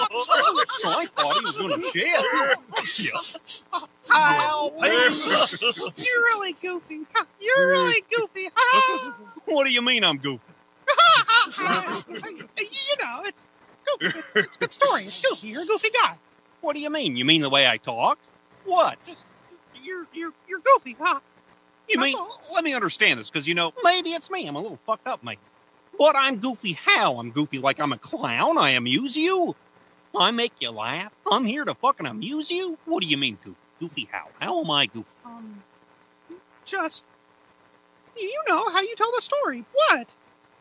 so I thought he was going to jail. Help! Oh, You're really goofy. You're really goofy. What do you mean I'm goofy? you know, it's it's goofy. It's, it's a good story. It's goofy. You're a goofy guy. What do you mean? You mean the way I talk? What? Just you're you're you're goofy. Huh? You That's mean? all. Let me understand this, because you know, maybe it's me. I'm a little fucked up, maybe. But I'm goofy. How? I'm goofy like I'm a clown. I amuse you. I make you laugh. I'm here to fucking amuse you. What do you mean goofy? Goofy how? How am I goofy? Um, just you know how you tell the story. What?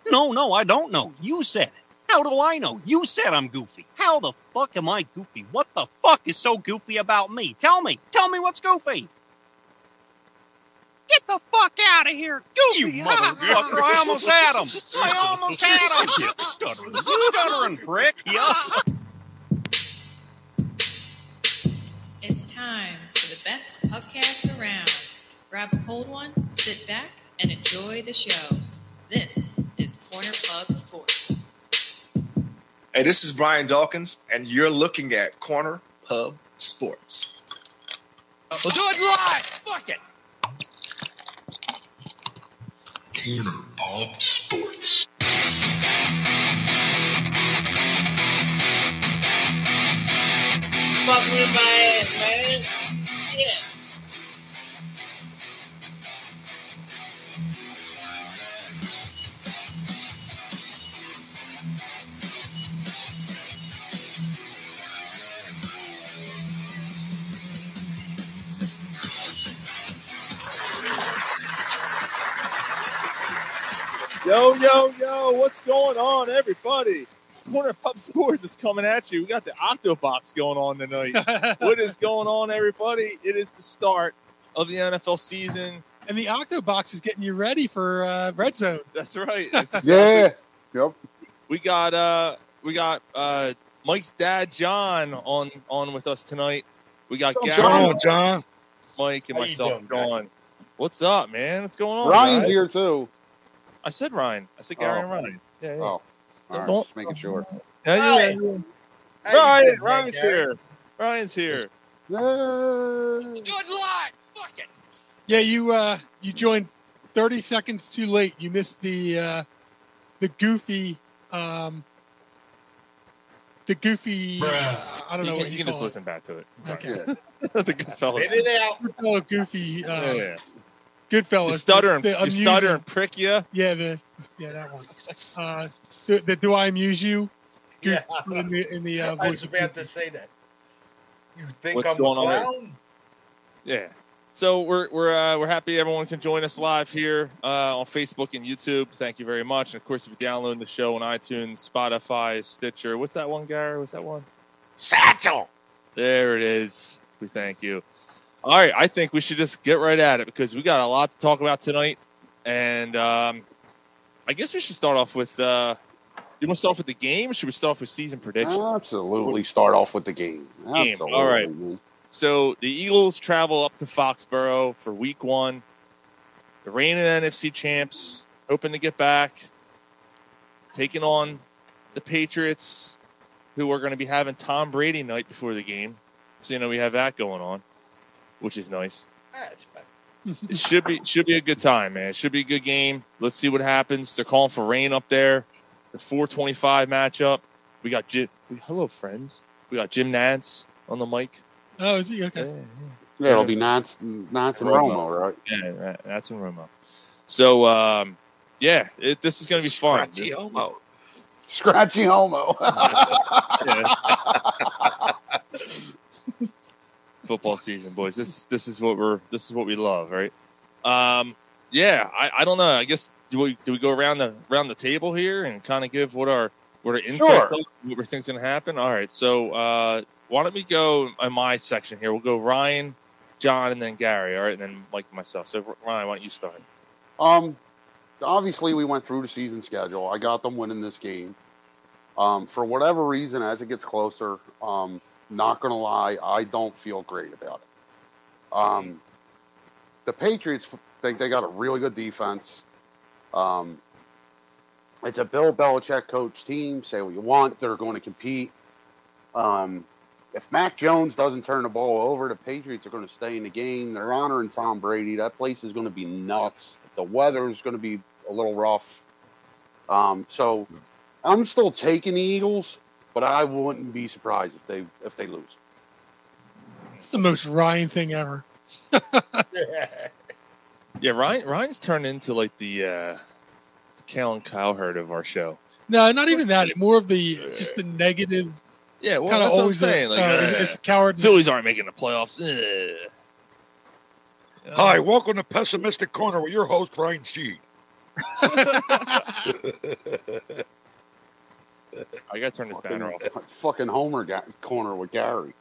No, no, I don't know. You said it. How do I know? You said I'm goofy. How the fuck am I goofy? What the fuck is so goofy about me? Tell me. Tell me what's goofy. Get the fuck out of here, goofy. You motherfucker. I almost had him. I almost had him. You stuttering. You stuttering prick. Yeah. It's time for the best podcast around. Grab a cold one, sit back, and enjoy the show. This is Corner Pub Sports. Hey, this is Brian Dawkins, and you're looking at Corner Pub Sports. Let's do it live. Fuck it. Corner Bob Sports. fuck with my man. Yeah. Yo, yo, yo, what's going on, everybody? Corner Pub Sports is coming at you. We got the Octobox going on tonight. what is going on, everybody? It is the start of the NFL season. And the Octobox is getting you ready for uh, Red Zone. That's right. That's exactly- Yeah. Yep. We got uh we got uh Mike's dad John on on with us tonight. We got What's up, Gary, John, Mike, and How you myself doing, guys? going. What's up, man? What's going on? Ryan's guys? here too. I said Ryan. I said Gary Oh. and Ryan. Yeah, yeah. Oh. All right, Don't- just making sure. Yeah, yeah, yeah. How you Ryan, doing, Ryan's Gary? here. Ryan's here. Yay. Do it live. Fuck it. Yeah, you uh, you joined 30 seconds too late. You missed the uh, the goofy um, the goofy. Bruh. I don't You know can, what you you, can call just it. listen back to it. It's all Okay, right. the good fellas. Get it out. Good fellow goofy, uh, Yeah, yeah. Goodfellas. You stutter and The- the you amusing- stutter and prick you. Yeah, the yeah that one. Uh, do, the, do I amuse you? Goof, Yeah. in the in the uh, I was voice of about to say that. You think What's I'm going on a here? clown? Yeah. So we're we're uh, we're happy everyone can join us live here uh, on Facebook and YouTube. Thank you very much. And of course, if you're downloading the show on iTunes, Spotify, Stitcher, what's that one, Gary? What's that one? Satchel. There it is. We thank you. All right, I think we should just get right at it because we got a lot to talk about tonight, and um, I guess we should start off with. Uh, you want to start off with the game? Or should we start off with season predictions? Absolutely. Start off with the game. Game. Absolutely. All right. man. So the Eagles travel up to Foxborough for week one. The reigning NFC champs, hoping to get back, taking on the Patriots, who are going to be having Tom Brady night before the game. So you know we have that going on, which is nice. That's bad. It should be should be a good time, man. It should be a good game. Let's see what happens. They're calling for rain up there. The 425 matchup. We got Jim. Hello, friends. We got Jim Nance on the mic. oh, is he okay? Yeah, it'll be Nance, Nance and Romo. Romo, right? Yeah, that- that's in Romo. So, um, yeah, it, this is going to be fun. Scratchy This- homo. Scratchy homo. yeah. Football season, boys. This this is what we're this is what we love, right? Um, yeah, I, I don't know. I guess do we do we go around the around the table here and kind of give what our what our insights Sure. are, what we think's going to happen? All right, so uh, why don't we go in my section here? We'll go Ryan, John, and then Gary. All right, and then Mike and myself. So Ryan, why don't you start? Um, obviously, we went through the season schedule. I got them winning this game. Um, for whatever reason, as it gets closer, um, not gonna lie, I don't feel great about it. Um, the Patriots think they got a really good defense. Um, it's a Bill Belichick coach team. Say what you want, they're going to compete. Um, if Mac Jones doesn't turn the ball over, the Patriots are going to stay in the game. They're honoring Tom Brady. That place is going to be nuts. The weather is going to be a little rough. Um, so I'm still taking the Eagles, but I wouldn't be surprised if they if they lose. It's the most Ryan thing ever. Yeah, Ryan Ryan's turned into like the uh the Cal and Kyle herd of our show. No, not even that. More of the just the negative. Yeah, well, kinda that's what I'm always a- saying, like, uh, it's, uh, it's coward. Phillies aren't making the playoffs. Ugh. Hi, welcome to Pessimistic Corner with your host, Ryan Sheed. I gotta turn this banner off. Fucking Homer guy, corner with Gary.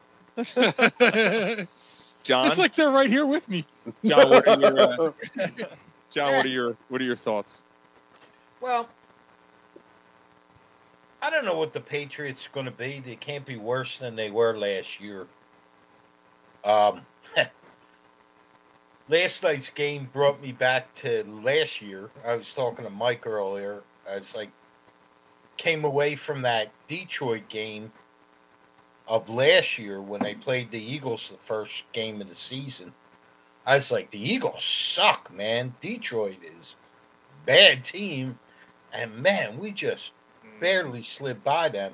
John, It's like they're right here with me. John, what are your uh, John, what are your what are your thoughts? Well, I don't know what the Patriots are going to be. They can't be worse than they were last year. Um, last night's game brought me back to last year. I was talking to Mike earlier. I was like, came away from that Detroit game of last year when they played the Eagles the first game of the season. I was like, the Eagles suck, man. Detroit is a bad team, and man, we just barely slid by them.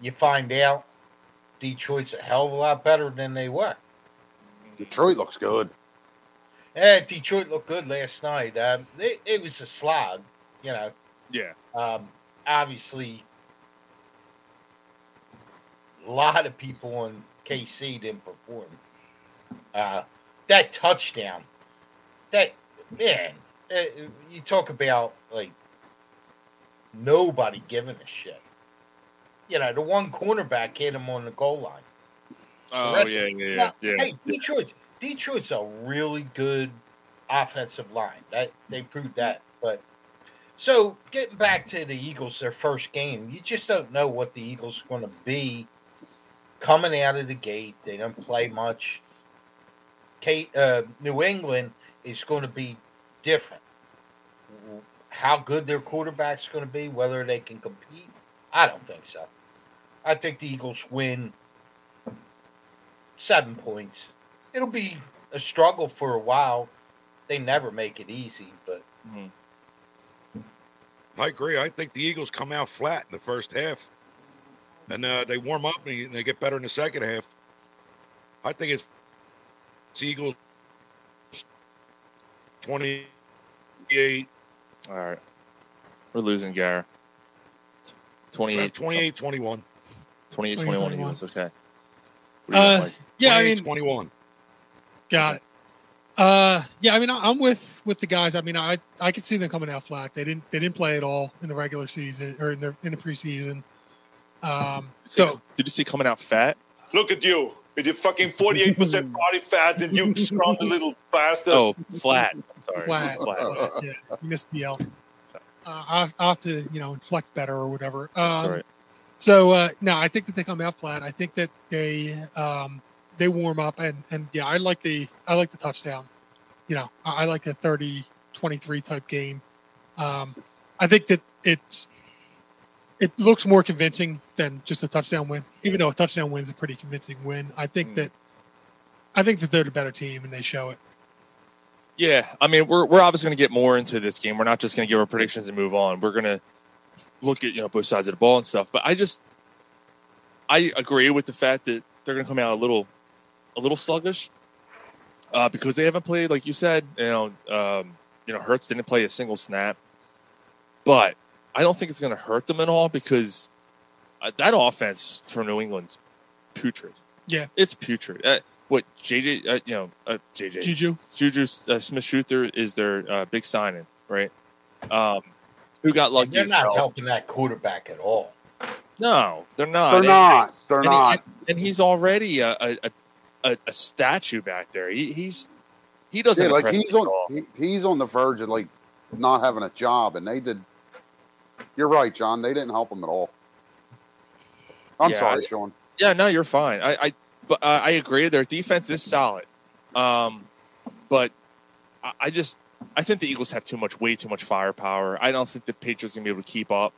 You find out Detroit's a hell of a lot better than they were. Mm-hmm. Detroit looks good. Eh, Detroit looked good last night. Um, it, it was a slog, you know. Yeah. Um, obviously, a lot of people on KC didn't perform. Uh, that touchdown, that man, eh, you talk about like nobody giving a shit. You know, the one cornerback hit him on the goal line. Oh Rest- yeah, yeah, yeah. Hey, Detroit, Detroit's a really good offensive line. That they proved that. But so getting back to the Eagles, their first game, you just don't know what the Eagles are going to be coming out of the gate. They don't play much. Kate, uh, New England is going to be different. How good their quarterback's going to be, whether they can compete, I don't think so. I think the Eagles win seven points. It'll be a struggle for a while. They never make it easy, but I agree. I think the Eagles come out flat in the first half, and uh, they warm up and they get better in the second half. I think it's, it's Eagles twenty-eight. All right. We're losing Gara. 28 28 21. 28 21. 21 Eagles. Okay. Uh, yeah, I mean, 21. Got it. Uh, yeah, I mean, I- I'm with with the guys. I mean, I I could see them coming out flat. They didn't they didn't play at all in the regular season or in the in the preseason. Um, so Did you see coming out fat? Look at you with your fucking 48% body fat and you scrawny little bastard. Oh, flat. Sorry. flat, flat, yeah, missed the L. Uh, I'll, I'll have to you know inflect better or whatever. Um, That's all right. So uh, no, I think that they come out flat. I think that they um, they warm up and and yeah, I like the I like the touchdown. You know, I, I like a 30-23 type game. Um, I think that it it looks more convincing than just a touchdown win. Even though a touchdown win's a pretty convincing win, I Hmm. think that I think that they're the better team and they show it. Yeah, I mean, we're we're obviously going to get more into this game. We're not just going to give our predictions and move on. We're going to look at you know both sides of the ball and stuff. But I just I agree with the fact that they're going to come out a little a little sluggish uh, because they haven't played like you said. You know, um, you know, Hertz didn't play a single snap, but I don't think it's going to hurt them at all because uh, that offense for New England's putrid. Yeah. It's putrid. Uh, what JJ? Uh, you know, uh, JJ Juju. Juju uh, Smith Schuster is their uh, big signing, right? Um, who got lucky? they're as not hell. helping that quarterback at all. No, they're not. They're And- not. They're and he- not. and he's already a a, a- a, a statue back there. He, he's he doesn't Yeah, like impress he's me at on all. he- he's on the verge of like not having a job, and they did. You're right, John. They didn't help him at all. I'm Yeah, sorry, I- Sean. Yeah, no, you're fine. I, I but uh, I agree. Their defense is solid, um, but I, I just I think the Eagles have too much, way too much firepower. I don't think the Patriots are gonna be able to keep up.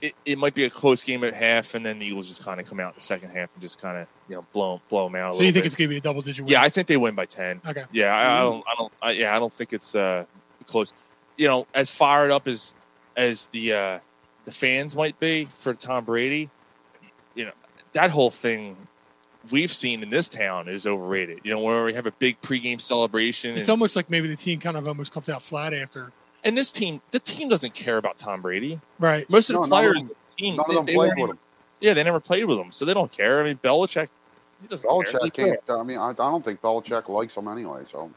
it, it might be a close game at half, and then the Eagles just kind of come out in the second half and just kind of you know blow blow them out. A So you little think bit. it's going to be a double digit win? Yeah, I think they win by ten. Okay. Yeah, I, I don't. I don't. I, yeah, I don't think it's uh, close. You know, as fired up as as the uh, the fans might be for Tom Brady, you know, that whole thing we've seen in this town is overrated. You know, where we have a big pregame celebration, It's um and, almost like maybe the team kind of almost comes out flat after. and this team, the team doesn't care about Tom Brady. Right. Most of No, the none of players, them- the team, none of they, them they played weren't with even- yeah, they never played with him, so they don't care. I mean, Belichick, he doesn't care. He Belichick cares. can't. I mean, I, I don't think Belichick likes him anyway. So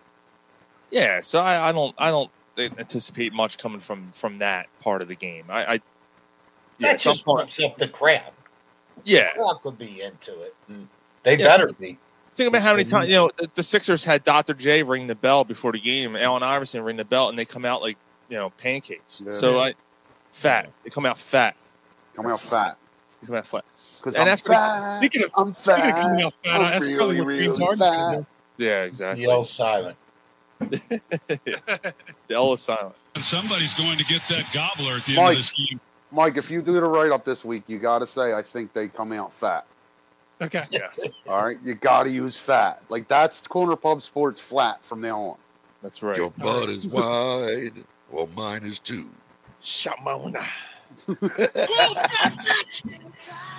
Yeah, so I, I don't I don't anticipate much coming from from that part of the game. I, I yeah, that at some just point, pumps up the crowd. yeah. Clark would be into it. and They Yeah, better think- be. Think about how many times you know the, the Sixers had Dr. J ring the bell before the game, Allen Iverson ring the bell, and they come out like you know pancakes. Yeah. So I fat, they come out fat, come out fat. come out flat. Because And I'm after the- fat. Speaking of, I'm speaking fat. of coming out fat, I'm that's probably what really, James really Harden's going to fat. do. Yeah, exactly. Yell silent. The L is silent. And somebody's going to get that gobbler at the end Mike, of this game. Mike, if you do the write up this week, you got to say, I think they come out fat. Okay. Yes. All right. You got to use fat. Like, that's Corner Pub Sports flat from now on. That's right. Your butt is wide. Well, mine is too. Shamona.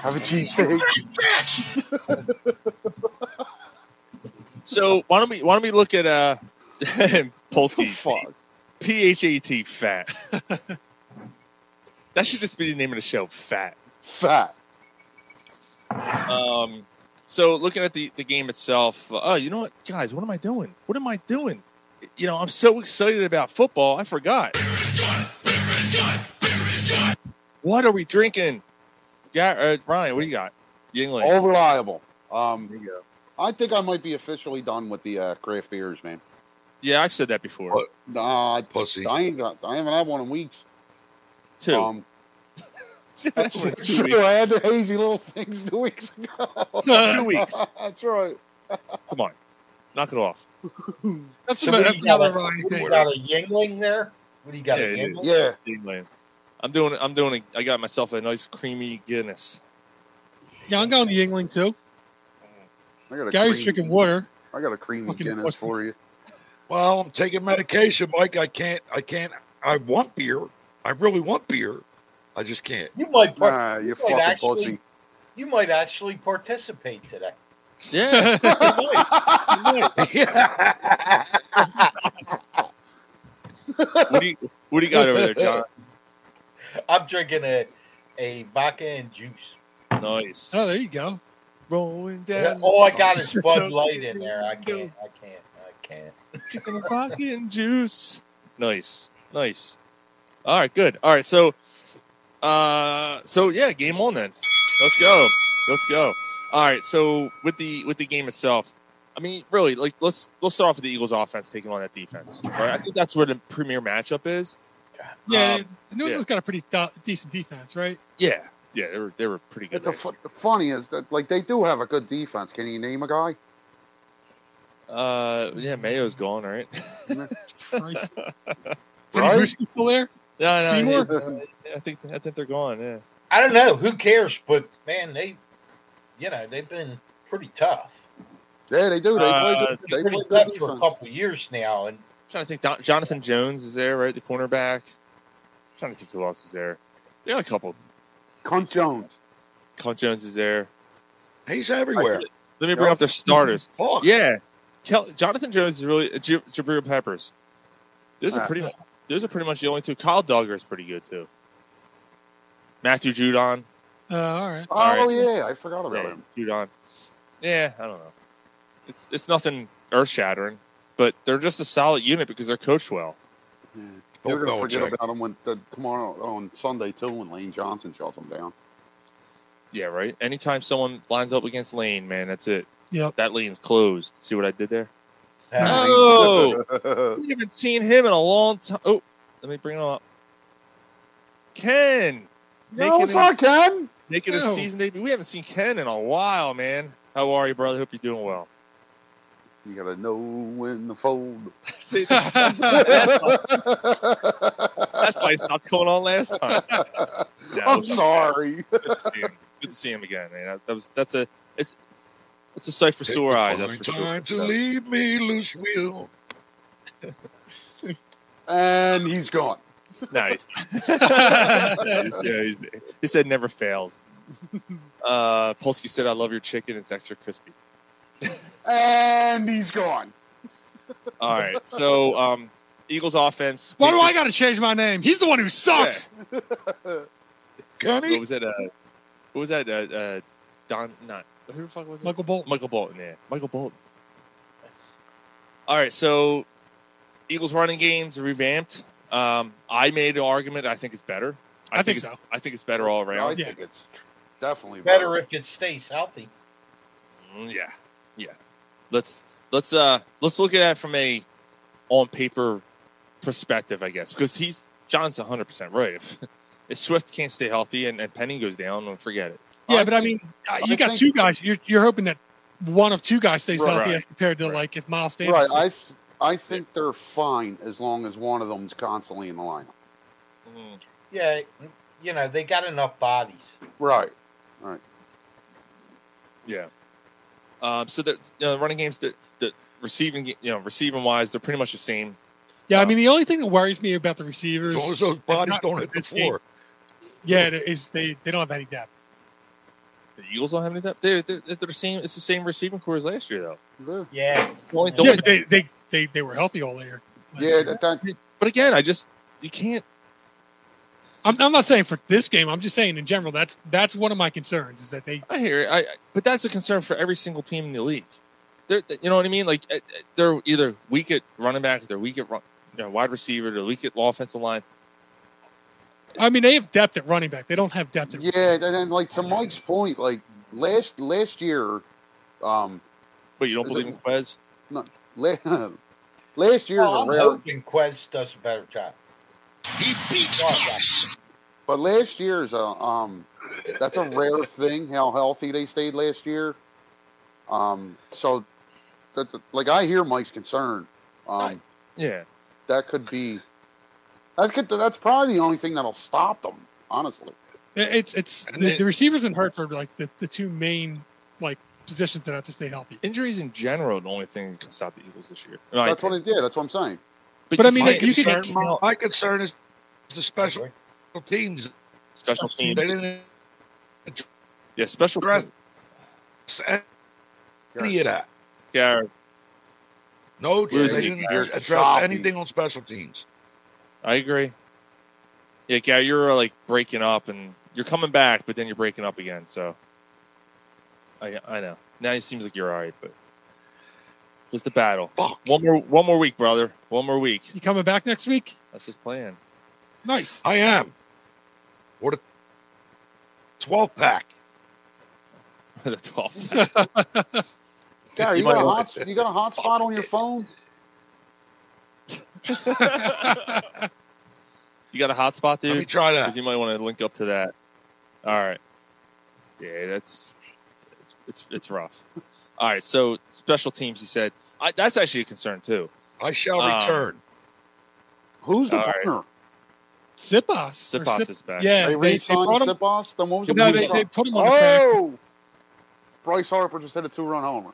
Have a cheesesteak. So why don't we why don't we look at uh Polsky P H A T fat. that should just be the name of the show, fat. Fat. Um so looking at the, the game itself, uh, oh you know what, guys, what am I doing? What am I doing? You know, I'm so excited about football, I forgot. What are we drinking? Yeah, uh, Ryan, what do you got? Yingling. All reliable. Um, I think I might be officially done with the uh, craft beers, man. Yeah, I've said that before. Nah, I- Pussy. I ain't got. I haven't had one in weeks. Two. Um, that's true. I had the hazy little things two weeks ago. Two weeks. That's right. Come on. Knock it off. That's, So about, what do that's you got, another a- Ryan what do thing. you got a Yingling there? What do you got? a it Yingling? is. Yingling. I'm doing I'm doing a, I got myself a nice creamy Guinness. Yeah, I'm going Yingling too. I got a Gary's cream- drinking water. I got a creamy Fucking Guinness pussy. for you. Well, I'm taking medication, Mike. I can't. I can't. I want beer. I really want beer. I just can't. You might. par- Nah, you might fucking actually- pussy. You might actually participate today. Yeah. what, do you, what do you got over there, John? I'm drinking a a vodka and juice. Nice. Oh, there you go. Rolling All oh, I got is Bud Light in there. I can't. I can't. I can't. Chicken and juice. Nice. Nice. All right, good. All right, so uh so yeah, game on then. Let's go. Let's go. All right, so with the with the game itself, I mean, really, like let's let's start off with the Eagles offense taking on that defense. All right. I think that's where the premier matchup is. Yeah, Um, the New yeah. England's got a pretty do- decent defense, right? Yeah. Yeah, they were they were pretty But good. the, fu- the funny is that like they do have a good defense. Can you name a guy? Uh, yeah, Mayo's gone, right? Christ. Right? Brewski still there? No, no, Seymour? yeah, I think I think they're gone. Yeah, I don't know. Who cares? But man, they, you know, they've been pretty tough. Yeah, they do. They Uh, play good. They Pretty play tough good for a defense. couple years now, and trying to think. Don- Jonathan Jones is there, right? The cornerback. trying to think who else is there. They got a couple. Cunt Jones. Cunt Jones is there. He's everywhere. Let me bring up their starters. Fuck. Yeah, Kel- Jonathan Jones is really uh, J- Jabril Peppers. Those are Ah. pretty much. Those are pretty much the only two. Kyle Duggar is pretty good too. Matthew Judon. Uh, all right. Oh All right. yeah, I forgot about Yeah, him. Judon. Yeah, I don't know. It's it's nothing earth shattering, but they're just a solid unit because they're coached well. They're Don't gonna go and forget check. about him when the, tomorrow on Sunday too when Lane Johnson shuts him down. Yeah, right. Anytime someone lines up against Lane, man, that's it. Yep. That lane's closed. See what I did there? uh, Oh, we haven't seen him in a long time. Oh, let me bring him up. Ken, no, it's not Ken. making a No. season debut. We haven't seen Ken in a while, man. How are you, brother? Hope you're doing well. You gotta know when to fold. See, that's, that's, my, That's why I stopped going on last time. Yeah, it I'm was- sorry. Good to see him. It's good to see him again, man. That was that's a it's it's a sight for sore eyes. That's for sure. Time to leave me loose will. and he's gone. Nice. yeah, he's- yeah, he's- he said never fails. Uh, Polsky said, "I love your chicken. It's extra crispy." And he's gone. All right, so um, Eagles offense. Why do I got to change my name? He's the one who sucks. What was that? Uh, what was that? Uh, uh, Don, not who the fuck was it? Michael Bolton. Michael Bolton. Yeah, Michael Bolton. All right, so Eagles running games revamped. Um, I made an argument. I think it's better. I think it's- so. I think it's better all I around. think it's definitely Better if it stays healthy. Mm, Yeah, yeah. Let's let's uh let's look at it from a on paper perspective, I guess, because he's John's 100 percent right. If, if Swift can't stay healthy and, and Penny goes down, then forget it. Yeah, but I mean, uh, you I got think- two guys. You're, you're hoping that one of two guys stays Right. healthy Right. as compared to like if Miles Sanders. Right. is- I th- I think they're fine as long as one of them's constantly in the lineup. Mm-hmm. Yeah, you know they got enough bodies. Right. Right. Yeah. Um, so the you know, the running games, the, the receiving, you know, receiving wise, they're pretty much the same. yeah, I mean, the only thing that worries me about the receivers, As long as those bodies don't hit the this game- floor. Yeah, it is they they don't have any depth. The Eagles don't have any depth. They're, they're, they're the same. It's the same receiving core as last year, though. Yeah. The only- the Yeah, only- but they, they they they were healthy all year. Yeah, but again, I just you can't. I'm, I'm not saying for this game. I'm just saying in general. That's that's one of my concerns is that they. I hear it. I, I- but that's a concern for every single team in the league. They're, you know what I mean? Like uh, uh, they're either weak at running back, they're weak at run, you know, wide receiver, they're weak at offensive line. I mean, they have depth at running back. They don't have depth at. Yeah, and then like to Mike's point, like last last year, um. But you don't believe in Quez? No, la- last year's Oh, a I'm rare. hoping Quez does a better job. He beats us. But last year's a um, that's a rare thing how healthy they stayed last year. Um, so that, that- like I hear Mike's concern. Um, yeah, that could be that could that's probably the only thing that'll stop them. Honestly, It's it's the, the receivers and Hurts are like the, the two main like positions that have to stay healthy. Injuries in general are the only thing that can stop the Eagles this year. that's what it did. That's what I'm saying. But I mean, my like, you can- concern, my, my concern is the special teams. Special teams. They didn't Yeah, special address any of that. Garrett. No, they Losing didn't you, Garrett. address Sloppy. anything on special teams. I agree. Yeah, Gary, you're uh, like breaking up and you're coming back, but then you're breaking up again. So I I know. Now it seems like you're all right, but just a battle. One more one more week, brother. One more week. You coming back next week? That's his plan. Nice. I am. What a 12 pack. the 12 You Gary, you, got might a want hot, you got a hot spot on your phone? You got a hotspot, dude? me try that. 'Cause You might want to link up to that. All right. Yeah, that's it's it's, it's rough. All right. So special teams, you said I, that's actually a concern too. I shall Um, return. Who's the All right. punter? Sipos. or Sipos Sip- is back. they, Yeah, they, they, re-signed brought him. Sipos? Then what was the No, they- punter's they up? put him on the back. Oh, Bryce Harper just hit a two-run homer.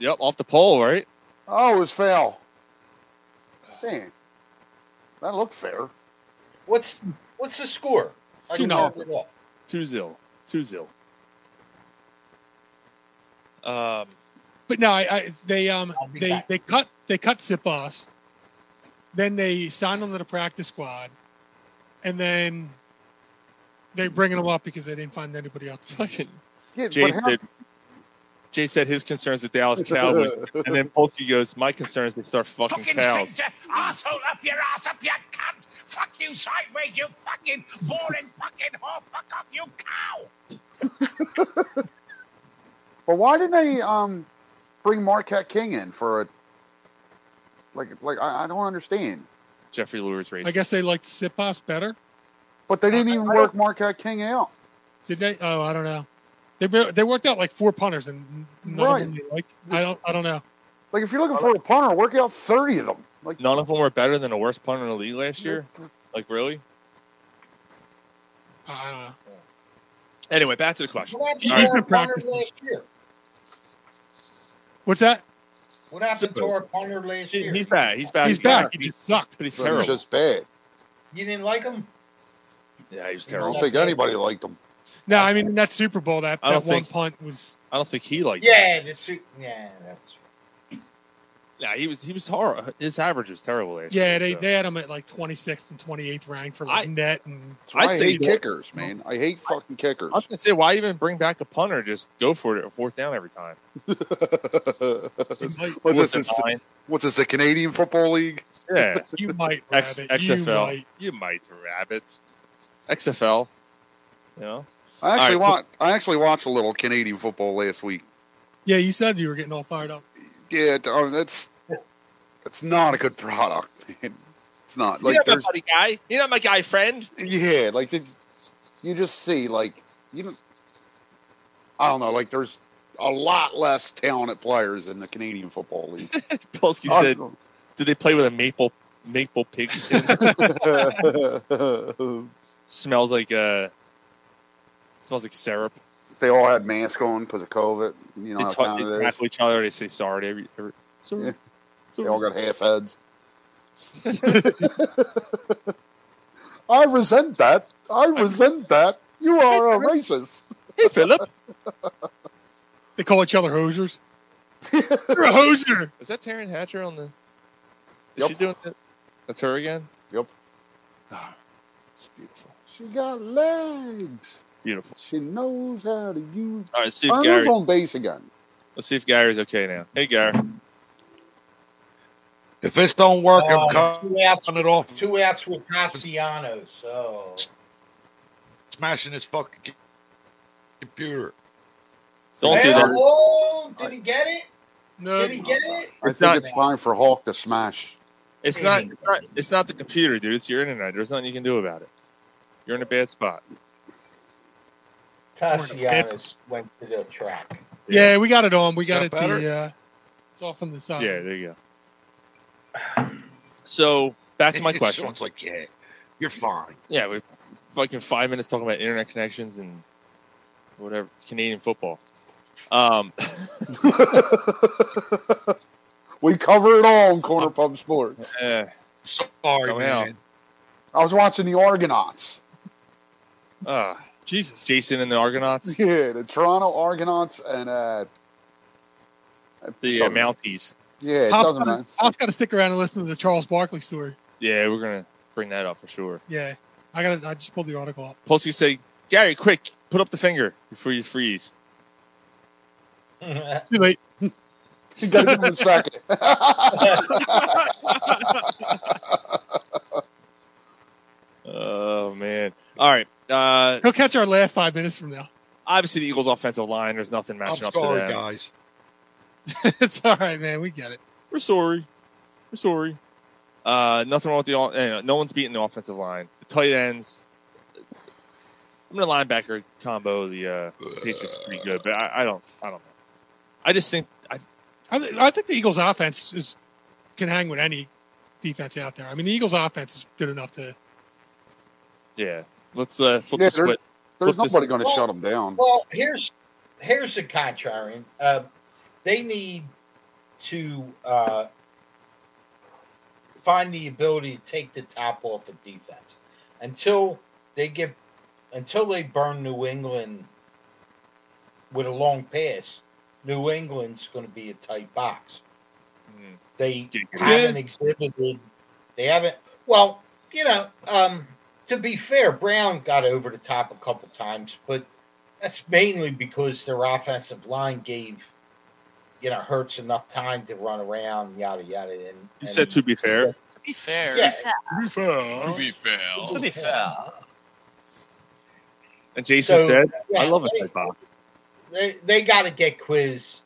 Yep, off the pole, right? Oh, it was foul. Dang, that looked fair. What's what's the score? I Two can nothing. have it all. Two zil. Two zil. Um, But no, I, I they um be they, back. they cut they cut Sipos. Then they signed him to the practice squad, and then they bringing him up because they didn't find anybody else. fucking Yeah, Jay but how- said, Jay said his concerns the Dallas Cowboys, and then Polsky goes, "My concerns they start fucking Fucking cows." Caesar, asshole up your ass, up your cunt. Fuck you sideways, you fucking boring fucking whore. Fuck off, you cow. But why didn't they um bring Marquette King in for a like like I, I don't understand. Jeffrey Lurie's race. I guess they liked Sipos better, But they didn't even work Marquette King out. did they? Oh, I don't know. They br- they worked out like four punters and none Right. of them they liked. I don't I don't know. Like if you're looking for a punter, work out thirty of them. Like Mm-hmm. None of them were better than the worst punter in the league last year. Like really? I don't know. Anyway, back to the question. What happened All right. to our punter last year? What's that? What happened to Sippo. our punter last year? He's back. He's back. He's back. He just sucked. But he's But terrible. It's just bad. You didn't like him? yeah, he was I terrible. don't think anybody liked him. No, I mean in that Super Bowl, that, I that don't one think- punt was. I don't think he liked. Yeah, the su- yeah, that's Yeah, he was he was horrible. His average was terrible last year. Yeah, they, so. they had him at like 26th and 28th rank for like net and. That's why I'd I say hate that- kickers, man. I hate fucking kickers. I was gonna say, why even bring back a punter? Just go for it at fourth down every time. what's, Fourth this, and this, nine. what's this? The Canadian Football League? Yeah, You might. X, Rabbit, you XFL. might. You might, rabbits. XFL. You know, I actually All right, watched. I actually watched a little Canadian football last week. Yeah, you said you were getting all fired up. Yeah, th- oh, that's that's not a good product. Man. It's not like you're not there's my buddy guy. You're not my guy friend. yeah, like the, you just see like you. don't- I don't know. Like there's a lot less talented players in the Canadian Football League. Polsky Oh, said, "Did they play with a maple maple pigskin? smells like uh, smells like syrup. they all had masks on because of COVID. You know they how ta- common they it is. tackle each other. They say sorry to every. every sorry. Yeah. sorry. They all got half heads. I resent that. I resent that. You are a racist. Hey, Philip. They call each other hosers. You're a hoser. Is that Taryn Hatcher on the? Is Yep. she doing that? That's her again. Yep. Ah, it's beautiful. She got legs. Beautiful. She knows how to use. All right, Steve Turner's Gary. on base again. Let's see if Gary's okay now. Hey, Gary. If this don't work, Uh, I'm cutting two outs, it off. two outs with Castellanos. So Smashing this fucking c- computer. Don't do Well, that. oh, did he get it? No. Did he get it? I think not- it's time for Hawk to smash. It's not, it's not. It's not the computer, dude. It's your internet. There's nothing you can do about it. You're in a bad spot. Castellanos went to the track. Yeah, we got it on. We got that it. better? The, uh, it's off on the side. Yeah, there you go. So back to my question. Sean's like, yeah, you're fine. Yeah, we fucking five minutes talking about internet connections and whatever Canadian football. Um, We cover it all in Corner Pub Sports. eh, Sorry, man. I was watching the Argonauts. ah, Jesus, Jason and the Argonauts, Yeah, the Toronto Argonauts and uh, the uh, Mounties. yeah, it Pop's doesn't gotta- matter. Pop's got to stick around and listen to the Charles Barkley story. Yeah, we're gonna bring that up for sure. Yeah, I got. to I just pulled the article up. Plus, you say, Gary, quick, put up the finger before you freeze. Too late. You gotta give him a second. Oh man! All right. Uh, He'll catch our laugh five minutes from now. obviously, the Eagles' offensive line. There's nothing I'm matching up sorry, to them. guys. it's all right, man. We get it. We're sorry. We're sorry. Uh, nothing wrong with the. all- Uh, no one's beating the offensive line. The tight ends. I'm gonna linebacker combo. The uh, Patriots are pretty good, but I, I don't. I don't know. I just think I, I, th- I think the Eagles' offense is can hang with any defense out there. I mean, the Eagles' offense is good enough to. Yeah. Let's uh, flip Yeah, the switch. There's Flip this- nobody going to shut him down. Well, here's here's the contrarian. Uh, they need to uh, find the ability to take the top off of defense until they get until they burn New England with a long pass. New England's going to be a tight box. Mhm. They Get- haven't exhibited. They haven't. Well, you know, um, to be fair, Brown got over the top a couple times, but that's mainly because their offensive line gave, you know, Hurts enough time to run around, yada yada. And You and- said to be fair. To be fair. Yeah. be fair. To be fair. To be fair. And Jason So, said, yeah, "I love a they- tight box." they they got to get Quiz,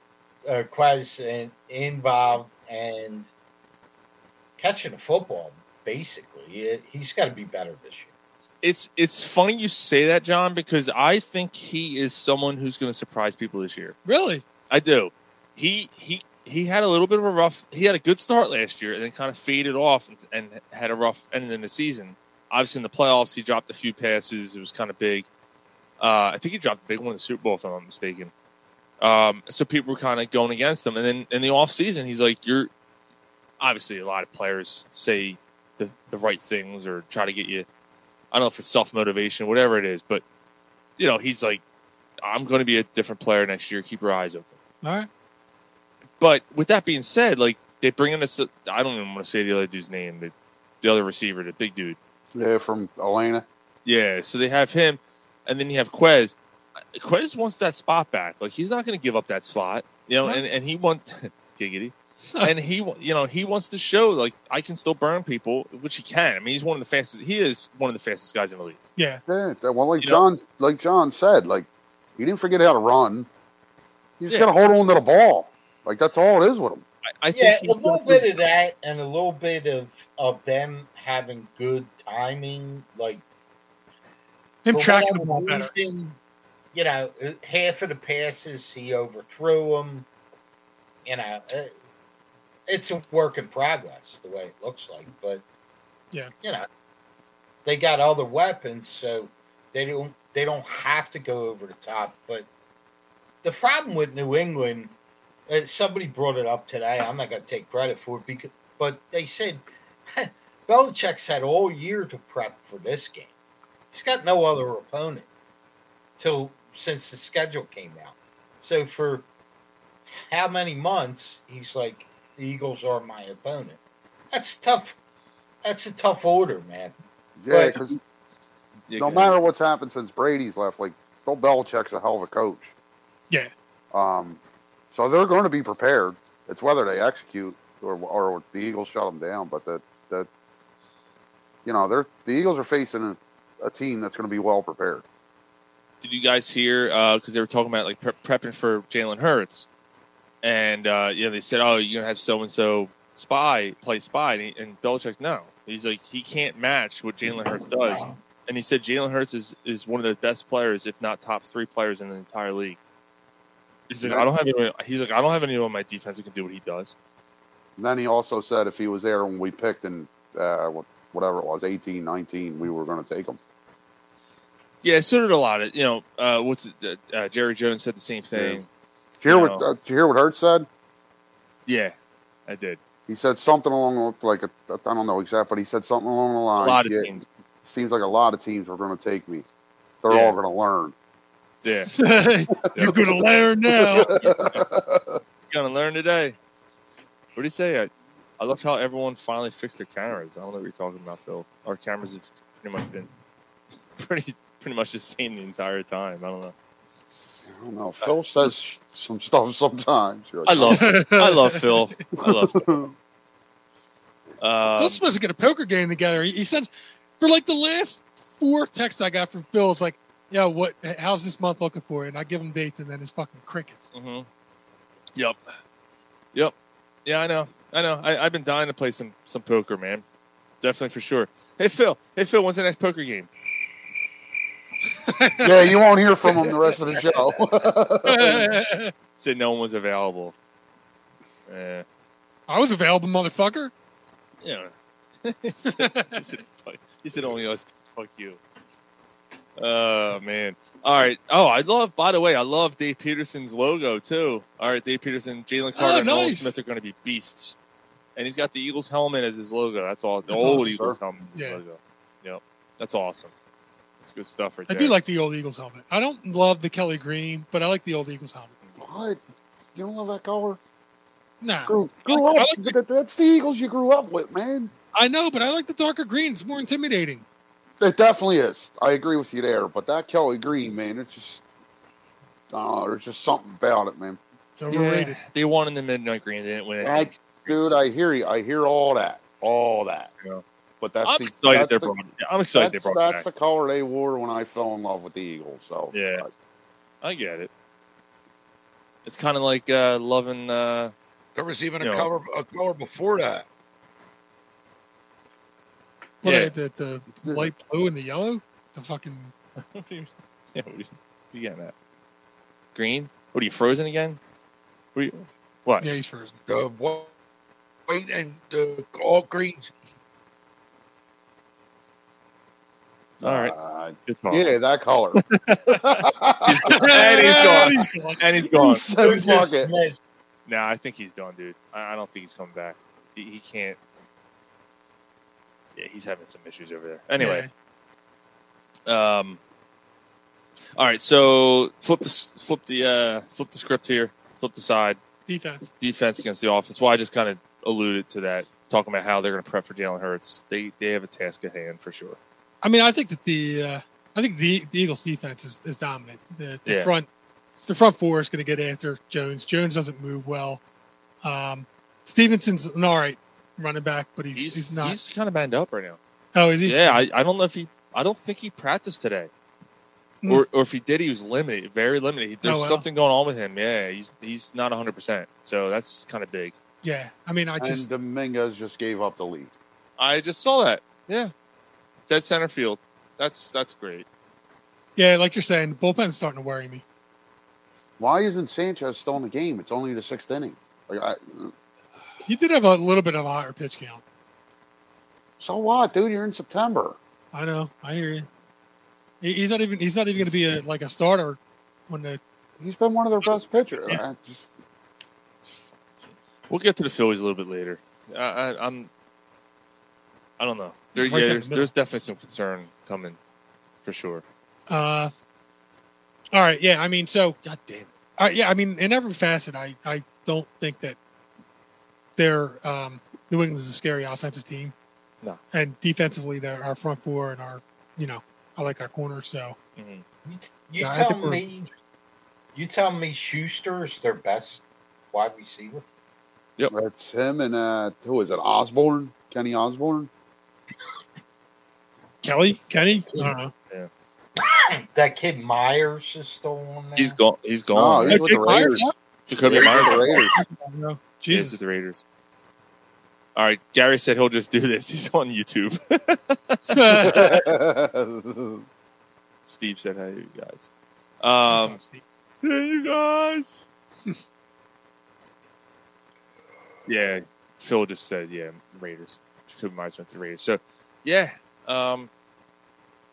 uh, Quez in, involved and catching the football. Basically, He- he's got to be better this year. It's it's funny you say that, John, because I think he is someone who's going to surprise people this year. Really? I do. He he he had a little bit of a rough. He had a good start last year, and then kind of faded off and, and had a rough end in the season. obviously in the playoffs, he dropped a few passes. It was kind of big. Uh, I think he dropped a big one in the Super Bowl, if I'm not mistaken. Um, so people were kind of going against him. And then in the offseason, he's like, you're obviously a lot of players say the, the right things or try to get you. I don't know if it's self motivation, whatever it is, but you know, he's like, I'm going to be a different player next year. Keep your eyes open. All right. But with that being said, like they bring in this, I don't even want to say the other dude's name, but the other receiver, the big dude. Yeah, from Atlanta. Yeah, so they have him, and then you have Quez. Uh, Quez wants that spot back. Like he's not going to give up that slot, you know. And, and he wants giggity, and he wa- you know he wants to show like I can still burn people, which he can. I mean, he's one of the fastest. He is one of the fastest guys in the league. Yeah. yeah that- well, like John, like John said, like he didn't forget how to run. You just got to hold on to the ball. Like that's all it is with him. I yeah, a little bit of that and a little bit of of them having good timing, like Him for tracking the whatever ball better. reason, You know, uh, half of the passes he overthrew them. You know, uh, it's a work in progress the way it looks like, but Yeah. you know, they got other weapons, so they don't they don't have to go over the top. But the problem with New England, uh, somebody brought it up today. I'm not going to take credit for it, because, but they said Belichick's had all year to prep for this game. He's got no other opponent till since the schedule came out. So for how many months he's like the Eagles are my opponent. That's tough. That's a tough order, man. Yeah, But- because no matter what's happened since Brady's left, like Bill Belichick's a hell of a coach. Yeah. Um, so they're going to be prepared. It's whether they execute or or the Eagles shut them down. But that that you know they're the Eagles are facing a, a team that's going to be well prepared. did you guys hear? Because they were talking about like pre- prepping for Jalen Hurts, and uh, yeah, they said, "Oh, you're gonna have so and so spy play spy," and, he, and Belichick, no, he's like he can't match what Jalen Hurts does, and he said Jalen Hurts is is one of the best players, if not top three players in the entire league. He's like, I don't have anyone. He's like, I don't have anyone on my defense that can do what he does. And then he also said if he was there when we picked in uh, wh- whatever it was 18, 19, we were going to take him. Yeah, so did a lot of you know. Uh, what's it, uh, uh, Jerry Jones said the same thing. Did you hear You what know. uh, did you hear what Hurts said? Yeah, I did. He said something along the- like a, I don't know exact, but he said something along the line. lot of "Yeah, teams." Seems like a lot of teams are going to take me. They're Yeah. all going to learn. Yeah. You're gonna learn now. gonna learn today. What do you say? I, I love how everyone finally fixed their cameras. I don't know what you're talking about, Phil. Our cameras have pretty much been pretty pretty much the same the entire time. I don't know. I don't know. Phil says sh- some stuff sometimes. You're like, Uh, I love I love Phil. I love. Phil. Um, Phil's supposed to get a poker game together. He, he sends for like the last four texts I got from Phil. It's like, yo, what? How's this month looking for? you? And I give him dates, and then it's fucking crickets. hmm Yep. Yep. Yeah, I know. I know. I, I've been dying to play some some poker, man. Definitely for sure. Hey Phil. Hey Phil. When's the next poker game? yeah, you won't hear from him the rest of the show. Said no one was available. Eh. Yeah. I was available, motherfucker. Yeah. he, said, he said, fuck- he said only us. Fuck you. Oh man. All right. Oh, I love. By the way, I love Dave Peterson's logo too. All right, Dave Peterson, Jalen Carter, and Nolan Oh, nice. Smith are going to be beasts, and he's got the Eagles helmet as his logo. That's all. The That's old awesome, Eagles sir. helmet. Is his Yeah. logo. Yep. That's awesome. That's good stuff right I there. do like the old Eagles helmet. I don't love the Kelly Green, but I like the old Eagles helmet. what? You don't love that color? Nah. Grew, grew I up. like That, that's the Eagles you grew up with, man. I know, but I like the darker green. It's more intimidating. It definitely is. I agree with you there. But that Kelly Green, man, it's just, oh, there's just something about it, man. It's overrated. Yeah, they won in the midnight green. They didn't win. it. I, dude, I hear you. I hear all that, all that. Yeah. But that's I'm the, excited that's they the- brought- I'm excited they that's- brought it That's the back. color they wore when I fell in love with the Eagles. So uh, Yeah. I get it. It's kind of like uh, loving. Uh, There was even you a know, color a color before that. What Yeah. yeah. the, the light blue and the yellow? The fucking Yeah, what are you, what you getting at? Green? What are you frozen again? What? Are you, what? yeah, he's frozen. The wh- white and the all green. All right. Good talk. uh, Yeah, that color. and he's gone. And he's gone. He said, "Fuck it." Nah, I think he's done, dude. I, I don't think he's coming back. He, he can't. Yeah, he's having some issues over there. Anyway. Um. All right, so flip the s- flip the uh, flip the script here. Flip the side Defense. defense against the offense. Well, I just kind of alluded to that, talking about how they're going to prep for Jalen Hurts. They they have a task at hand for sure. I mean, I think that the uh, I think the, the Eagles' defense is, is dominant. The, the Yeah. front the front four is going to get after Jones. Jones doesn't move well. Um, Stevenson's an all right running back, but he's he's, not. He's kind of banged up right now. oh, is he? Yeah, I, I don't know if he. I don't think he practiced today, Hmm. or or if he did, he was limited, very limited. He- There's Oh, wow. something going on with him. Yeah, he's he's not 100. percent So that's kind of big. Yeah, I mean, I just uh, and Dominguez just gave up the lead. I just saw that. Yeah, dead center field. That's that's great. yeah, like you're saying, the bullpen's starting to worry me. Why isn't Sanchez still in the game? It's only the sixth inning. Like, I, He did have a little bit of a higher pitch count. so what, dude? You're in September. I know. I hear you. He- He's not even. He's not even going to be a like a starter when the. He's been one of their best pitchers. I just- We'll get to the Phillies a little bit later. I, I, I'm. I don't know. There, It's yeah, right there in the there's, middle. there's definitely some concern coming, for sure. Uh, all right. Yeah. I mean, so. God damn. I, yeah. I mean, in every facet, I I don't think that they're um, New England's a scary offensive team. No. And defensively, they're our front four and our you know I like our corner. So You Yeah, I tell think we're- me. You tell me Schuster is their best wide receiver. Yep. That's him and uh, who is it? Osborne, Kenny Osborne. Kelly, Kenny, I don't know. Yeah. that kid Myers is still on there. He's gone. He's gone. No, he's with the Raiders. Jacoby He's with the Myers. Raiders. Jesus, Jesus. the Raiders. All right, Gary said he'll just do this. He's on YouTube. Steve said hi to you guys. Um, Hey, you guys. yeah, Phil just said yeah, Raiders. Jacoby Myers went to the Raiders. So yeah, um,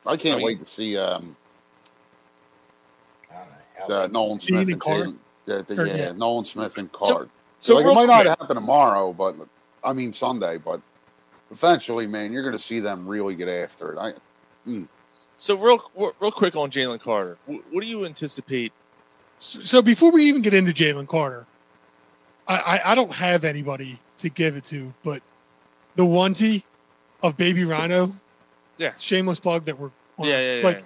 I can't I mean- wait to see um, uh, Nolan Dean Smith and and Card? Jalen. the- the- Or, yeah, yeah. Nolan Smith and So- Card. so like, it real might not quick- happen tomorrow, but I mean Sunday. But eventually, man, you're going to see them really get after it. I, mm. so real real quick on Jalen Carter. What, what do you anticipate? So, so before we even get into Jalen Carter, I, I I don't have anybody to give it to, but the onesie of Baby Rhino, Yeah. shameless plug that we're on. Yeah, yeah, yeah. like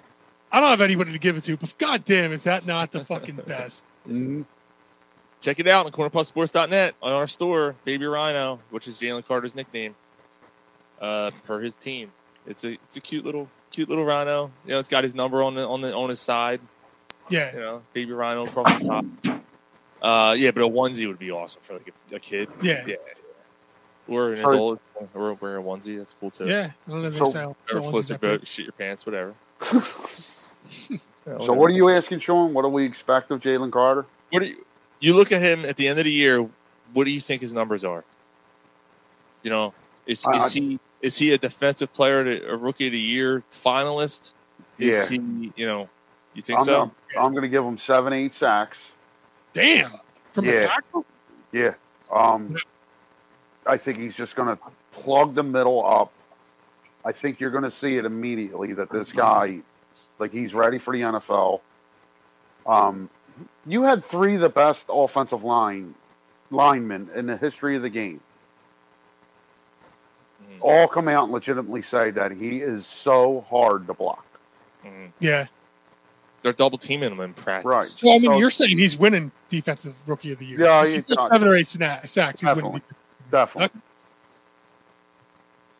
I don't have anybody to give it to, but god damn, is that not the fucking best? Check it out on cornerpostsports.net on our store, Baby Rhino, which is Jalen Carter's nickname, uh, per his team. It's a it's a cute little cute little rhino. You know, it's got his number on the on the on his side. Yeah. You know, Baby Rhino across the top. Uh, yeah, but a onesie would be awesome for like a, a kid. Yeah. yeah. Or an For- adult, or wear a onesie. That's cool too. Yeah, I don't know if So- it's how- Or so once floats it's your up there. boat, shit your pants, whatever. Mm-hmm. So, what are you asking, Sean? What do we expect of Jalen Carter? What do you? You look at him at the end of the year. What do you think his numbers are? You know, is, I- is I- he is he a defensive player, to, a rookie of the year finalist? Is Yeah. he? You know, you think I'm, so? gonna- I'm going to give him seven, eight sacks. Damn. From Yeah. a tackle? Yeah. Um, I think he's just going to plug the middle up. I think you're going to see it immediately that this guy, like, he's ready for the NFL. Um, you had three of the best offensive line linemen in the history of the game. All come out and legitimately say that he is so hard to block. Mhm. Yeah. They're double teaming him in practice. Right. So I mean, So- you're saying he's winning defensive rookie of the year? Yeah, If he's he's got not- seven or eight sna- sacks. He's winning. Definitely. Definitely. defensive-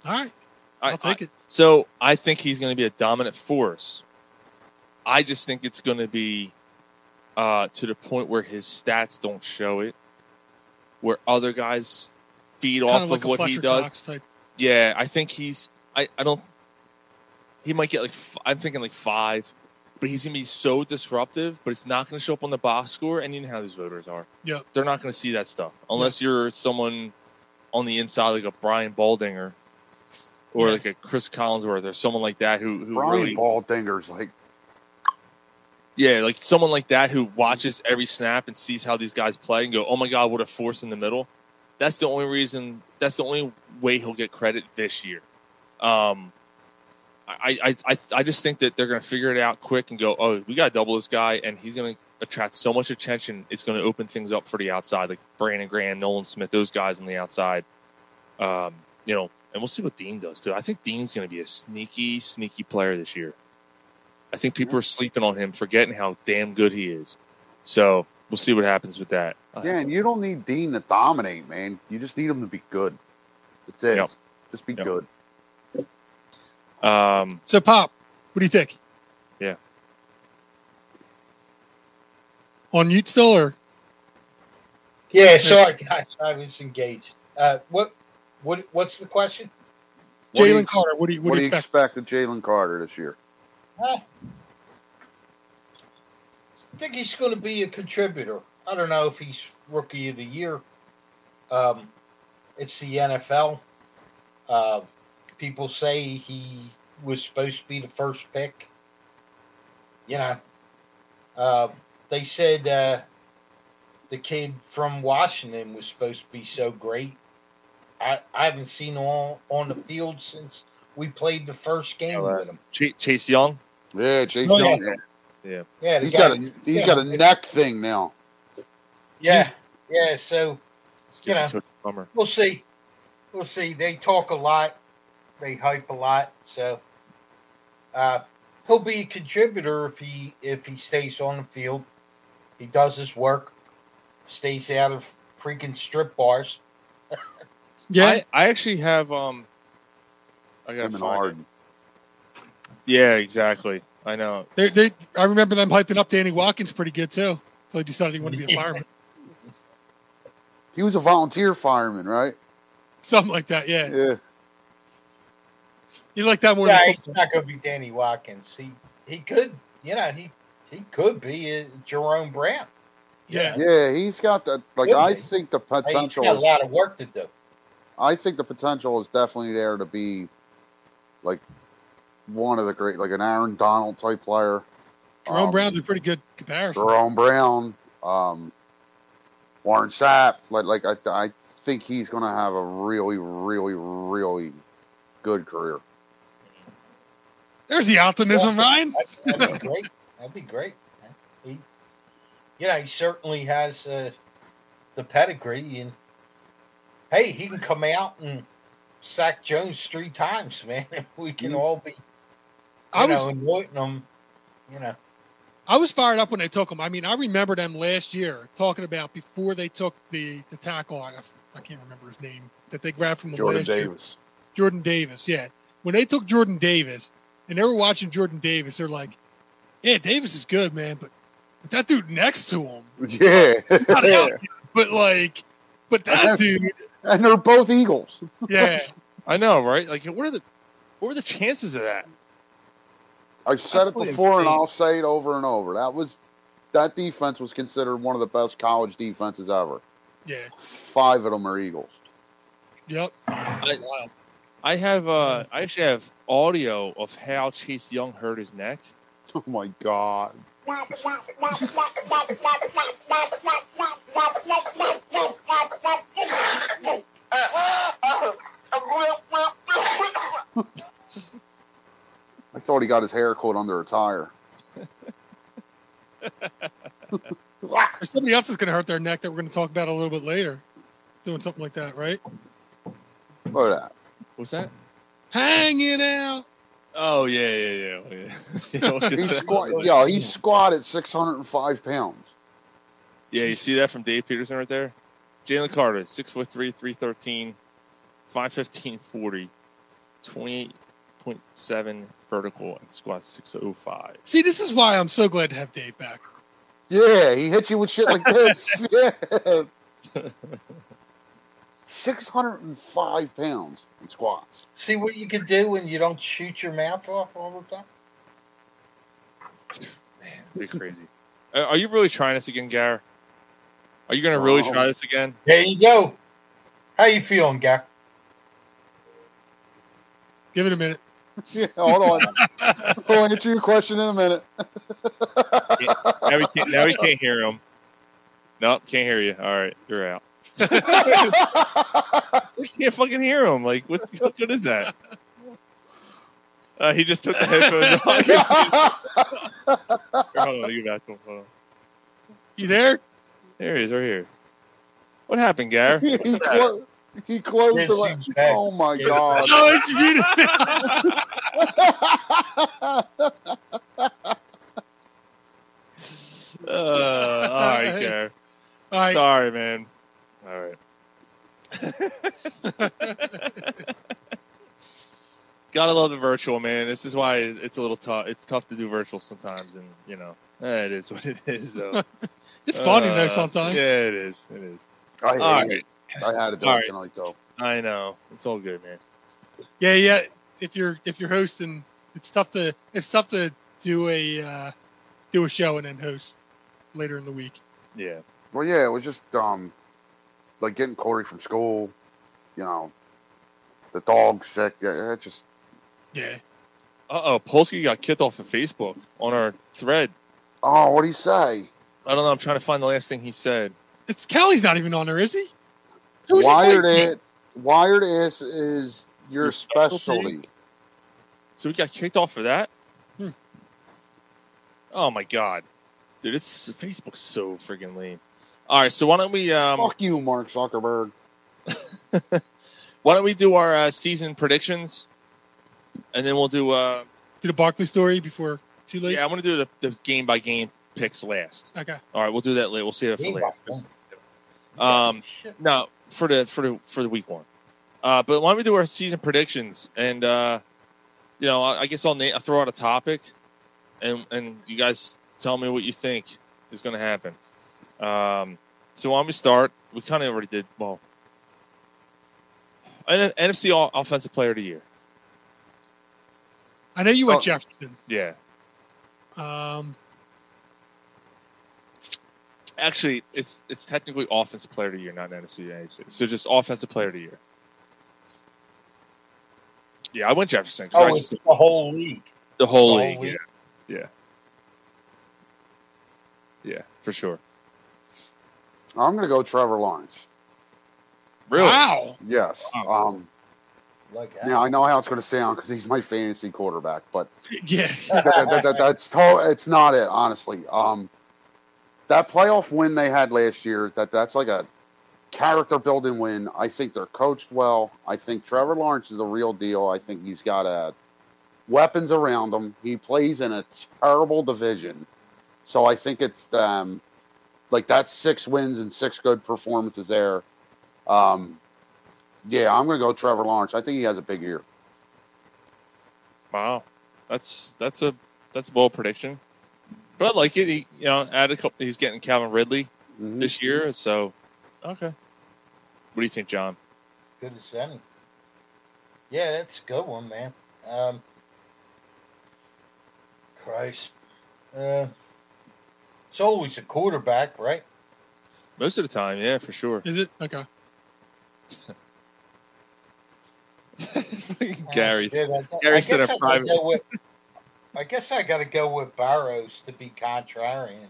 All right, I- I'll take it. So I think he's going to be a dominant force. I just think it's going to be uh, to the point where his stats don't show it, where other guys feed Kinda off like of a what he Fletcher does. Cox type. Yeah, I think he's. I, I don't. He might get like. f- I'm thinking like five, but he's gonna be so disruptive. But it's not gonna show up on the box score. And you know how these voters are. Yep. They're not gonna see that stuff unless you're someone on the inside like a Brian Baldinger, or like a Chris Collinsworth or someone like that who who Brian really Baldinger's like yeah like someone like that who watches every snap and sees how these guys play and go oh my god what a force in the middle. That's the only reason. That's the only way he'll get credit this year. Um, I, I, I, I just think that they're going to figure it out quick and go, oh, we got to double this guy, and he's going to attract so much attention. It's going to open things up for the outside, like Brandon Graham, Nolan Smith, those guys on the outside. Um, you know, and we'll see what Dean does too. I think Dean's going to be a sneaky, sneaky player this year. I think people are sleeping on him, forgetting how damn good he is. So we'll see what happens with that. Uh, yeah, and you don't need Dean to dominate, man. You just need him to be good. That's it. Yep. Just be good. Um, So, Pop, what do you think? Yeah. On mute still or? Yeah, sorry guys, I was engaged. Uh, what, what, what's the question? What do you- Jalen Carter, what do you- what do you expect of Jalen Carter this year? Huh? I think he's going to be a contributor. I don't know if he's rookie of the year. Um, it's the NFL. Uh, people say he was supposed to be the first pick. You know, uh, they said uh, the kid from Washington was supposed to be so great. I, I haven't seen him on, on the field since we played the first game with him. Chase, Chase Young. Yeah, Chase Oh, yeah. Young. man. Yeah. Yeah, the he's guy- got a he's yeah. got a neck thing now. Yeah, yeah. So you know, Bummer. we'll see. We'll see. They talk a lot. They hype a lot. So uh, he'll be a contributor if he if he stays on the field. He does his work. Stays out of freaking strip bars. Yeah, I, I actually have um. I got and hard. Yeah, exactly. I know. They, they, I remember them hyping up Danny Watkins pretty good too. Until he decided he wanted to be a fireman, He was a volunteer fireman, right? something like that. Yeah, Yeah. you like that more Yeah, than he's not going to be Danny Watkins. He he could, you know, he he could be a Jerome Brown. Yeah. he's got that like Could I be. think the He's potential got a is- lot of work to do. I think the potential is definitely there to be like one of the great like an Aaron Donald type player. Jerome Um, Brown's a pretty good comparison. Jerome Brown, um, Warren Sapp. Like, like I, I think he's going to have a really, really, really good career. There's the optimism, Ryan. That'd be great. That'd be great. man. He, you know, he certainly has uh, the pedigree, and hey, he can come out and sack Jones three times, man. We can all be, you Mm. I know, was- anointing him. You know, I was fired up when they took him. I mean, I remember them last year talking about before they took the the tackle. I, I can't remember his name that they grabbed from the Jordan last year. Davis. Jordan Davis, yeah. When they took Jordan Davis and they were watching Jordan Davis, they're like, "Yeah, Davis is good, man, but, but that dude next to him, Yeah. not out, but like, but that dude, and they're both Eagles. yeah." I know, right? Like, what are the what were the chances of that? I've said it Absolutely before, and insane. I'll say it over and over. That was that defense was considered one of the best college defenses ever. Yeah. Five of them are Eagles. Yep. I, I have uh I actually have audio of how Chase Young hurt his neck. Oh my god. I thought he got his hair caught under a tire. There's somebody else that's going to hurt their neck that we're going to talk about a little bit later, doing something like that, right? Look at that. What's that? Hanging out. Oh yeah, yeah, yeah. yeah. yeah, look at He that. squat, yeah, he squatted 605 pounds. Yeah, you see that from Dave Peterson right there? Jalen Carter, six foot three, three thirteen, five fifteen forty, twenty eight point seven vertical and squat six oh five. See, this is why I'm so glad to have Dave back. Yeah, he hit you with shit like this. yeah. 605 pounds in squats. see what you can do when you don't shoot your mouth off all the time. Pretty crazy. Are are you really trying this again, Gar? Are you gonna really Wow. try this again? There you go. How you feeling, guy? Give it a minute. Yeah, hold on. I'll answer your question in a minute. Now we can't, now we can't hear him. Nope, can't hear you. All right, you're out. we can't fucking hear him. Like, what, what good is that? Uh, he just took the headphones off. Here, hold on, you back to him. Hold on. You there? There he is, right here. What happened, Gar? he, What's the matter? clo- he closed Yes, the. he's li- back. Oh my Yeah. god! No, it's Uh, all right, Gar. All right. Sorry, man. All right. Gotta love the virtual, man. This is why it's a little tough. It's tough to do virtual sometimes, and you know, eh, it is what it is. Though It's funny, though, sometimes. Uh, Yeah, it is. It is. I hate All it. I had it All right. tonight though. I know. It's all good, man. Yeah, yeah. If you're if you're hosting, it's tough to it's tough to do a uh, do a show and then host later in the week. Yeah. Well, yeah, it was just um, like getting Corey from school. You know, the dog sick. Yeah, it just Yeah. Uh oh, Polsky got kicked off of Facebook on our thread. Oh, what would he say? I don't know. I'm trying to find the last thing he said. It's Callie's not even on there, is he? Who is he wired fighting? it. Wired ass is your, Your specialty? specialty. So we got kicked off for that. Oh my god, dude, it's Facebook's so freaking lame. All right, so why don't we um, Fuck you, Mark Zuckerberg. why don't we do our uh, season predictions, and then we'll do uh, Do the Barkley story before too late. yeah, I want to do the, the game by game picks last. Okay. All right, we'll do that later. We'll see that for Game last. Um, no, for the for the for the week one. Uh, but why don't we do our season predictions? And uh, you know, I, I guess I'll, na- I'll throw out a topic, and and you guys tell me what you think is going to happen. Um, so why don't we start? We kind of already did. Well, N- NFC all, Offensive Player of the Year. I know you went Jefferson. Yeah, Um, actually, it's it's technically Offensive Player of the Year, not NFC and AFC. So just Offensive Player of the Year. Yeah, I went Jefferson. 'cause I Oh, just- it's the whole league. The whole The league, whole league. yeah, yeah, yeah, for sure. I'm gonna go Trevor Lawrence. Really? Wow. Yes. Um. Like that. Now I know how it's gonna sound because he's my fantasy quarterback, but yeah. that, that- that- that's to- it's not it honestly um that playoff win they had last year that that's like a character building win i think they're coached well i think trevor lawrence is the real deal i think he's got uh weapons around him he plays in a terrible division so i think it's um like that's six wins and six good performances there um yeah i'm gonna go trevor lawrence i think he has a big year Wow, that's that's a that's a bold prediction, but I like it. He, you know, add a couple. He's getting Calvin Ridley Mm-hmm. this year, so okay. What do you think, John? Good as any. Yeah, that's a good one, man. Um, Christ. Uh, it's always a quarterback, right? Most of the time, yeah, for sure. is it okay? Gary's Dude, I gu- I Gary said guess a I gotta private. go with- I guess I got to go with Barrows to be contrarian.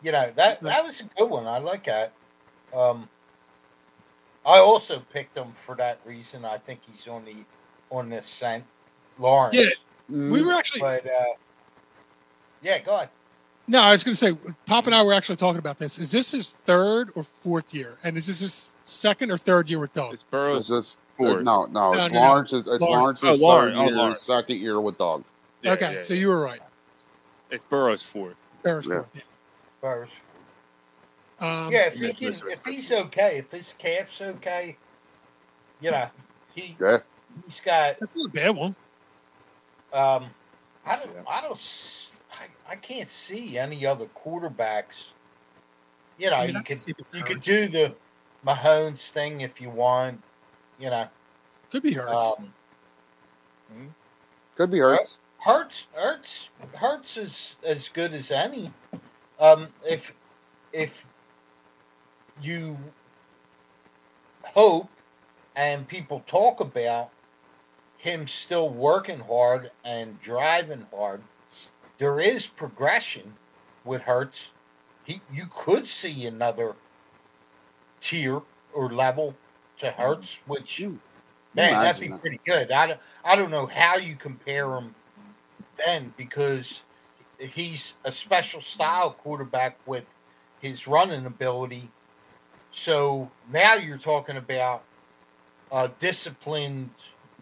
You know that that was a good one. I like that. Um, I also picked him for that reason. I think he's on the on the scent, Lawrence. Yeah, we were actually- But uh, yeah, go ahead. No, I was going to say, Pop and I were actually talking about this. Is this his third or fourth year? And is this his second or third year with Doug? It's Burrow's It's- it's- No, no, No, it's no, no. Lawrence. It's Lawrence. Lawrence's Oh, Lawrence. third Oh, year, Lawrence. second year with dog. Yeah, okay, yeah, so you were right. It's Burrow's fourth. Barrow's Yeah. fourth, Barrow's Um, yeah, if, he can, if he's okay, if his calf's okay, you know, he Yeah. he's got that's not a bad one. Um, I don't, I don't, s- I, I can't see any other quarterbacks. You know, I mean, I Uh, can you could see the you could Hurts. do the Mahomes thing if you want. You know, Could be Hurts. Um, Could be Hurts. Hurts, Hurts, Hurts is as good as any. Um, if if you hope and people talk about him still working hard and driving hard, there is progression with Hertz. He, you could see another tier or level to Hertz, which man, that'd be Imagine that. pretty good. I don't, I don't know how you compare him then because he's a special style quarterback with his running ability. So now you're talking about a disciplined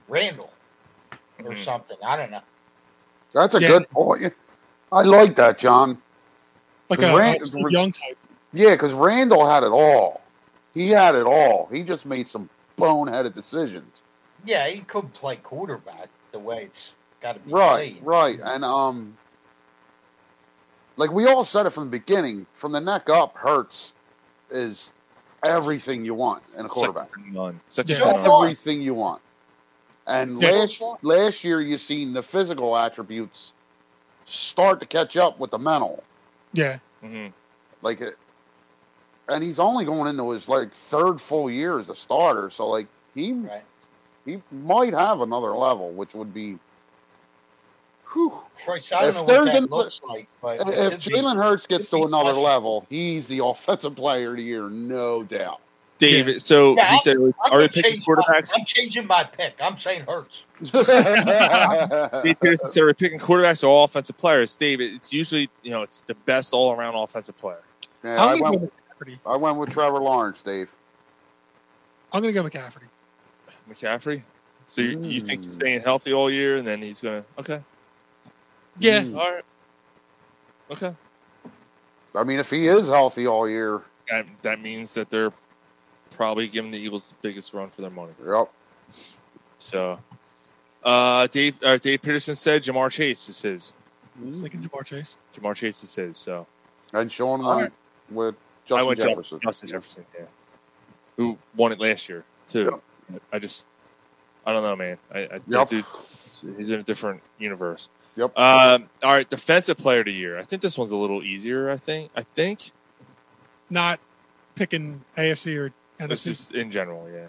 Randall or Mm-hmm. Mhm. something. I don't know. That's a Yeah. good point. I like that, John. Like 'Cause a, Ran- a Steve young type. Yeah, because Randall had it all. He had it all. He just made some boneheaded decisions. Yeah, he could play quarterback the way it's got to be Right, played. right. And um like we all said it from the beginning, from the neck up, Hurts is everything you want in a quarterback. None. Such It's a turnaround. everything you want. And Yeah. last last year you seen the physical attributes start to catch up with the mental. Yeah. Mm-hmm. Like it and he's only going into his like third full year as a starter, so like he he might have another level, which would be Christ, I don't If know what there's that an- looks like, but it if could be- Jalen Hurts gets to could be another special. level, he's the offensive player of the year, no doubt. David. So Yeah, he said, I'm- I'm "Are we gonna picking change my- quarterbacks?" I'm changing my pick. I'm saying Hurts. Dave Peterson said, "Are we picking quarterbacks or offensive players?" David, it's usually you know it's the best all around offensive player. Yeah, How I, many went, women- I went with Trevor Lawrence, Dave. I'm going to go McCaffrey. McCaffrey. So you, you think he's staying healthy all year, and then he's gonna okay, Yeah. all right, okay. I mean, if he is healthy all year, That, that means that they're probably giving the Eagles the biggest run for their money. Yep. So, uh, Dave uh, Dave Peterson said Jamar Chase is his. Just thinking Jamar Chase. Jamar Chase is his. So and Sean All went right. with I Justin went Jefferson. Jefferson. Justin Jefferson, yeah, who won it last year too. I just, I don't know, man. I, I that Yep. dude, he's in a different universe. Yep. Um, all right, defensive player of the year. I think this one's a little easier. I think. I think Not picking AFC or this NFC. is in general, yeah.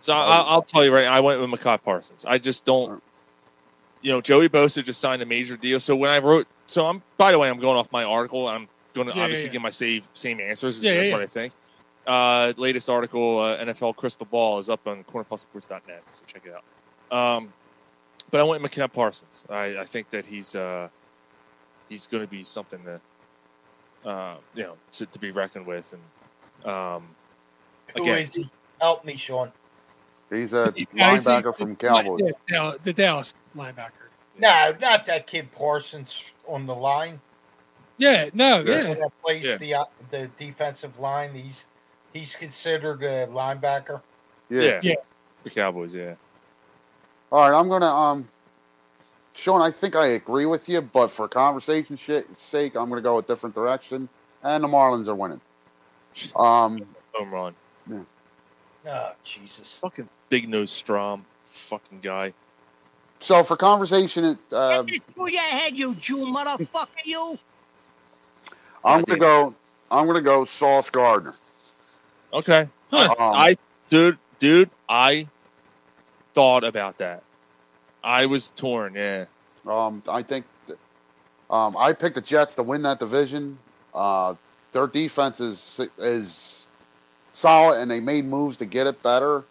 So I, I'll tell you right. I went with Makai Parsons. I just don't. You know, Joey Bosa just signed a major deal. So when I wrote, so I'm. By the way, I'm going off my article. I'm going to Yeah, yeah, obviously yeah. give my save, same answers. Yeah, that's yeah, what yeah. I think. Uh, latest article, uh, NFL Crystal Ball, is up on cornerplussports.net. So check it out. Um, but I went McKenna Parsons. I, I think that he's uh, he's going to be something that uh, you know to, to be reckoned with, and um, Who again, is he? Help me, Sean. He's a Yeah, he's the- linebacker from Cowboys. Yeah, Dal- the Dallas linebacker. No, not that kid Parsons on the line. Yeah, no, The yeah. one That plays Yeah. the uh, the defensive line. He's he's considered a linebacker. yeah, the Cowboys, yeah. All right, I'm gonna um, Sean. I think I agree with you, but for conversation shi- sake, I'm gonna go a different direction. And the Marlins are winning. Um, Home run, Oh, Jesus. fucking big nose Strom, fucking guy. so for conversation, uh, Through your head, you Jew motherfucker, you. I'm gonna go. I'm gonna go Sauce Gardner. Okay, Huh. Um, I dude, dude, I thought about that. I was torn. Yeah, Um, I think th- um, I picked the Jets to win that division. Uh, their defense is is solid, and they made moves to get it better.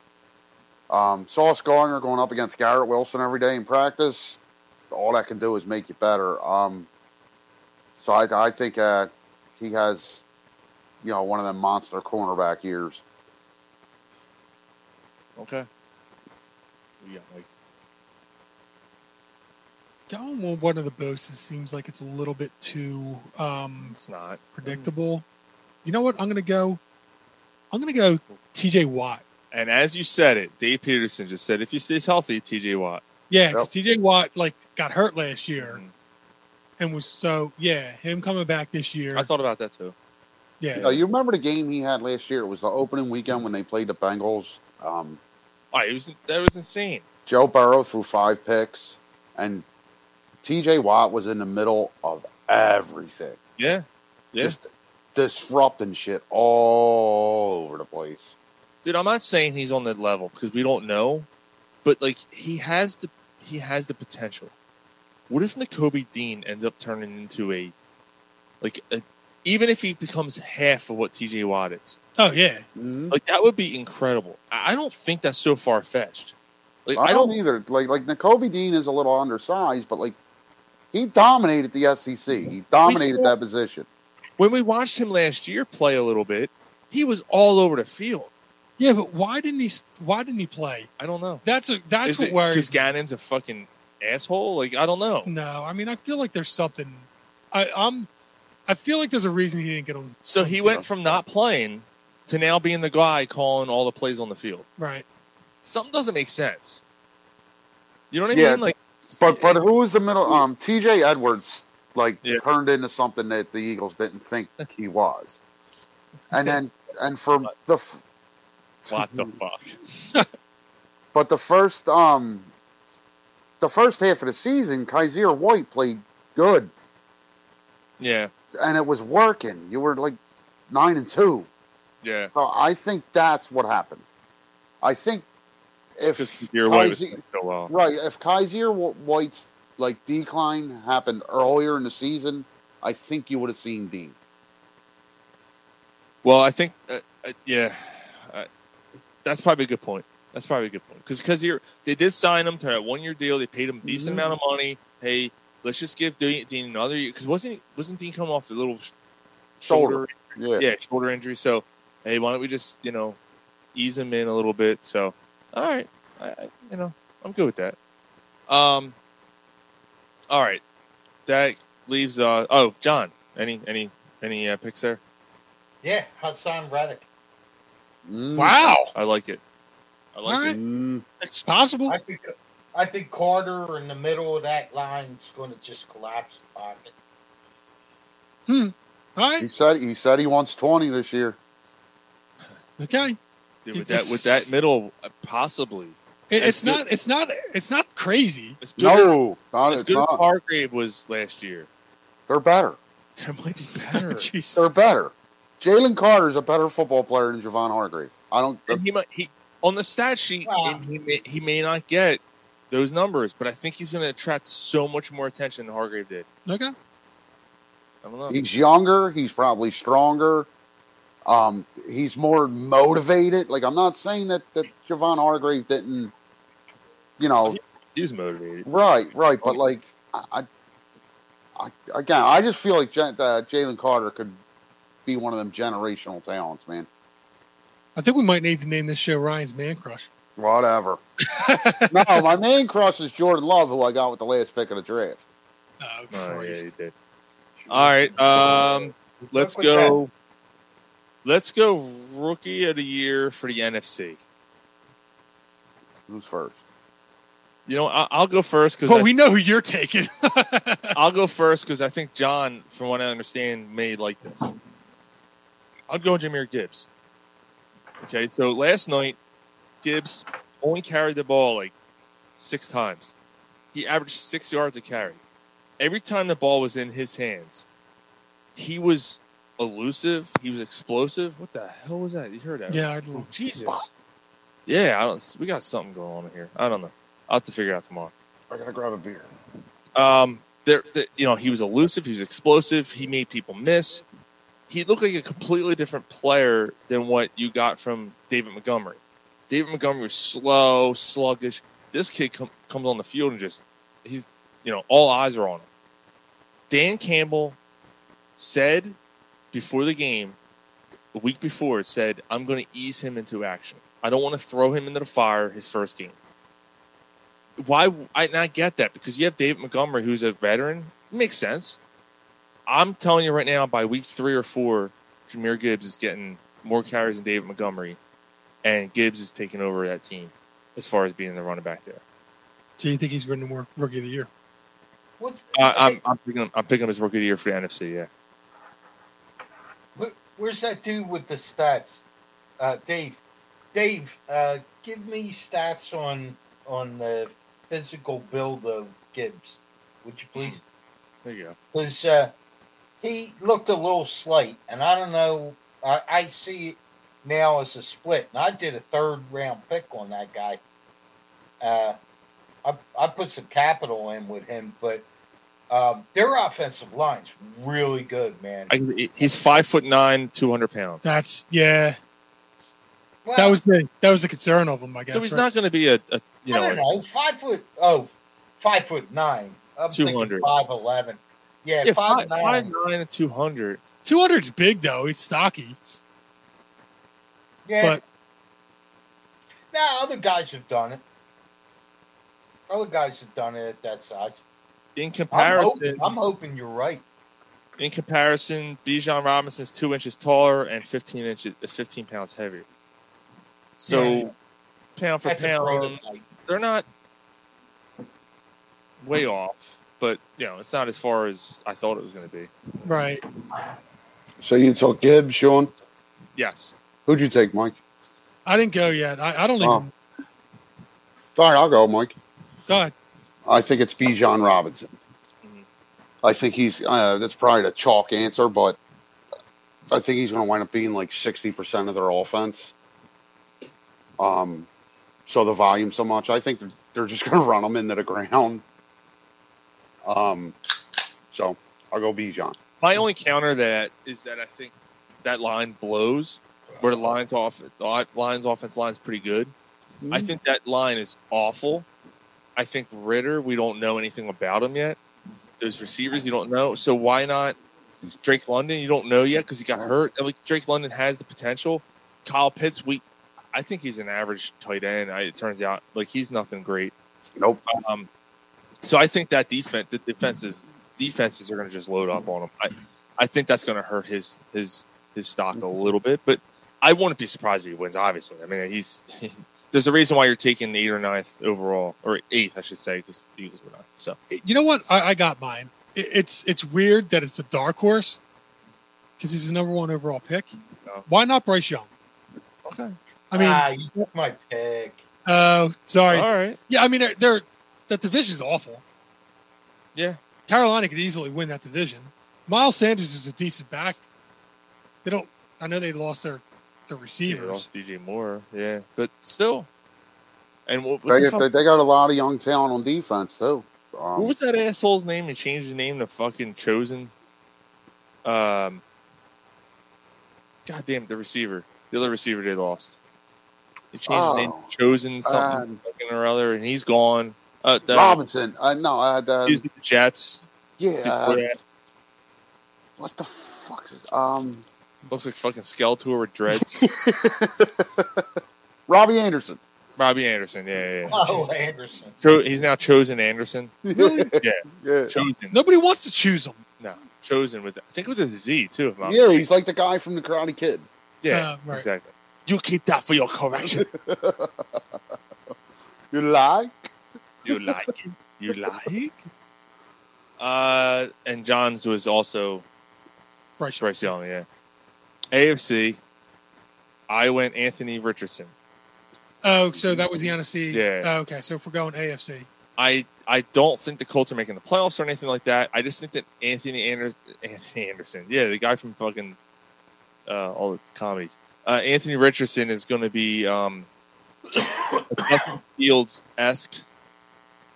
Um, Sauce Gardner going up against Garrett Wilson every day in practice. All that can do is make you better. Um, so I, I think uh, he has, you know, one of them monster cornerback years. okay. Yeah, like Going with one of the Boses seems like it's a little bit too um, it's not predictable. You know what? I'm going to go. I'm going to go TJ Watt. And as you said it, Dave Peterson just said, if he stays healthy, TJ Watt. Mm. Yeah, because TJ Watt like got hurt last year, and was so yeah. Him coming back this year, I thought oh, about that too. yeah. Uh, You, know, you remember the game he had last year? It was the opening weekend when they played the Bengals. Um, All right, it was that was insane. Joe Burrow threw five picks, and TJ Watt was in the middle of everything, Yeah, yeah. Just- disrupting shit all over the place. Dude, I'm not saying he's on that level because we don't know, but like he has the he has the potential. What if N'Kobe Dean ends up turning into a like a, even if he becomes half of what TJ Watt is? Oh yeah. Mm-hmm. Like that would be incredible. I I don't think that's so far fetched. Like I, don't either. Like like N'Kobe Dean is a little undersized, but like he dominated the SEC. He dominated saw- that position. When we watched him last year play a little bit, he was all over the field. Yeah, but why didn't he? Why didn't he play? I don't know. That's a, that's Is what it worries. Because Gannon's a fucking asshole. Like I don't know. No, I mean I feel like there's something. I, I'm. I feel like there's a reason he didn't get on. So he went from not playing to now being the guy calling all the plays on the field. Right. Something doesn't make sense. You know what I Yeah, mean? Like But but who was the middle? Um, T.J. Edwards like Yeah. turned into something that the Eagles didn't think he was, and then and for the f- Mhm. what the fuck? but the first um the first half of the season, Kaiser White played good Yeah, and it was working. You were like nine and two. yeah. So I think that's what happened. I think if Your way was Kaiser- playing so well. Right. If Kaiser Wh- White's like decline happened earlier in the season, I think you would have seen Dean. Well, I think, uh, uh, yeah, uh, that's probably a good point. That's probably a good point because you're they did sign him to that one year deal. They paid him a decent Mhm. amount of money. Hey, let's just give Dean, Dean another year because wasn't wasn't Dean coming off a little sh- Shoulder, shoulder? yeah. shoulder injury. So hey, why don't we just you know ease him in a little bit? So all right, I, I you know I'm good with that. Um, all right, that leaves uh oh John, any any any uh, picks there? Yeah, Hassan Reddick. Mm-hmm. Mm. Wow. I like it. I like All right. it. It's possible. I think I think Carter in the middle of that line is going to just collapse the pocket. Hmm. All right. He said he said he wants twenty this year. Okay. Dude, with that with that middle, uh, possibly. It, As it's good- not. It's not. It's not crazy. As good No, as, not, as it's good as not. Hargrave was last year. They're better. There might be better. They're better. Jalen Carter's a better football player than Javon Hargrave. I don't. and he might he on the stat sheet and he may, he may not get those numbers, but I think he's going to attract so much more attention than Hargrave did. Okay. I don't know. He's younger. He's probably stronger. Um, he's more motivated. Like I'm not saying that that Javon Hargrave didn't, you know, he's motivated. right, right. But like, I, I again, I just feel like Jan- uh, Jalen Carter could be one of them generational talents, man. I think we might need to name this show Ryan's Man Crush. Whatever. no, my main crush is Jordan Love, who I got with the last pick of the draft. uh, Oh, yeah, he did. All right, um, let's Look what go. Let's go rookie of the year for the NFC. Who's first? You know, I, I'll go first because But we know who you're taking. I'll go first because I think John, from what I understand, may like this. I'll go Jameer Gibbs. Okay, so last night, Gibbs only carried the ball like six times. He averaged six yards a carry. Every time the ball was in his hands, he was elusive. He was explosive. What the hell was that? You heard that? yeah, right? I'd love. Oh, Jesus. Yeah, I don't. We got something going on here. I don't know. I'll have to figure it out tomorrow. I gotta grab a beer. Um, there, there- you know, he was elusive. He was explosive. He made people miss. He looked like a completely different player than what you got from David Montgomery. David Montgomery was slow, sluggish. This kid com- comes on the field and just he's, you know, all eyes are on him. Dan Campbell said before the game, a week before, said, "I'm going to ease him into action. I don't want to throw him into the fire his first game." why I and I get that because you have David Montgomery who's a veteran. makes sense. I'm telling you right now, by week three or four, Jameer Gibbs is getting more carries than David Montgomery, and Gibbs is taking over that team as far as being the running back there. Do you think he's winning more Rookie of the Year? What, Uh, I, Uh, um, I'm, I'm picking him. I'm picking him as rookie of the year for the NFC. Yeah, wh- where's that dude with the stats? Uh, Dave, Dave, uh, give me stats on on the physical build of Gibbs, would you please? there you go. because uh, he looked a little slight, and I don't know. I, I see it now as a split, and I did a third round pick on that guy, Uh, I, I put some capital in with him, but um, their offensive line's really good, man. I, he's five foot nine, two hundred pounds. That's yeah. that was the that was the concern of him, I guess. so he's right? not going to be a, a you I know, don't know, five foot. Oh, five foot nine. I'm 200. Five eleven. Yeah, yeah, five, nine. five nine and two hundred. 200's big though. It's stocky. yeah. but- Nah, other guys have done it. Other guys have done it at that size. In I'm comparison, hoping, I'm hoping you're right. in comparison, Bijan Robinson's two inches taller and fifteen inches, uh, fifteen pounds heavier. So, Yeah. pound for That's a pound, prototype. they're not way off, but you know, it's not as far as I thought it was going to be. Right. So you took Gibbs, Sean? Yes, Who'd you take, Mike? I didn't go yet. I, I don't Oh. even Sorry, I'll go, Mike. go ahead. I think it's B. John Robinson. I think he's uh, that's probably the chalk answer, but I think he's going to wind up being like sixty percent of their offense. Um, so the volume so much, I think they're, they're just going to run him into the ground. Um, so I'll go B. John. My only counter that is that I think that line blows where the lines off the lines offense line's pretty good. I think that line is awful. I think Ritter, we don't know anything about him yet. Those receivers, you don't know. So why not Drake London? You don't know yet because he got hurt. I mean, Drake London has the potential. Kyle Pitts, we, I think he's an average tight end. I, it turns out like he's nothing great. Nope. Um, so I think that defense, the defensive defenses are going to just load up on him. I, I think that's going to hurt his his his stock a little bit. But I wouldn't be surprised if he wins. Obviously, I mean he's there's a reason why you're taking the eighth or ninth overall or eighth, I should say, because the Eagles were not. So You know what? I, I got mine. It, it's it's weird that it's a dark horse because he's the number one overall pick. No. Why not Bryce Young? Oh. Okay. Ah. I mean, ah, you took my pick. oh, sorry. All right. Yeah, I mean, they're, they're that division's awful. Yeah. Carolina could easily win that division. Miles Sanders is a decent back. They don't. I know they lost their their you receivers. lost DJ Moore, yeah, but still. And what, what They, the got- fuck- they, they got a lot of young talent on defense too. Um, what was that asshole's name? He changed his name to fucking chosen. Um. God damn the receiver, the other receiver they lost. He changed his name, Oh. to chosen something Um, fucking or other, and he's gone. Uh, the, Robinson? Uh, no, uh, the- he's with the Jets. yeah. Before uh, that, what the fuck? Is, um, looks like fucking Skeletor with dreads. Robbie Anderson. Robbie Anderson, yeah, yeah. yeah. Oh, Anderson. Cho- he's now chosen Anderson. Really? Yeah, Yeah. chosen. Nobody wants to choose him. No, chosen with I think with a Z too. If I'm Yeah, he's like the guy from the Karate Kid. yeah, Uh, right. exactly. You keep that for your correction. You lie. you like it. You like. Uh, and John's was also Bryce. Bryce Young. Yeah, AFC. I went Anthony Richardson. Oh, so that was the NFC. Yeah. Oh, okay, so if we're going AFC, I I don't think the Colts are making the playoffs or anything like that. I just think that Anthony Anderson, Anthony Anderson, yeah, the guy from fucking uh, all the comedies, uh, Anthony Richardson is going to be um, a Justin Fields esque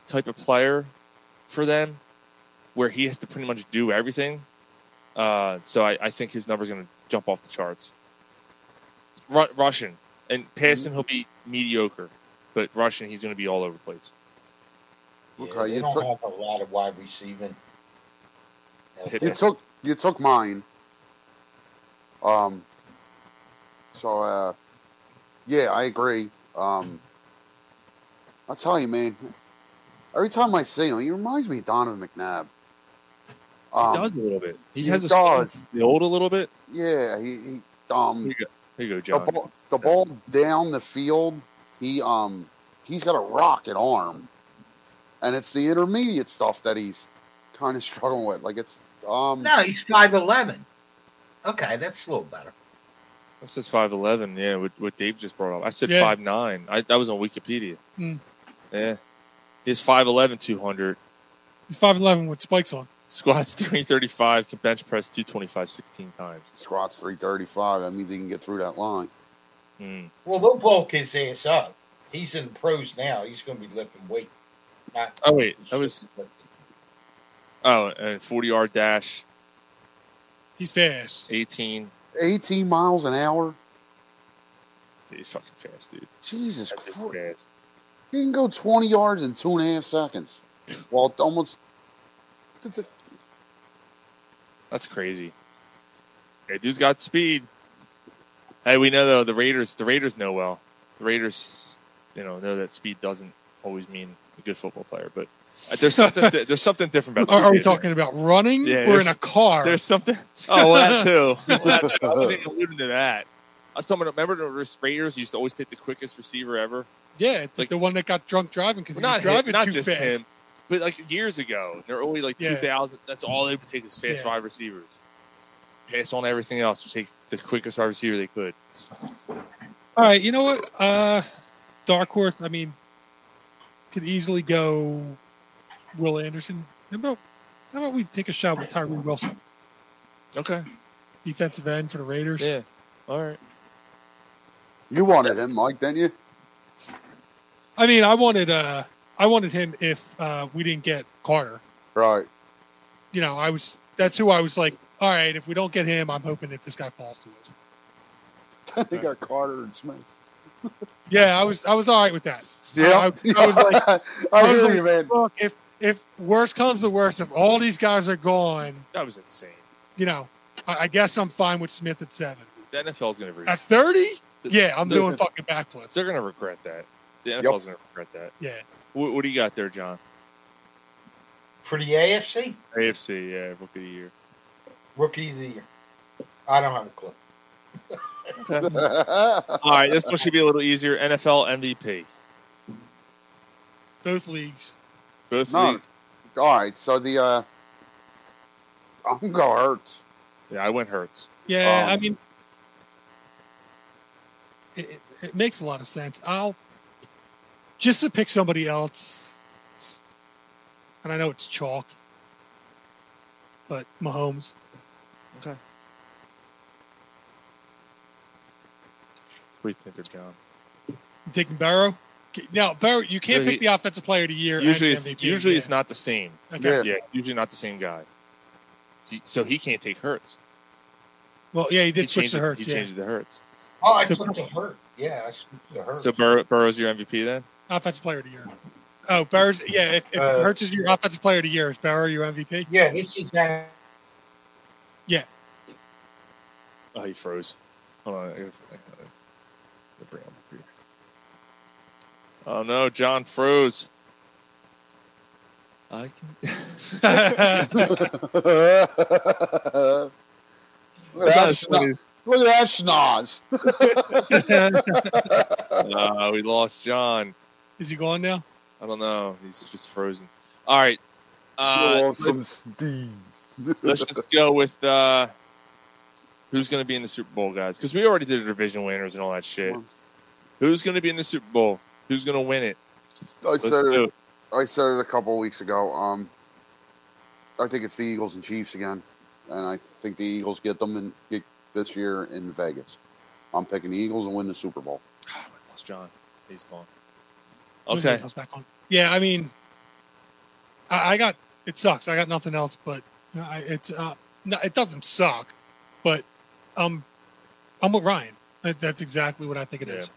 type of player for them, where he has to pretty much do everything. Uh, so I, I think his number's going to jump off the charts. Ru- Russian and passing, he'll be mediocre, but Russian, he's going to be all over the place. Yeah, you they don't took- have a lot of wide receiving. You took you took mine. Um. So uh, yeah, I agree. Um, I tell you, man. Every time I see him, he reminds me of Donovan McNabb. Um, he does a little bit. He, he has a does. stance to the old a little bit. Yeah, he, he um. Here you go, here you go the John. ball, the ball down the field, he um he's got a rocket arm, and it's the intermediate stuff that he's kind of struggling with. Like it's um No, he's five eleven. Okay, that's a little better. That says five eleven. Yeah, what, what Dave just brought up. I said Yeah. five nine. I that was on Wikipedia. Hmm. Yeah, he's 5'11", 200. he's five eleven with spikes on. Squats three thirty five. Can bench press 225 16 times. squats three thirty five. That means he can get through that line. Mm. Well, they'll bulk his ass up. He's in pros now. He's going to be lifting weight. Not, Oh wait, that was. Oh, and forty yard dash, He's fast. eighteen. 18 miles an hour. Dude, he's fucking fast, dude. Jesus Christ. He can go 20 yards in two and a half seconds. Well, almost. That's crazy. Hey, dude's got speed. Hey, we know though the Raiders. The Raiders know well. The Raiders, you know, know that speed doesn't always mean a good football player, but uh, there's something. di- there's something different about. the Are, are we speed there. talking about running Yeah, or there's- in a car? There's something. Oh, well, that too. Well, that too. I wasn't even alluding to that. I was talking about. Remember the Raiders used to always take the quickest receiver ever. Yeah, like, the one that got drunk driving because he Not was him, driving not too just fast. him, but like years ago, they're only like Yeah. 2,000. That's all they would take is fast Yeah. five receivers. Pass on everything else. Just take the quickest wide receiver they could. All right, you know what? Uh, Dark Horse, I mean, could easily go Will Anderson. How about, how about we take a shot with Tyree Wilson, Okay. defensive end for the Raiders? Yeah. All right. You wanted him, Mike, didn't you? I mean, I wanted uh, I wanted him if uh, we didn't get Carter. Right. You know, I was that's who I was like. All right, if we don't get him, I'm hoping if this guy falls to us. they got Carter and Smith. Yeah, I was I was all right with that. Yeah. I, I- I was like, I was hear like, you, man. Look, if if worse comes to worse, if all these guys are gone, That was insane. you know, I, I guess I'm fine with Smith at seven. The NFL's going to At regret thirty, yeah, I'm The- doing fucking backflip. They're going to regret that. The NFL's going to regret that. Yeah. What, what do you got there, John? For the AFC, AFC, yeah, rookie of the year. rookie of the year. I don't have a clue. All right, this one should be a little easier. NFL MVP. Both leagues. Both No. leagues. All right. So the. uh I'm going Hurts. Yeah, I went Hurts. Yeah, Um, I mean, it, it, it makes a lot of sense. I'll just to pick somebody else, and I know it's chalk, but Mahomes. Okay. What do you think there, John? You taking Barrow? K- Now, Barrow, you can't Yeah, pick he- the offensive player of the year. and Usually, it's, MVP, usually yeah. it's not the same. Okay. Yeah, usually not the same guy. So, so he can't take Hurts. Well, yeah, he did He switch changed to it- Hurts. He yeah. changed it to Hurts. Oh, I So- took the hurt. Yeah, I took the hurt. So Burrow, Burrow's your MVP then? offensive player of the year. Oh, Barrow's yeah. If, if Uh, Hurts is your offensive player of the year, is Barrow your MVP? yeah, this is that. Yeah. Oh, he froze. Hold on. I gotta, I gotta bring him up here. Oh no, John froze. I can. look, at that That's funny. schnoz. look at that schnoz. uh, we lost John. Is he gone now? I don't know. He's just frozen. All right. Uh, Awesome Steve. let's just go with uh, who's going to be in the Super Bowl, guys. Because we already did the division winners and all that shit. Who's going to be in the Super Bowl? Who's going to win it? I Let's said do it, it. I said it a couple weeks ago. Um, I think it's the Eagles and Chiefs again, and I think the Eagles get them in, get this year in Vegas. I'm picking the Eagles and win the Super Bowl. We lost John. He's gone. Who's gonna Okay. come back on? Yeah, I mean, I, I got it sucks. I got nothing else, but you know, I, it's uh, no, it doesn't suck, but um, I'm with Ryan. That, that's exactly what I think it is.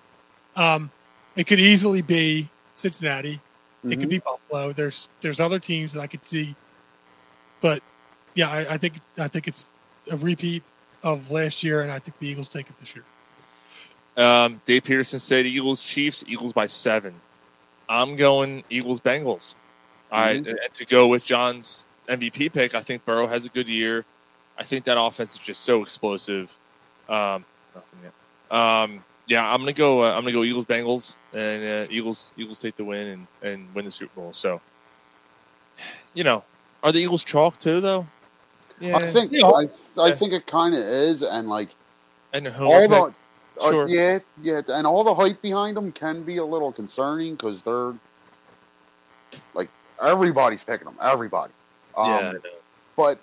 Um, it could easily be Cincinnati. It could be Buffalo. There's there's other teams that I could see, but yeah, I, I think I think it's a repeat of last year, and I think the Eagles take it this year. Um, Dave Peterson said Eagles, Chiefs, Eagles by seven. I'm going Eagles, Bengals. I Mhm. and to go with John's MVP pick. I think Burrow has a good year. I think that offense is just so explosive. Um, nothing yet. Um, yeah, I'm gonna go. Uh, I'm gonna go Eagles, Bengals, and uh, Eagles. Eagles take the win and, and win the Super Bowl. So, you know, are the Eagles chalk too though? I think You know, I, I think it kind of is, and like and who all the uh, Sure. yeah yeah, and all the hype behind them can be a little concerning because they're like everybody's picking them, everybody. Um, yeah, But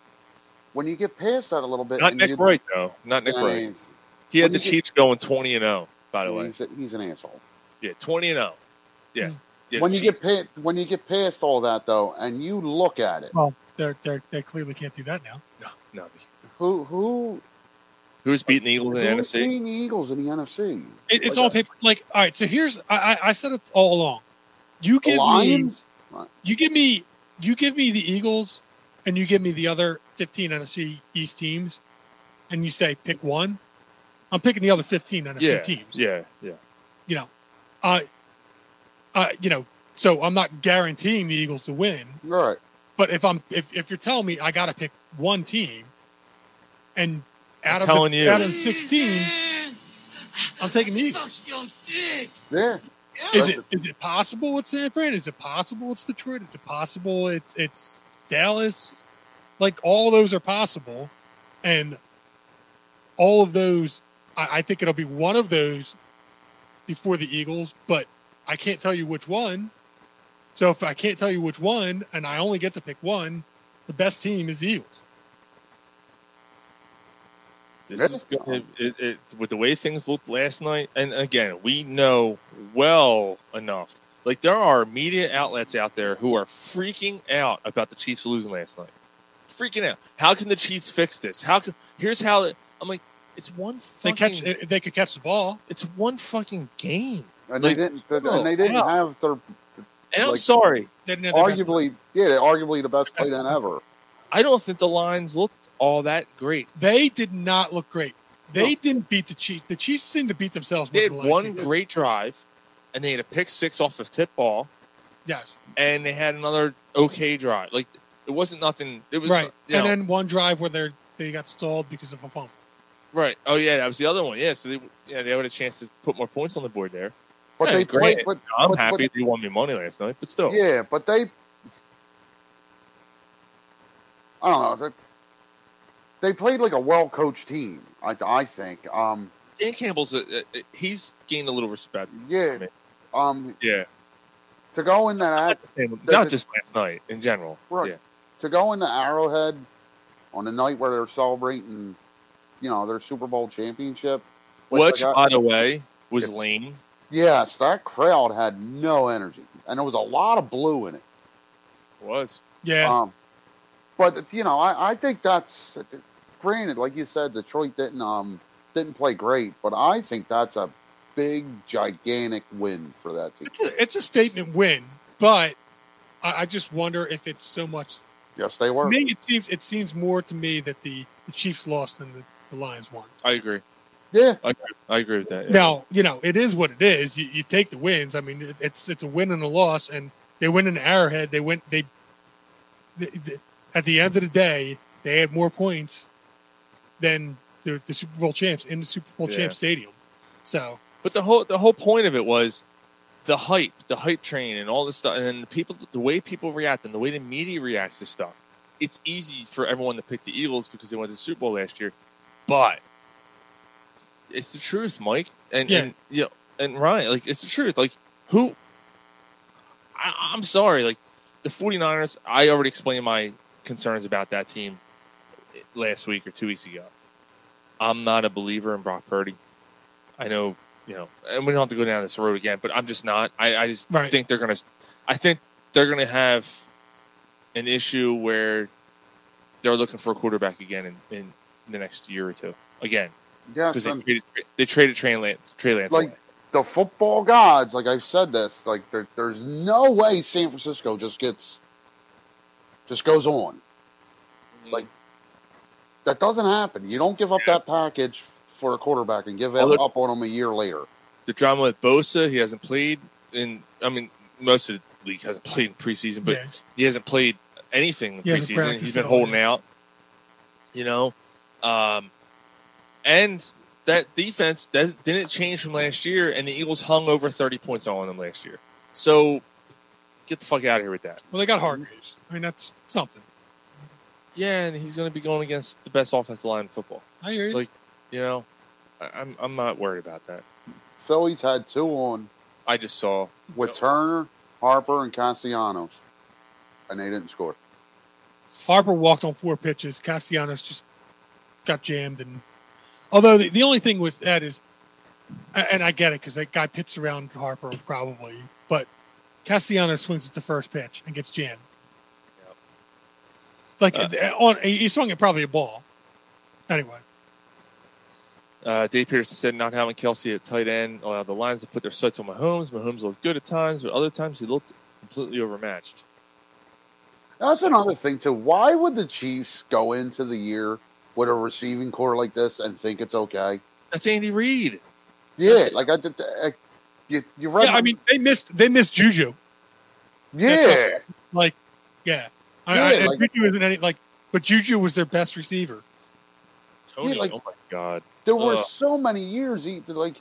when you get past that a little bit, not and Nick you- Wright though. Not Nick I Wright. mean, He had when the you get- Mm. Chiefs going 20 and 0, oh, by the way. He's, a- he's an asshole. Yeah, 20 and 0. Yeah. yeah when Mm. you get past, when you get past all that though, and you look at it, Well, they're they are they clearly can't do that now. no. who who Who's beating the Eagles in the who's NFC? beating the Eagles in the NFC? It, it's all paper. Like, all right. So here's I, I, I said it all along. You The give Lions? me, you give me, you give me the Eagles, and you give me the other 15 NFC East teams, and you say pick one. I'm picking the other 15 NFC Yeah, teams. yeah, yeah. You know, I, I, you know, so I'm not guaranteeing the Eagles to win. Right. But if I'm if, if you're telling me I got to pick one team, and I'm out of telling the, you. out of the 16, I'm taking the Eagles. Yeah. Is it is it possible it's San Fran? Is it possible it's Detroit? Is it possible it's it's Dallas? Like all those are possible, and all of those, I, I think it'll be one of those before the Eagles, but I can't tell you which one. So if I can't tell you which one, and I only get to pick one, the best team is the Eagles. This is go- it, it, it, with the way things looked last night, and again, we know well enough. Like there are media outlets out there who are freaking out about the Chiefs losing last night. Freaking out. How can the Chiefs fix this? How can? Here's how. It, I'm like, it's one. They Fucking, catch they could catch the ball. It's one fucking game. And Like, they didn't. oh, and they didn't yeah. have their. And I'm sorry. They didn't have their best Arguably, yeah, they're arguably the best play then ever. I don't think the lines looked all that great. They did not look great. They didn't beat the Chiefs. The Chiefs seemed to beat themselves. They with had the Lions. one great drive, and they had a pick six off a tip ball, Yes. and they had another okay drive. Like it wasn't nothing. It was right. you and know, then one drive where they they got stalled because of a fumble. Right. Oh yeah, that was the other one. Yeah. So they yeah they had a chance to put more points on the board there. But Yeah, they granted, played- but- I'm but- happy but- they won me money last night, but still. Yeah, but they. I don't know. They, they played like a well-coached team. I, I think. Um, Dan Campbell's a, a, a- he's gained a little respect. Yeah. Um, Yeah. to go in that. Not just last night in general. Right. Yeah. To go into Arrowhead on the night where they're celebrating, you know, their Super Bowl championship. Which, I got- by the way, was lame. Yes, that crowd had no energy, and there was a lot of blue in it. Was. Yeah. Um, but you know, I, I think that's granted. Like you said, Detroit didn't um didn't play great, but I think that's a big, gigantic win for that team. It's a, it's a statement win, but I, I just wonder if it's so much. Yes, they To were. me, it seems it seems more to me that the, the Chiefs lost than the, the Lions won. I agree. Yeah. I, agree- I agree with that. yeah. Now you know it is what it is. You, you take the wins. I mean, it, it's it's a win and a loss, and they went in Arrowhead. They went they, they, they- at the end of the day they had more points than the, the Super Bowl champs in the Super Bowl Yeah. champ stadium. So But the whole the whole point of it was the hype, the hype train, and all this stuff, and then the people, the way people react, and the way the media reacts to stuff. It's easy for everyone to pick the Eagles because they went to the Super Bowl last year, but it's the truth, Mike, and Yeah. and you know, and Ryan, like it's the truth. Like who? I, I'm sorry, like the 49ers. I already explained my concerns about that team last week or two weeks ago. I'm not a believer in Brock Purdy. I know, you know, and we don't have to go down this road again, but I'm just not. I, I just Right. think they're going to, I think they're going to have an issue where they're looking for a quarterback again in, in the next year or two. Again. Yes, 'Cause they and- traded, they traded Trey Lance. Trey Lance. like away. the football gods, like I've said this, like there, there's no way San Francisco just gets just goes on. Mm-hmm. Like that doesn't happen. You don't give up that package for a quarterback and give it Although- up on him a year later. the drama with Bosa, he hasn't played in, I mean, most of the league hasn't played in preseason, but Yeah. he hasn't played anything in He hasn't preseason. practiced He's been at all, holding out, you know. Um, and that defense does, didn't change from last year, and the Eagles hung over 30 points on them last year. So get the fuck out of here with that. well, they got Hargreaves. I mean, that's something. Yeah, and he's going to be going against the best offensive line in football. I hear you. Like, you know, I, I'm, I'm not worried about that. Philly's had two on I just saw with Turner, Harper, and Castellanos, and they didn't score. Harper walked on four pitches. Castellanos just got jammed. And although the, the only thing with that is, a- and I get it because that guy pitched around Harper probably, but Castellano swings at the first pitch and gets jammed. Like uh, on, he swung at probably a ball. Anyway, Uh, Dave Pearson said not having Kelsey at tight end allowed the Lions to put their sights on Mahomes. Mahomes looked good at times, but other times he looked completely overmatched. That's another thing too. Why would the Chiefs go into the year with a receiving core like this and think it's okay? That's Andy Reid. Yeah, like I, did- I- you, you read. yeah, I mean they missed they missed Juju. That's yeah, all. like yeah, I, Yeah, I, and like- Juju isn't any like, but Juju was their best receiver. Tony, Yeah, like- oh my god, there were so many years he, like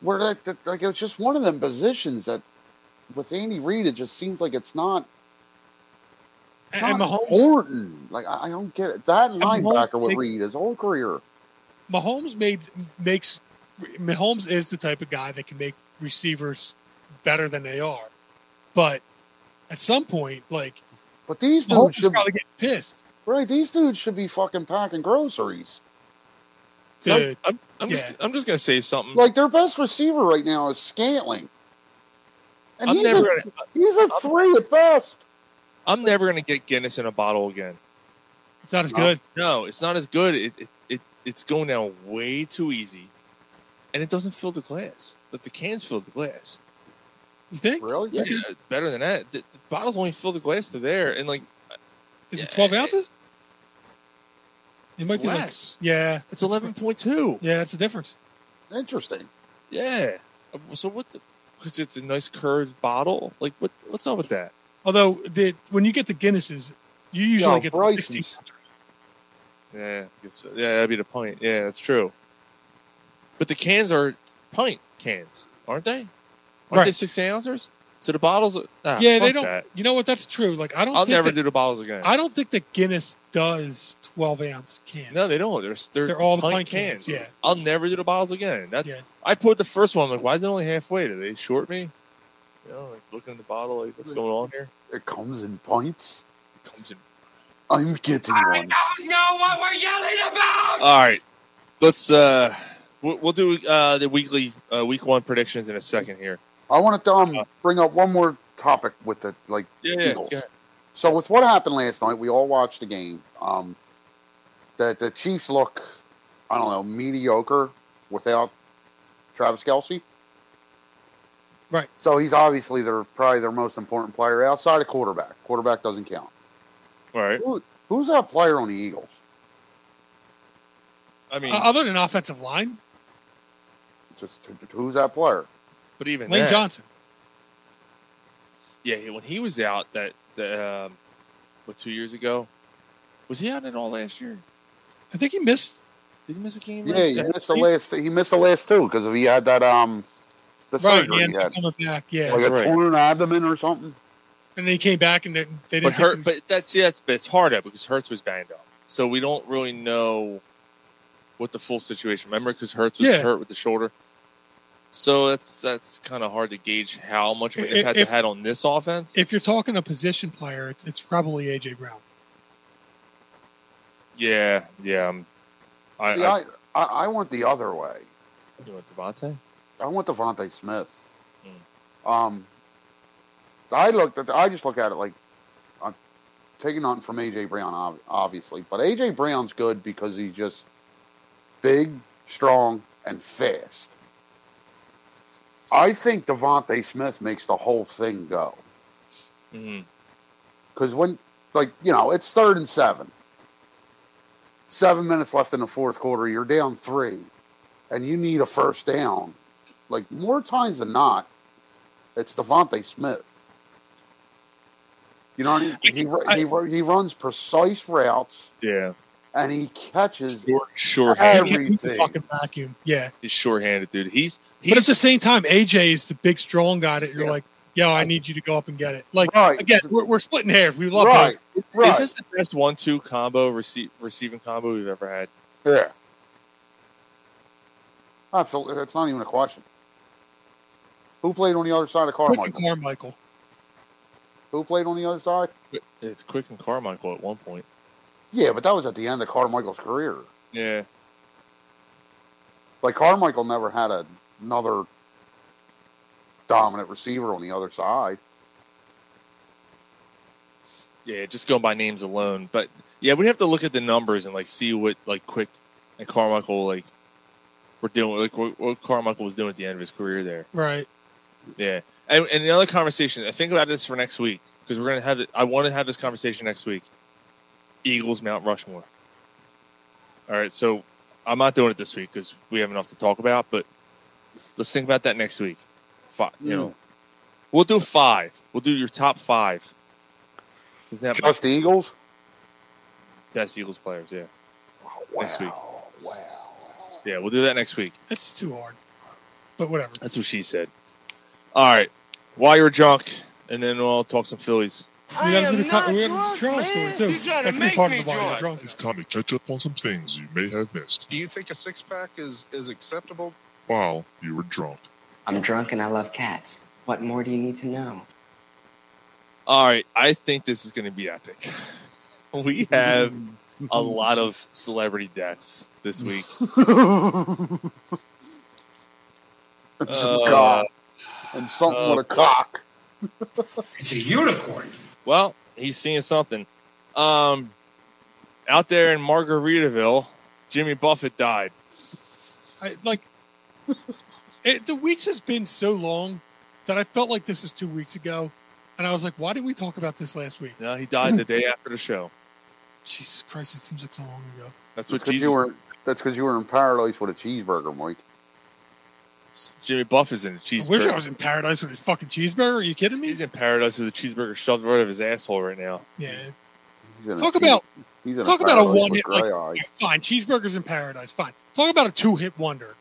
where that, that like it was just one of them positions that with Andy Reid it just seems like it's not. it's And- and not Mahomes- important. Like I, I don't get it. That And Mahomes linebacker with makes- Reid his whole career. Mahomes made makes Mahomes is the type of guy that can make receivers better than they are, but at some point, like But these Mahomes dudes is should probably getting pissed. Right, these dudes should be fucking packing groceries. So I'm, Dude, I'm, I'm just yeah. I'm just gonna say something. Like their best receiver right now is Scantling, and I'm he's never a, he's a three at best. I'm never gonna get Guinness in a bottle again. It's not as good. No, it's not as good. It, it, it it's going down way too easy, and it doesn't fill the glass. But the cans fill the glass. You think? Really? Yeah, better than that. The, the bottles only fill the glass to there, and like Is it twelve ounces? It might It's be like- less. yeah, it's eleven point two. Yeah, it's a difference. Interesting. Yeah. Um, So what? Because it's a nice curved bottle. Like what? What's up with that? Although the, when you get the Guinnesses, you usually Yo, get Bryson. the 16. Yeah. I guess, yeah, that'd be the point. Yeah, that's true. But the cans are pint cans, aren't they? Aren't Right. they six ounces? So the bottles. Are, ah, yeah, they fuck don't. that. You know what? That's true. Like I don't. I'll think never that- do the bottles again. I don't think that Guinness does twelve ounce cans. No, they don't. They're, they're, They're all the pint, pint cans. cans, yeah. I'll never do the bottles again. That's Yeah. I poured the first one. I'm like, why is it only halfway? Did they short me? You know, like looking at the bottle, like what's going on here? It comes in pints. It comes in. I'm getting one. don't know what we're yelling about. All right, let's. uh We'll, we'll do uh the weekly uh, week one predictions in a second here. I want to um, bring up one more topic with the like Yeah, yeah, Eagles. go ahead. So with what happened last night, we all watched the game. Um, the the Chiefs look, I don't know, mediocre without Travis Kelsey. Right. So he's obviously their probably their most important player outside of quarterback. Quarterback doesn't count. All right. Who, who's that player on the Eagles? I mean, Uh, other than offensive line, Just who's that player? but even Lane then- Johnson. Yeah, when he was out, that the um, what two years ago, was he out at all last year? I think he missed. Did he miss a game? Yeah, last he year? missed the last. He missed the last two because he had that um, the Right, surgery he yeah, had. on the back, yeah. like a right. torn abdomen or something. And then he came back and they, they didn't. But pick Hurt, him. but that's see, that's it's harder because Hertz was banged up, so we don't really know what the full situation. Remember, because Hertz was Yeah. hurt with the shoulder, so that's that's kind of hard to gauge how much of an If- impact if- it had on this offense. if you're talking a position player, it's, it's probably AJ Brown. Yeah, yeah. I'm, I, See, I, I, I, I want the other way. you want Devontae? I want Devontae Smith. Um, I looked at. I just look at it like I'm taking on from AJ Brown, ob- obviously, but AJ Brown's good because he's just big, strong, and fast. I think Devontae Smith makes the whole thing go. Mm-hmm. Because when, like, you know, it's third and seven. Seven minutes left in the fourth quarter. You're down three, and you need a first down. Like, more times than not, it's Devontae Smith. You know what I mean? He, ru- he, ru- he runs precise routes, Yeah, and he catches sure-handed. He's a everything. fucking vacuum. Yeah. He's shorthanded, dude. He's But at the same time, AJ is the big strong guy that you're like, yo, I need you to go up and get it. Like, Right. again, we're, we're splitting hairs. We love Right. both. Is this the best one-two combo receive, receiving combo we've ever had? Yeah. Absolutely. That's not even a question. Who played on the other side of Quick Carmichael? and Carmichael. Who played on the other side? It's Quick and Carmichael at one point. Yeah, but that was at the end of Carmichael's career. Yeah, Like Carmichael never had a, another dominant receiver on the other side. Yeah, just going by names alone. But yeah, we have to look at the numbers and like see what like Quick and Carmichael like were doing, like what, what Carmichael was doing at the end of his career there. Right. Yeah, and, and another conversation. I think about this for next week because we're gonna have. It, I want to have this conversation next week. Eagles Mount Rushmore. All right, so I'm not doing it this week because we have enough to talk about. But let's think about that next week. Five, you know, we'll do five. We'll do your top five. Since that Just the Eagles. best Eagles players, yeah. Next week. Wow. Yeah, we'll do that next week. That's too hard. But whatever. That's what she said. All right. While you're drunk, and then we'll talk some Phillies. We gotta do the co- we gotta do the Toronto story too. trying to That could be make part of me the bar. You're drunk. drunk. It's time to catch up on some things you may have missed Do you think a six pack is, is acceptable? while you were drunk. I'm drunk and I love cats. What more do you need to know? All right. I think this is going to be epic. We have a lot of celebrity deaths this week. Uh, God. And something uh, with a oh, cock. It's a unicorn. Well, he's seeing something. Um, out there in Margaritaville, Jimmy Buffett died. I, like it, the weeks has been so long that I felt like this is two weeks ago, and I was like, why didn't we talk about this last week? No, he died the day after the show. Jesus Christ, it seems like so long ago. That's what 'cause Jesus. You were, that's because you were in paradise with a cheeseburger, Mike. Jimmy Buff is in a cheeseburger. I wish I was in paradise with a fucking cheeseburger. Are you kidding me? He's in paradise with a cheeseburger shoved right out of his asshole right now. Yeah. He's in a Talk cheese- about he's in talk about a paradise with one hit. gray Like, eyes. fine, cheeseburgers in paradise. Fine. Talk about a two hit wonder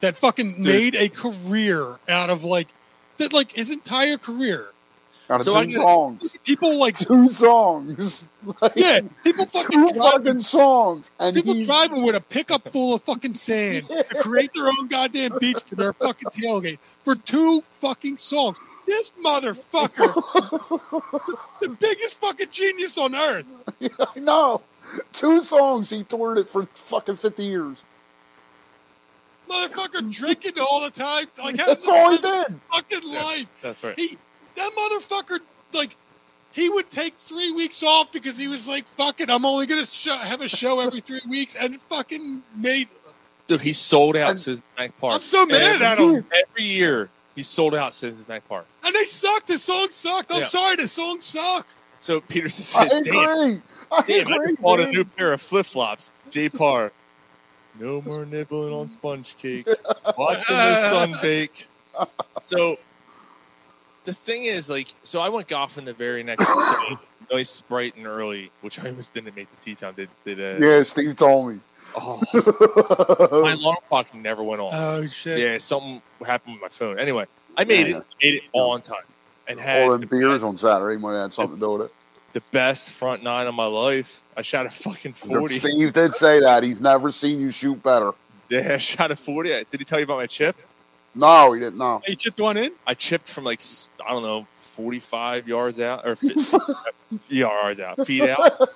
that fucking made a career out of like that, like his entire career. Out of So I two get- songs. People like two songs. yeah, people fucking two fucking songs. And people he's driving with a pickup full of fucking sand to create their own goddamn beach for their fucking tailgate for two fucking songs. This motherfucker, the biggest fucking genius on earth. I know. Two songs. He toured it for fucking fifty years. motherfucker drinking all the time. Like That's all he did. Fucking life. That's right. He that motherfucker like he would take three weeks off because he was like, "Fuck it, I'm only gonna sh- have a show every three weeks," and fucking made. Dude, he sold out Citizens Bank Park. I'm so mad every, at him. Every year, he sold out Citizens Bank Park. And they sucked. The song sucked. I'm Yeah. sorry, the song sucked. So Peterson I said, "Damn, agree. I damn, I agree, just bought a dude." new pair of flip flops." J Parr, no more nibbling on sponge cake. Watching the sun bake. So the thing is, like, so I went golfing the very next day, nice, bright, and early, which I almost didn't make the tee time. Did did uh, Yeah, Steve told me. Oh. my alarm clock never went off. Oh shit! Yeah, something happened with my phone. Anyway, I made Yeah. it, made it on time, and had All them beers on Saturday might have had something to do with it. the best front nine of my life. I shot a fucking forty. Steve did say that. He's never seen you shoot better. Yeah, I shot a forty. Did he tell you about my chip? No, he didn't. No. He chipped one in. I chipped from like s- I don't know forty-five yards out or 50, yards out, feet out,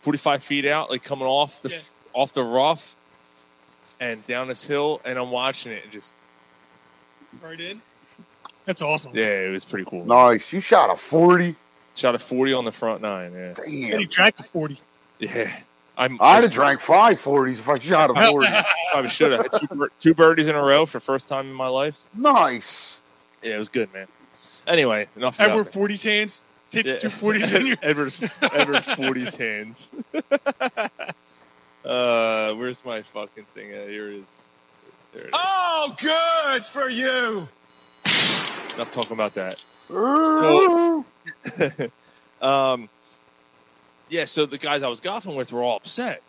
forty-five feet out, like coming off the f off the rough and down this hill, and I'm watching it and just Right in. That's awesome. yeah, it was pretty cool. Nice. You shot a 40. Shot a forty on the front nine. Yeah, And he drank the forty. yeah. I'm, I'd have drank five 40s if I shot a 40. Probably should have. Two, bir- two birdies in a row for the first time in my life. nice. Yeah, it was good, man. Anyway, enough about Edward forties hands. Tip Yeah. two forties in your Edward Edward forties hands. Uh, where's my fucking thing? Uh, here it is. There it is. Oh, good for you. Not talking about that. So- Um, yeah. So the guys I was golfing with were all upset.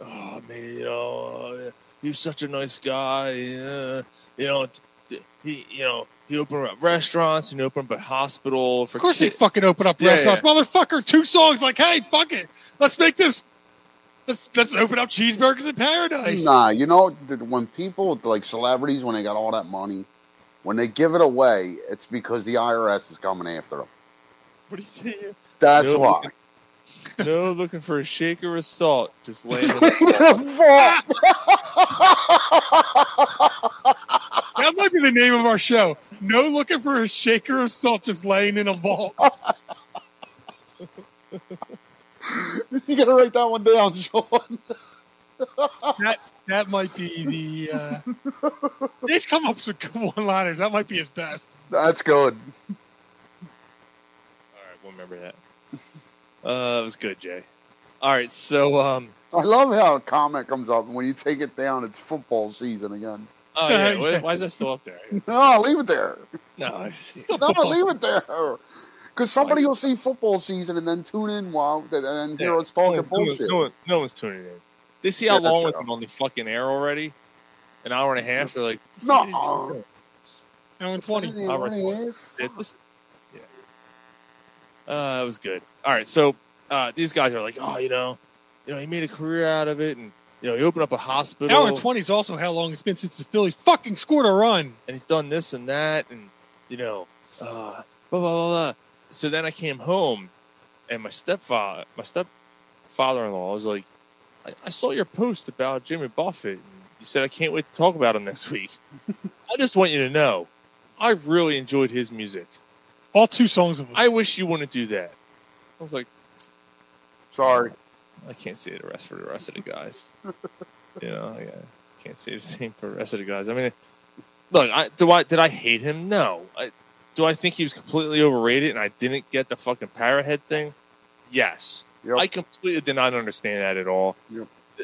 Oh man, you know, he was such a nice guy. Yeah. You know, t- he you know he opened up restaurants and opened up a hospital for Of course, they kid- fucking open up Yeah, restaurants, motherfucker. Two songs, like, hey, fuck it, let's make this. Let's let's open up cheeseburgers in paradise. Nah, you know, th- when people, like celebrities, when they got all that money, when they give it away, it's because the IRS is coming after them. What do you say? here? That's No why. looking- no looking for a shaker of salt, just laying. on the floor. That might be the the name of our show. No looking for a shaker of salt just laying in a vault. you gotta write that one down, Sean. that that might be the. Uh, he's come up with some good one-liners. That might be his best. That's good. All right, we'll remember that. Uh, it was good, Jay. All right, so um, I love how a comment comes up, and when you take it down, it's football season again. oh yeah, why, why is that still up there? No, leave it there. No, No, leave it there. Because somebody will see football season and then tune in while and then hear us no, talking one- no, bullshit. one- no one- no one's tuning in. They see how Yeah, that's long we've true. been on the fucking air already, an hour and a half. They're like, No, hour and twenty. Hour and 20. Did this? Uh, it was good. All right, so uh, these guys are like, oh, you know, you know, he made a career out of it, and you know, he opened up a hospital. Hour and twenty is also how long it's been since the Phillies fucking scored a run. and he's done this and that, and you know, uh, blah blah blah. blah. So then I came home, and my stepfather, my stepfather-in-law, was like, I, "I saw your post about Jimmy Buffett. And you said I can't wait to talk about him next week. I just want you to know, I really enjoyed his music. All two songs of them. I wish you wouldn't do that." I was like, "Sorry, I can't say the rest for the rest of the guys. you know, I I can't say the same for the rest of the guys. I mean, look, I, do I did I hate him? No. I, do I think he was completely overrated and I didn't get the fucking parrot head thing? Yes. I completely did not understand that at all.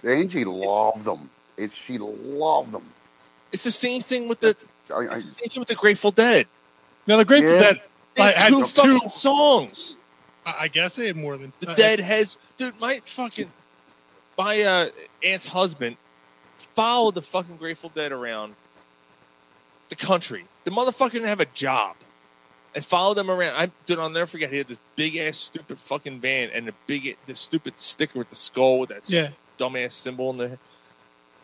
Angie loved them. If she loved them, It's the same thing with the it's the same thing with the Grateful Dead. Now the Grateful Yeah. Dead They I had had two two fucking songs. I, I guess they had more than The I- Dead has dude, my fucking my uh, aunt's husband followed the fucking Grateful Dead around the country. The motherfucker didn't have a job and followed them around. I dude, I'll never forget. He had this big ass stupid fucking van and the big the stupid sticker with the skull with that Yeah. dumbass symbol in there.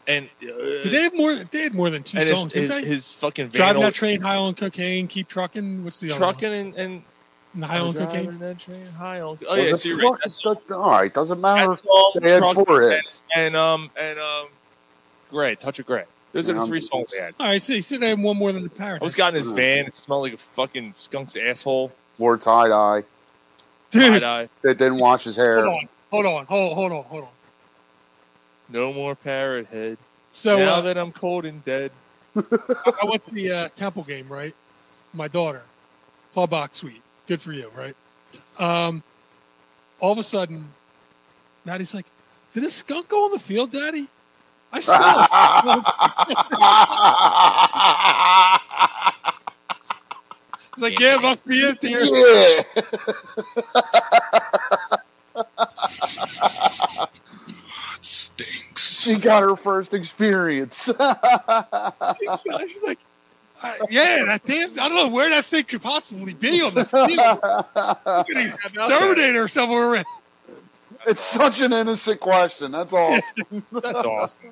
And uh, Did they have more? They had more than two and his, songs. his, didn't they? his fucking van driving all- that train high on cocaine, keep trucking. What's the other one? trucking and, and And high on Driving cocaine. that train high on- Oh yeah, Was so it you're right. fucking- that- all right, doesn't matter. song, They had Truck, four and, hits. and um and um gray touch of gray those are the Yeah. three songs they had All right, so you said I had one more than the parrot. i was got in his van it smelled like a fucking skunk's asshole Wore tie dye. Dude. Tie-dye. That didn't wash his hair. Hold on, hold on, hold, hold on, hold on. no more parrot head So, now uh, that i'm cold and dead I- I went to the uh, Temple game, right? My daughter, club box suite. Good for you, right? Um, all of a sudden, Maddie's like, "Did a skunk go on the field, Daddy? I smell." a skunk." He's like, "Yeah, it must be it there." Yeah. Stinks. She got her first experience. She's, she's like, "Uh, "Yeah, that damn. I don't know where that thing could possibly be on the field. Could be Terminator somewhere around." it's such an innocent question. That's awesome. that's awesome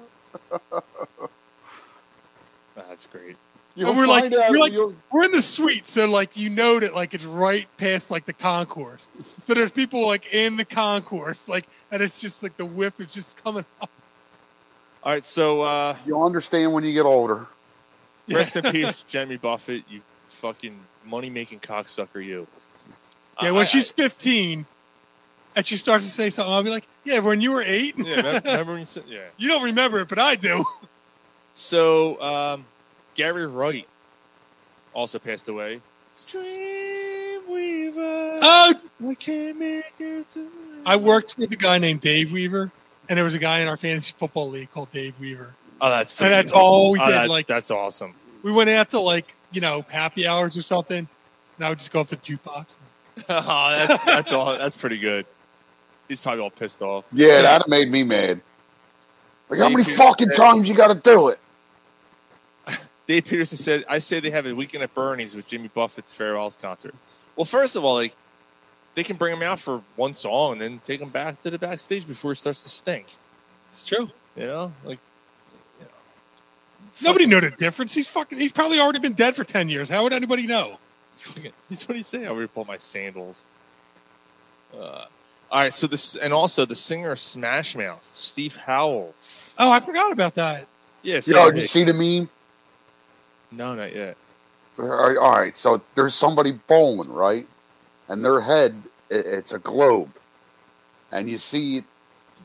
that's great You'll and we're like, find out- we're, like you'll- we're in the suite, so like you know that like it's right past like the concourse. So there's people like in the concourse, like, and it's just like the whip is just coming up. all right so uh You'll understand when you get older. rest in peace jimmy buffett you fucking money-making cocksucker you Yeah, I- when I- she's 15 and she starts to say something, I'll be like, yeah, when you were eight. yeah, remember, remember when you said- yeah you don't remember it, but I do. So, um, Gary Wright also passed away. Dreamweaver. Oh, I can't make it through. I worked with a guy named Dave Weaver, and there was a guy in our fantasy football league called Dave Weaver. Oh, that's And pretty that's all we Oh, did, that- like- that's awesome. We went out to like, you know, happy hours or something, and I would just go off the jukebox. oh, that's that's all. That's pretty good. He's probably all pissed off. Yeah, that made me mad. Like, how Dave many Peterson fucking said- times you got to do it? Dave Peterson said, "I say they have a weekend at Bernie's with Jimmy Buffett's farewells concert." Well, first of all, like they can bring him out for one song and then take him back to the backstage before he starts to stink. It's true. You know, like Nobody knew the difference. He's fucking. He's probably already been dead for ten years. How would anybody know? That's what he said. I would pull my sandals. Uh, all right. So this, and also the singer of Smash Mouth, Steve Howell. Oh, I forgot about that. Yes. Yo, did you see the meme? No, not yet. All right, all right, so there's somebody bowling, right? And their head, i- it's a globe. And you see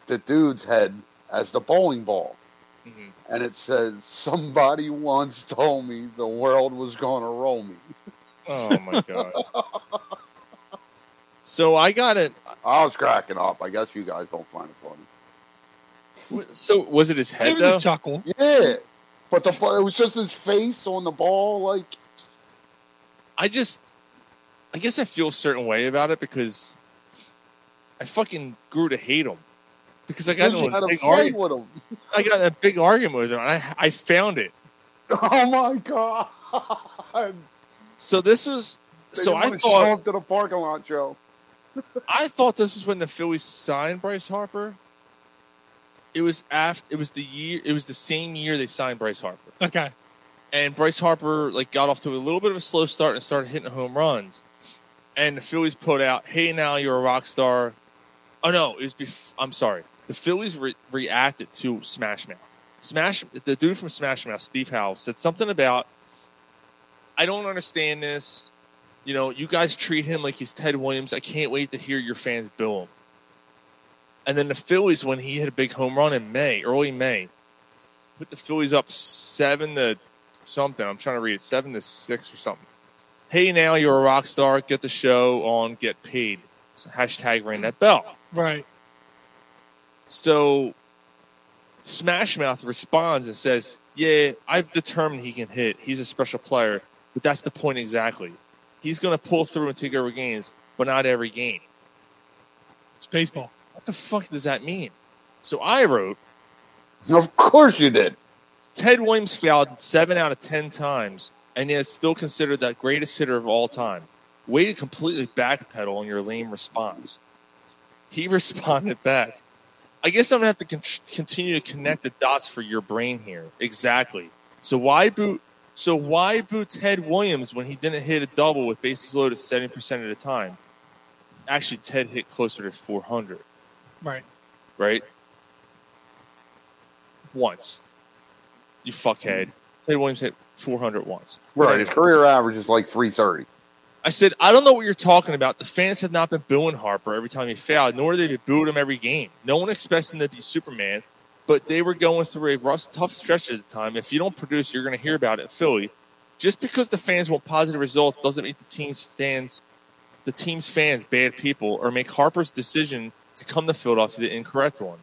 the dude's head as the bowling ball. And it says, Somebody once told me the world was going to roll me. Oh, my God. so I got it. I was cracking up. I guess you guys don't find it funny. So was it his head? There was a though? chuckle. Yeah, but the it was just his face on the ball. Like I just, I guess I feel a certain way about it because I fucking grew to hate him because I got Because you into had a a big fight argument. with him. I got in a big argument with him. And I I found it. Oh my god! So this was. They so didn't I wanna show thought him to the parking lot, Joe. I thought this was when the Phillies signed Bryce Harper. It was after. It was the year. It was the same year they signed Bryce Harper. Okay. and Bryce Harper like got off to a little bit of a slow start and started hitting home runs. And the Phillies put out, "Hey, now you're a rock star." Oh no, it was. Bef- I'm sorry. The Phillies re- reacted to Smash Mouth. Smash the dude from Smash Mouth, Steve Howe, said something about, "I don't understand this. You know, you guys treat him like he's Ted Williams. I can't wait to hear your fans boo him." And then the Phillies, when he hit a big home run in May, early May, put the Phillies up seven to something. I'm trying to read it, seven to six or something. Hey, now you're a rock star. Get the show on. Get paid. So hashtag ring that bell. Right. So Smash Mouth responds and says, "Yeah, I've determined he can hit. He's a special player, but that's the point exactly. He's going to pull through and take over games, but not every game." It's baseball. What the fuck does that mean? So I wrote, "Of course you did." Ted Williams fouled seven out of ten times, and is still considered the greatest hitter of all time. Way to completely backpedal on your lame response. He responded back. I guess I'm gonna have to con- continue to connect the dots for your brain here. Exactly. So why boo? So why boo Ted Williams when he didn't hit a double with bases loaded seventy percent of the time? Actually, Ted hit closer to 400 Right. right? Once. You fuckhead. Ted Williams hit 400 once. Right, his career average is like three thirty. I said, I don't know what you're talking about. The fans have not been booing Harper every time he fouled, nor did they boo him every game. No one expects him to be Superman, but they were going through a rough, tough stretch at the time. If you don't produce, you're going to hear about it in Philly. Just because the fans want positive results doesn't make the team's fans, the team's fans, bad people, or make Harper's decision to come to Philadelphia the incorrect one.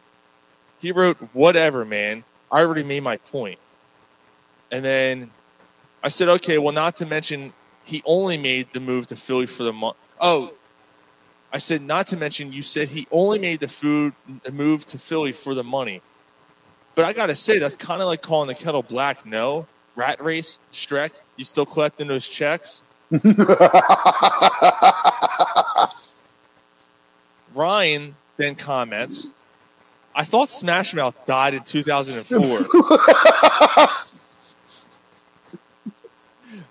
He wrote, "Whatever, man. I already made my point." And then I said, okay, well, not to mention he only made the move to Philly for the month. Oh, I said, not to mention you said he only made the food the move to Philly for the money. But I gotta say, that's kind of like calling the kettle black. No, rat race, Shrek. You still collecting those checks? Ryan then comments, I thought Smash Mouth died in 2004.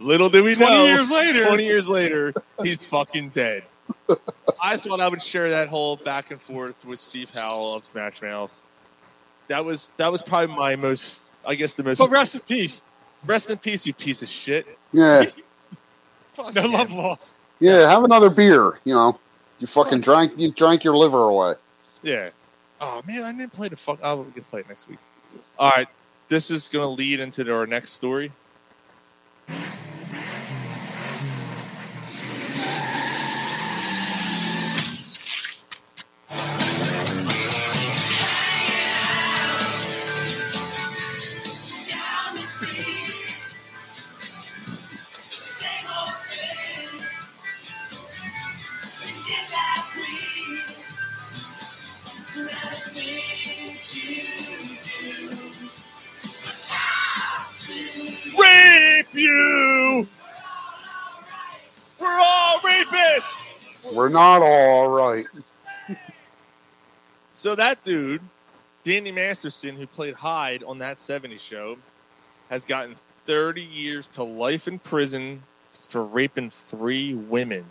Little do we 20 know, years later. 20 years later, he's fucking dead. I thought I would share that whole back and forth with Steve Howell of Smash Mouth. That was that was probably my most, I guess, the most. But rest in peace. Rest in peace, you piece of shit. Yeah, no love lost. yeah. Have another beer. You know, you fucking drank. You drank your liver away. Yeah. Oh man, I didn't play the fuck. I'll get play it next week. All right, this is gonna lead into our next story. Down the street. The same old thing. We did last week. Now the things you do. The times you- Rape you! We're all rapists! We're not all right. So that dude, Danny Masterson, who played Hyde on that 70 show, has gotten 30 years to life in prison for raping three women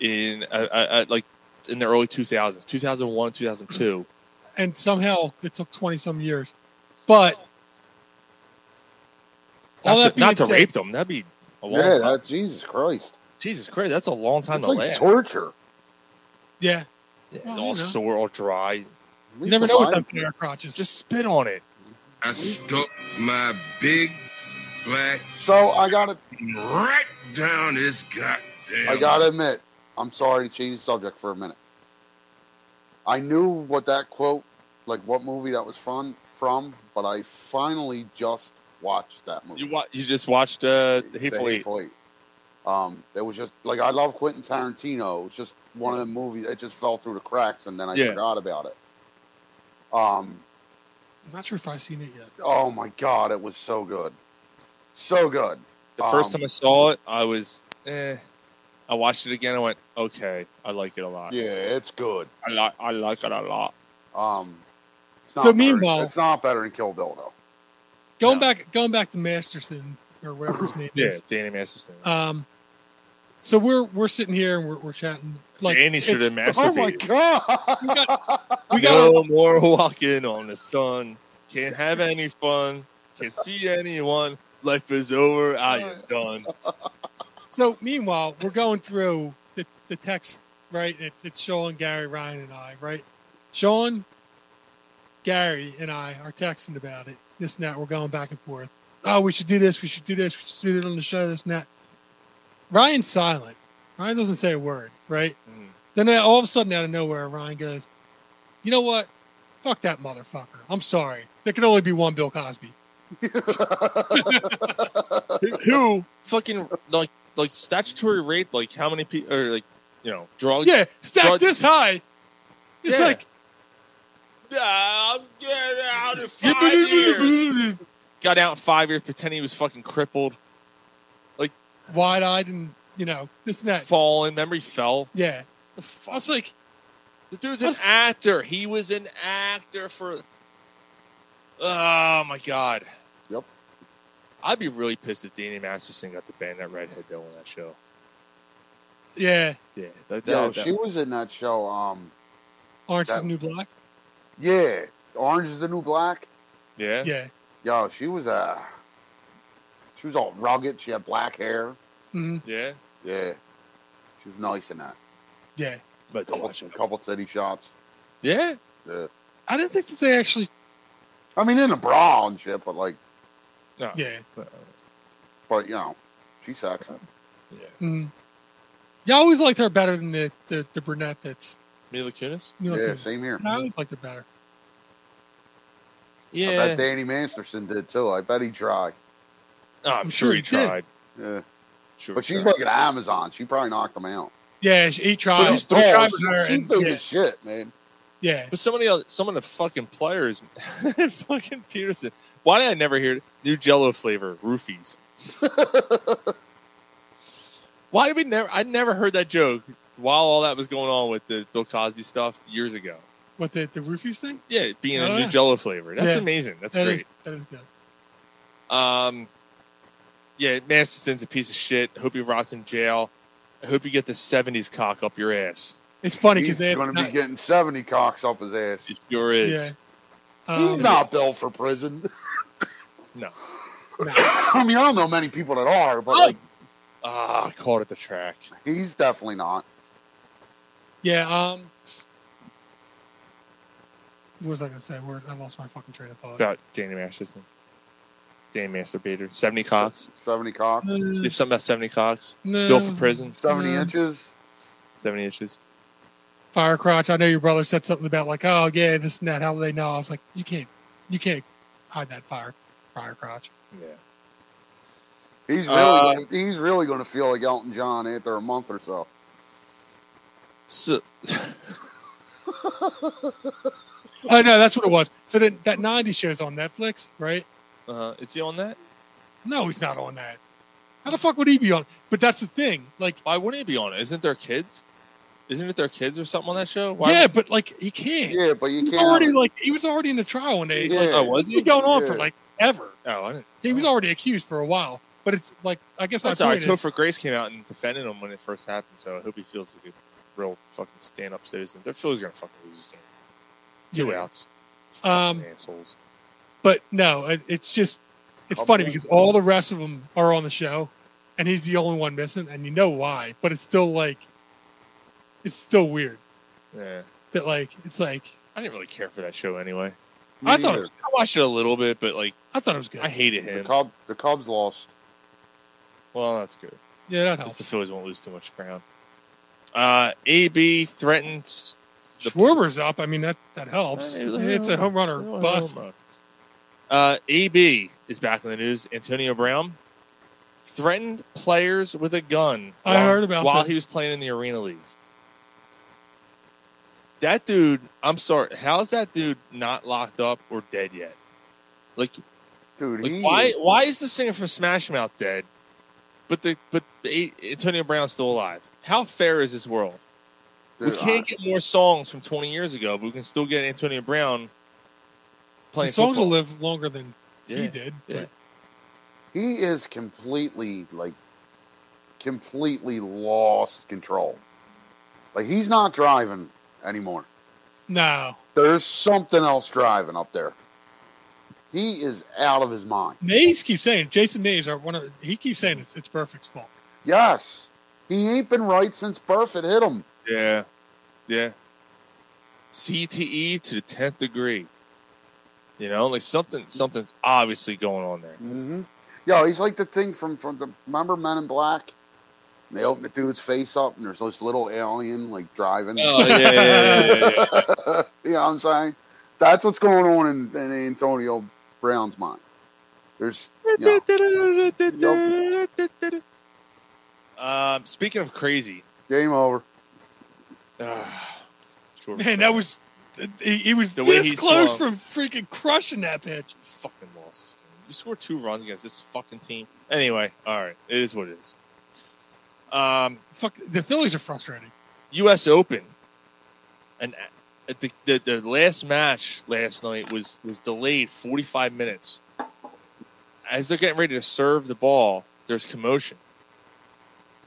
in uh, uh, uh, like in the early 2000s, 2001, 2002. And somehow it took 20 some years. But Not all to- that being not to said, rape them. That'd be A long Yeah, time. that, Jesus Christ. Jesus Christ, that's a long time It's to like last. torture. Yeah. all sore, all dry. You You never know what's up in our crotches. Just spit on it. I stuck my big black So I got to right down his goddamn. I gotta admit, I'm sorry to change the subject for a minute. I knew what that quote, like what movie that was from, from, but I finally just watched that movie. You wa- you just watched uh, the The Hateful Eight. Hateful Eight. Um, it was just like I love Quentin Tarantino. It's just one of the movies. It just fell through the cracks, and then I Yeah. forgot about it. Um, I'm not sure if I've seen it yet. oh my god, it was so good, so good. The first Um, time I saw it, I was, eh. I watched it again. I went, okay, I like it a lot. Yeah, it's good. I like, I like it a lot. Um, it's So not better- meanwhile- it's not better than Kill Bill though. Going back, going back to Masterson or whatever his name Yeah, is. Danny Masterson. Um, so we're we're sitting here and we're, we're chatting. Like Danny should have it's- masturbated. Oh my god! We got, we got no more walking on the sun. Can't have any fun. Can't see anyone. Life is over. I Uh, am done. so. Meanwhile, we're going through the, the text. Right, it, it's Sean, Gary, Ryan, and I. Right, Sean, Gary, and I are texting about it. This and that. We're going back and forth. Oh, we should do this. We should do this. We should do it on the show. This and that. Ryan's silent. Ryan doesn't say a word. Right. Then uh, all of a sudden, out of nowhere, Ryan goes, "You know what? Fuck that motherfucker. I'm sorry. There can only be one Bill Cosby." Who fucking like like statutory rape? Like how many people or like you know drugs? Yeah, stacked this high. It's Oh, Yeah. like I'm getting out in five years. Got out in five years pretending he was fucking crippled, wide eyed and you know this and that. falling. Memory fell. Yeah, I was like, The dude's an actor. He was an actor for. Oh my god. Yep. I'd be really pissed if Danny Masterson got to ban that redhead though on that show. yeah, Yeah. That, Yo, that- that- she was in that show. Um, Orange is That- the New Black. yeah, Orange is the New Black. yeah. Yeah, Yo, she was uh, she was all rugged. She had black hair. hmm Yeah. Yeah, she was nice in that. yeah. But couple, couple city shots. Yeah. Yeah. I didn't think that they actually. I mean, in a bra and shit, but like, No. Yeah. but you know, she sucks. Mm. Yeah, I always liked her better than the the, the brunette that's. Mila Kunis. You know, yeah, the- same here. I always liked her better. I Yeah. bet Danny Masterson did too. I bet he tried. Oh, I'm sure he tried. Yeah. Sure. But she's tried. like an Amazon. She probably knocked him out. Yeah, she, he But tried. he's He tall. tried She, with her she and- big yeah, as shit, man. yeah. But some of the other, some of the fucking players, fucking Peterson. Why did I never hear new Jello flavor roofies? Why did we never? I never heard that joke while all that was going on with the Bill Cosby stuff years ago. What the the roofies thing? Yeah, it being Oh, a new yeah. Jello flavor. That's Yeah. amazing. That's That great. is- that is good. Um, yeah, Masterson's a piece of shit. I hope he rots in jail. I hope you get the '70s cock up your ass. It's funny he's because they going to be getting seventy cocks up his ass. It sure is. Yeah. he's Um, not built for prison. No. I mean, I don't know many people that are, but like, Ah, I caught it the track. he's definitely not. Yeah. Um. What was I going to say? Word. I lost my fucking train of thought. about Danny Masterson. Danny Masturbator. 70 Cox. Seventy cocks, You have something about 70 Cox. Mm, No. Bill for prison. seventy No. inches. 70 inches. Fire crotch. I know your brother said something about like, oh yeah, this and that. How do they know? I was like, you can't, you can't hide that fire, fire crotch. Yeah. He's really, Uh, he's really going to feel like Elton John after a month or so. So, Oh no, that's what it was. So then that '90s show's on Netflix, right? uh, is he on that? No, he's not on that. How the fuck would he be on? But that's the thing. Like, Why wouldn't he be on it? Isn't there kids? Isn't it their kids or something on that show? Why yeah, would- but like he can't. Yeah, but you He was can't. already like he was already in the trial and they like Yeah. Oh, was it's he? been going on Yeah. for like ever. Oh, I didn't. He was already accused for a while. But it's like I guess my That's all right. point is, Topher Grace came out and defended him when it first happened, so I hope he feels like a real fucking stand up citizen. Their Phillies are going to fucking lose this game. Two Yeah. outs. um, Assholes. but no, it, it's just it's Couple. funny because all the rest of them are on the show, and he's the only one missing, and you know why. But it's still like, it's still weird Yeah. that like it's like I didn't really care for that show anyway. Me I thought neither. I watched it a little bit, but like I thought it was good. I hated him. The, Cub, the Cubs lost. Well, that's good. Yeah, that Because helps. the Phillies won't lose too much ground. Uh, AB threatens the Schwarber's up. I mean that that helps. Hey, It's a home runner home bust. run. Uh, AB is back in the news. Antonio Brown threatened players with a gun. I heard about while this. he was playing in the Arena League. That dude, I'm sorry. How's that dude not locked up or dead yet? Like, dude, like, he why? is- Why is the singer from Smash Mouth dead, but the but the, Antonio Brown's still alive? How fair is this world? we Dude, can't get more songs from 20 years ago, but we can still get Antonio Brown The playing songs will football. live longer than he Yeah, did. yeah. He is completely like completely lost control. Like he's not driving anymore. No, There's something else driving up there. He is out of his mind. Mays keeps saying Jason Mays are one of. He keeps saying it's, it's Perfect's fault. Yes. He ain't been right since Burfitt hit him. Yeah, yeah. CTE to the 10th degree. You know, like something something's obviously going on there. Mm-hmm. Yo, he's like the thing from from the remember Men in Black. And they open the dude's face up, and there's this little alien like driving. Oh, yeah, yeah, yeah, yeah, you know what I'm saying? That's what's going on in, in Antonio Brown's mind. There's you know, Um, speaking of crazy, game over. sure, Man, that was he, he was The way this he close swung. from freaking crushing that pitch. fucking lost this game. You scored two runs against this fucking team. Anyway, all right, it is what it is. Um, Fuck, the Phillies are frustrating. U.S. Open, and at the, the the last match last night was was delayed 45 minutes. As they're getting ready to serve the ball, there's commotion,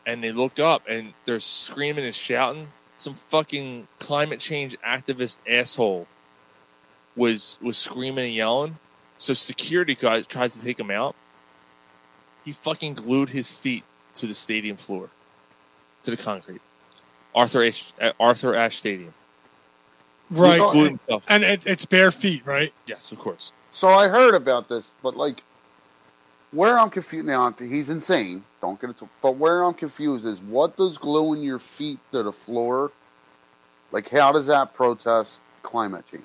and they look up and they're screaming and shouting. Some fucking climate change activist asshole was was screaming and yelling. So security guy tries to take him out. He fucking glued his feet to the stadium floor, to the concrete. Arthur H, at Arthur Ashe Stadium. Right. Glued himself. And it, it's bare feet, right? Yes, of course. So I heard about this, but like where I'm confused now, he's insane. Don't get it. tw- But where I'm confused is what does gluing your feet to the floor, like how does that protest climate change?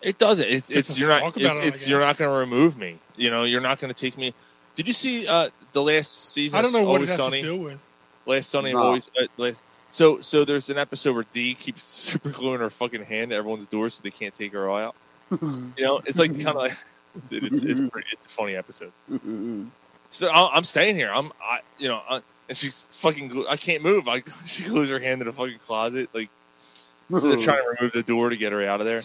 It doesn't. It's, Let's it's you're just not. talk about it- it, I it's you're guess. not going to remove me. You know, you're not going to take me. Did you see uh, the last season? I don't know of what Always it has Sunny? to do with. Last Sunday, No. always uh, last. So, so there's an episode where D keeps super gluing her fucking hand to everyone's door so they can't take her out. You know, it's like kind of like dude, it's it's, pretty, it's a funny episode. So I- I'm staying here. I'm, I, you know, I, and she's fucking. Glu- I can't move. I she glues her hand in the fucking closet. Like, so they're trying Hmm. to remove the door to get her out of there.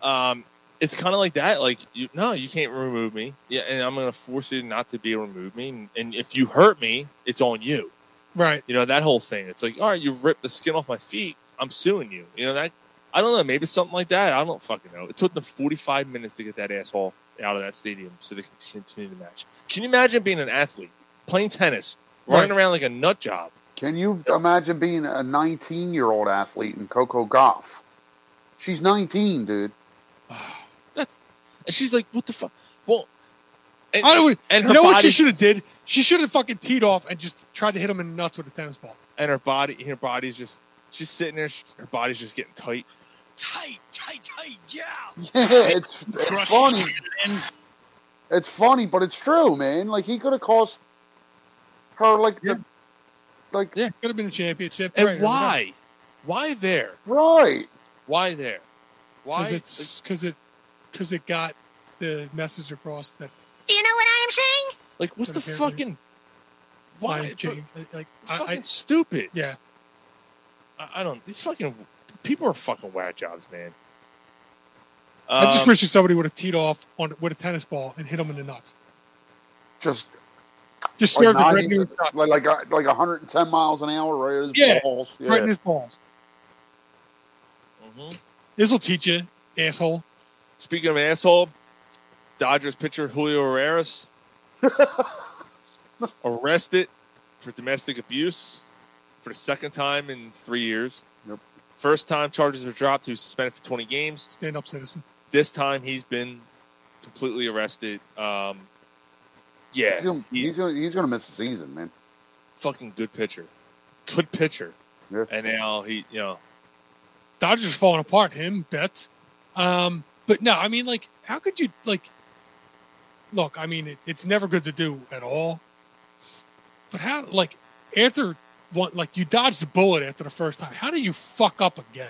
Um, it's kind of like that. Like, you, no, you can't remove me. Yeah, and I'm gonna force you not to be able to remove me. And, and if you hurt me, it's on you. Right. You know that whole thing. It's like, all right, you ripped the skin off my feet. I'm suing you. You know that. I don't know. Maybe something like that. I don't fucking know. It took them 45 minutes to get that asshole out of that stadium so they can continue the match. Can you imagine being an athlete playing tennis, running Right. around like a nut job? Can you imagine being a 19 year old athlete in Coco Golf? She's 19, dude. That's and she's like, what the fuck? Well, and, I would, and her you know what body- she should have did? She should have fucking teed off and just tried to hit him in the nuts with a tennis ball. and her body her body's just she's sitting there she, her body's just getting tight tight tight tight yeah Yeah, it's, it's funny. It's funny, but it's true, man. Like he could have cost her like the like yeah. Could have been a championship. and right, why why there right? why there why Because it's because it because it got the message across that You know what I am saying? like, like, what's the Apparently. fucking why why James like It's I, fucking I, stupid yeah I, I don't these fucking people are fucking whack jobs man I just Um, wish that somebody would have teed off on with a tennis ball and hit him in the nuts. Just Just like served him right 90 in his nuts. like like uh, like 110 miles an hour right at his Yeah, balls. Yeah. Right in his balls. mhm. This will teach you, asshole. speaking of asshole Dodgers pitcher Julio Herrera's arrested for domestic abuse for the second time in three years. First time charges were dropped, he was suspended for 20 games. Stand up, citizen. This time he's been completely arrested. Um, yeah, He's gonna, he's gonna he's gonna miss the season, man. fucking good pitcher, good pitcher. And now he, you know, Dodgers are falling apart. Him, Betts. Um, but no, I mean, like, how could you like? Look, I mean, it, it's never good to do at all. But how, like, after one, like, you dodged a bullet after the first time. How do you fuck up again?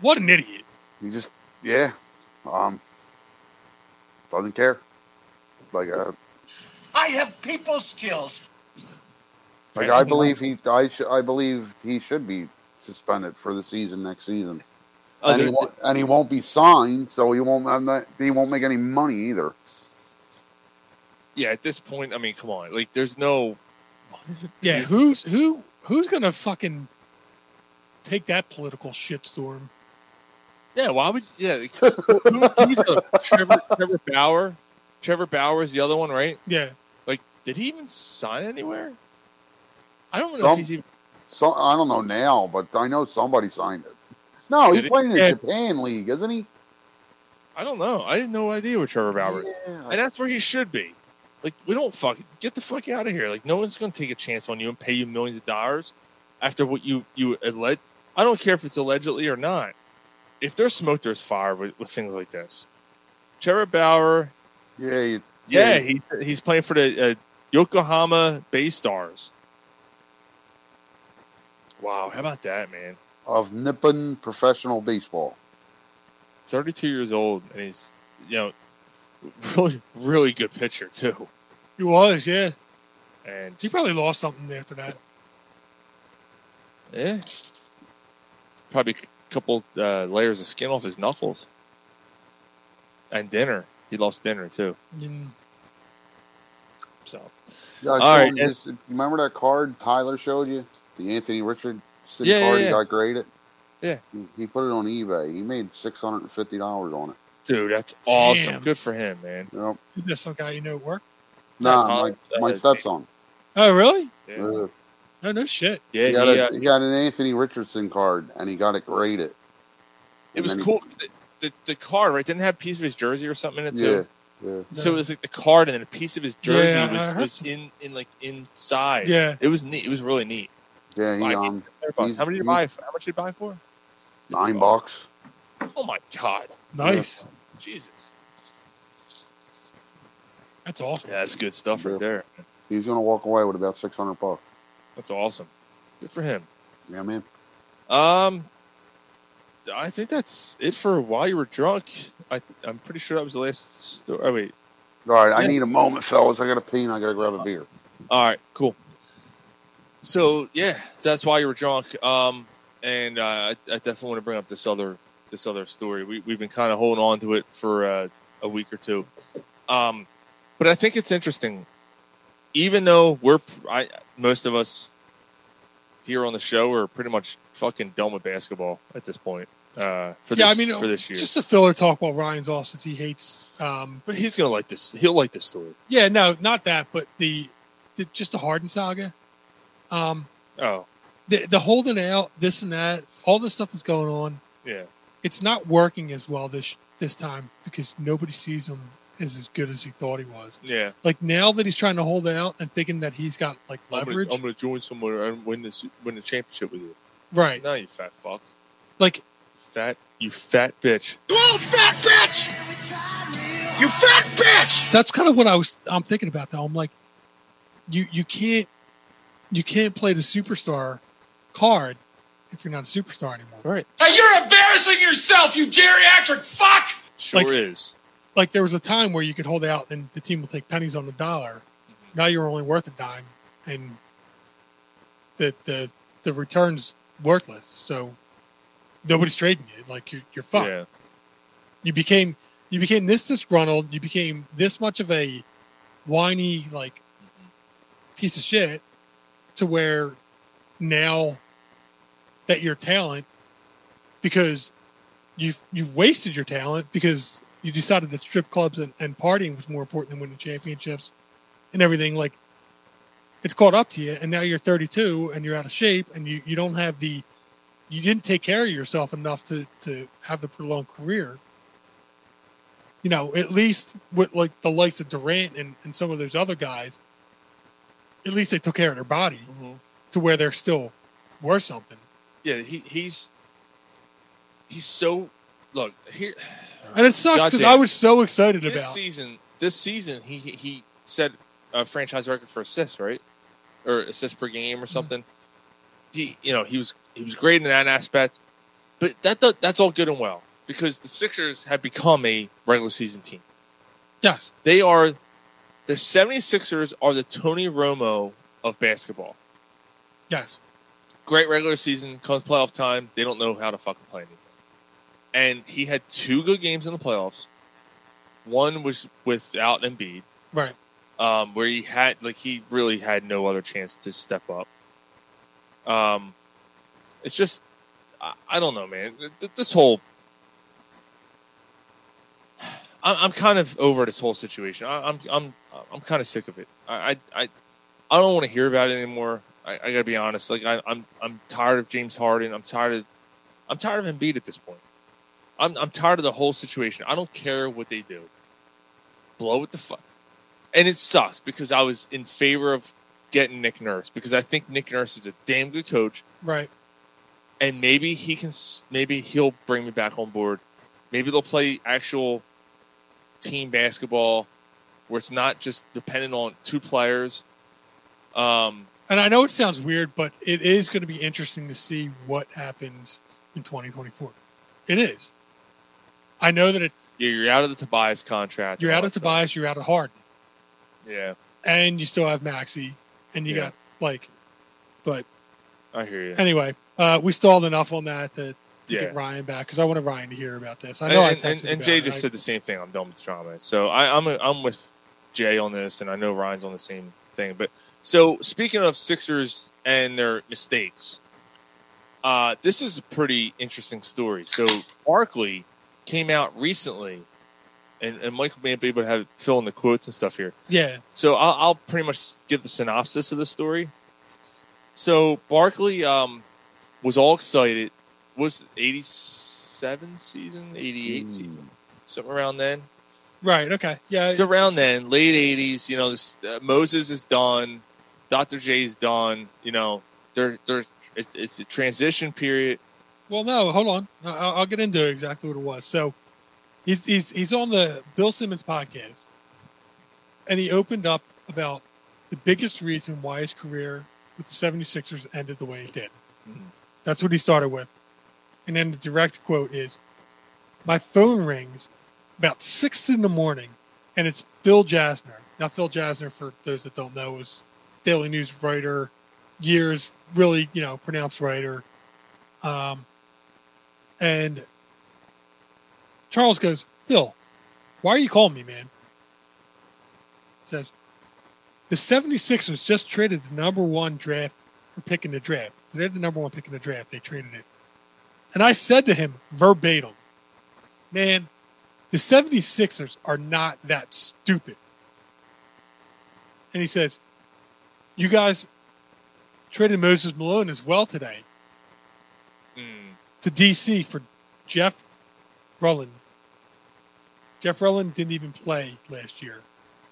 What an idiot! He just yeah, um, doesn't care. Like uh, I have people skills. like I believe he I sh- I believe he should be suspended for the season next season. Oh, and, he there- won't, and he won't be signed, so he won't have that, he won't make any money either. yeah. At this point, I mean, come on, like, there's no. Yeah, who's who? Who's gonna fucking take that political shitstorm? Yeah, why would yeah? like, who- who's the, Trevor, Trevor Bauer? Trevor Bauer is the other one, right? Yeah, Like, did he even sign anywhere? I don't know if Some- he's even. So I don't know now, but I know somebody signed it. No, he's Did he? playing in Yeah. the Japan League, isn't he? I don't know. I had no idea where Trevor Bauer is. And that's where he should be. Like, we don't fucking get the fuck out of here. Like, no one's going to take a chance on you and pay you millions of dollars after what you, you alleged. I don't care if it's allegedly or not. If there's smoke, there's fire with, with things like this. Trevor Bauer. Yeah. He, yeah, yeah. He, he's playing for the uh, Yokohama Bay Stars. Wow. How about that, man? Of Nippon Professional Baseball. 32 years old, and he's, you know, really, really good pitcher, too. he was. Yeah, And he probably lost something after that. Yeah. Probably a couple uh, layers of skin off his knuckles. And dinner. He lost dinner too. Mm. So. Yeah, I All saw right, him and- just- remember that card Tyler showed you? The Anthony Richardson Yeah, yeah, card yeah. he got graded? Yeah. He, he put it on eBay. He made $650 on it. Dude, that's awesome. Damn. Good for him, man. Yep. Is this some guy you know at work? Nah, my, my stepson. Oh, really? Uh, Oh no shit. he, got uh, a- he got an Anthony Richardson card and he got it graded. It was cool. The, the, the card, right? Didn't it have a piece of his jersey or something in it Yeah. too. yeah. So it was like the card and then a piece of his jersey Yeah, I was, heard was in, in like inside. Yeah. It was neat. It was really neat. Yeah, he, Like, um, How he's- much did you he- buy for? How much did you buy for? Nine bucks. Oh my god. Nice. Jesus. That's awesome. Yeah, that's good stuff right there. He's going to walk away with about 600 bucks. That's awesome. Good for him. Yeah, man. Um, I think that's it for why you were drunk. I I'm pretty sure that was the last story. Oh, wait. All right, I Yeah. need a moment, fellas. I got to pee and I got to grab a beer. All right. Cool. So yeah, that's why you were drunk. Um, and uh, I, I definitely want to bring up this other this other story. We we've been kind of holding on to it for uh, a week or two. Um, but I think it's interesting. Even though we're pr- I, most of us here on the show are pretty much fucking done with basketball at this point. Uh, for yeah, this, I mean, for this year, just a filler talk while Ryan's off since he hates. Um, But he's gonna like this. He'll like this story. yeah, no, not that, but the, the just the Harden saga. Um, Oh, the, the holding out, this and that, all the stuff that's going on. yeah. It's not working as well this this time because nobody sees him as as good as he thought he was. Yeah. Like now that he's trying to hold out and thinking that he's got like I'm gonna, leverage, I'm gonna join someone and win this win the championship with you. Right. No, you fat fuck. like Fat you fat bitch. You old fat bitch! You fat bitch! that's kind of what I was. I'm thinking about though. I'm like, you you can't you can't play the superstar card if you're not a superstar anymore. Right. Hey, you're embarrassing yourself, you geriatric fuck! Sure Like- is. Like there was a time where you could hold out and the team will take pennies on the dollar. Now you're only worth a dime, and the the the returns worthless. So nobody's trading you. Like you're you're fucked. Yeah. You became you became this disgruntled. You became this much of a whiny like piece of shit to where now that your talent because you you wasted your talent because you decided that strip clubs and, and partying was more important than winning championships and everything like it's caught up to you and now you're 32 and you're out of shape and you, you don't have the you didn't take care of yourself enough to to have the prolonged career you know at least with like the likes of durant and, and some of those other guys at least they took care of their body Mm-hmm. to where they're still worth something Yeah, he, he's he's so look here, and it sucks because i Goddamn. was so excited this about season. This season, he he- he set a franchise record for assists, right, or assists per game or something. He you know he was he was great in that aspect, but that do- that's all good and well because the Sixers have become a regular season team. Yes, they are. The 76ers are the Tony Romo of basketball. yes great regular season. Comes playoff time, they don't know how to fucking play anymore. And he had two good games in the playoffs. One was without Embiid, right um, where he had like he really had no other chance to step up. Um, it's just I, I don't know, man. Th- th- This whole I'm, I'm kind of over this whole situation. I, I'm I'm I'm kind of sick of it. I I I, I don't want to hear about it anymore. I, I gotta be honest. Like I, I'm I'm tired of James Harden. I'm tired of I'm tired of Embiid at this point. I'm I'm tired of the whole situation. I don't care what they do. Blow it the fuck. And it sucks because I was in favor of getting Nick Nurse because I think Nick Nurse is a damn good coach right and maybe he can s- maybe he'll bring me back on board maybe they'll play actual team basketball where it's not just dependent on two players um and i know it sounds weird but it is going to be interesting to see what happens in 2024 it is i know that it, yeah, you're out of the tobias contract you're out of tobias you're out of harden yeah and you still have Maxi, and you Yeah. got like, but i hear you anyway, uh, we stalled enough on that to, to Yeah. get Ryan back because I wanted Ryan to hear about this. I know and, I texted and, and about jay it. just I- said the same thing i'm done with drama so I, i'm a, i'm with jay on this and i know ryan's on the same thing but so speaking of sixers and their mistakes uh, this is a pretty interesting story. So Barkley came out recently, and, and Michael may be able to have fill in the quotes and stuff here. yeah, So I'll, I'll pretty much give the synopsis of the story. So Barkley um, was all excited. Was it 87 season, 88 season, something around then. right, okay, yeah, It's around then, late 80s. You know, this, uh, Moses is done, Dr. J's done. You know, they're, they're, it's, it's a transition period. Well, no, hold on. I- I'll, I'll get into exactly what it was. So, he's he's he's on the Bill Simmons podcast, and he opened up about the biggest reason why his career with the 76ers ended the way it did. That's what he started with. And then the direct quote is My phone rings about six in the morning, and it's Phil Jasner. Now, Phil Jasner, for those that don't know, was Daily News writer, years really, you know, pronounced writer. Um, and Charles goes, Phil, why are you calling me, man? Says, the 76ers just traded the number one draft for picking the draft. So they're the number one pick in the draft. They traded it. And I said to him verbatim, man, the 76ers are not that stupid. And he says, you guys traded Moses Malone as well today to DC for Jeff Rulland. Jeff Rulland didn't even play last year.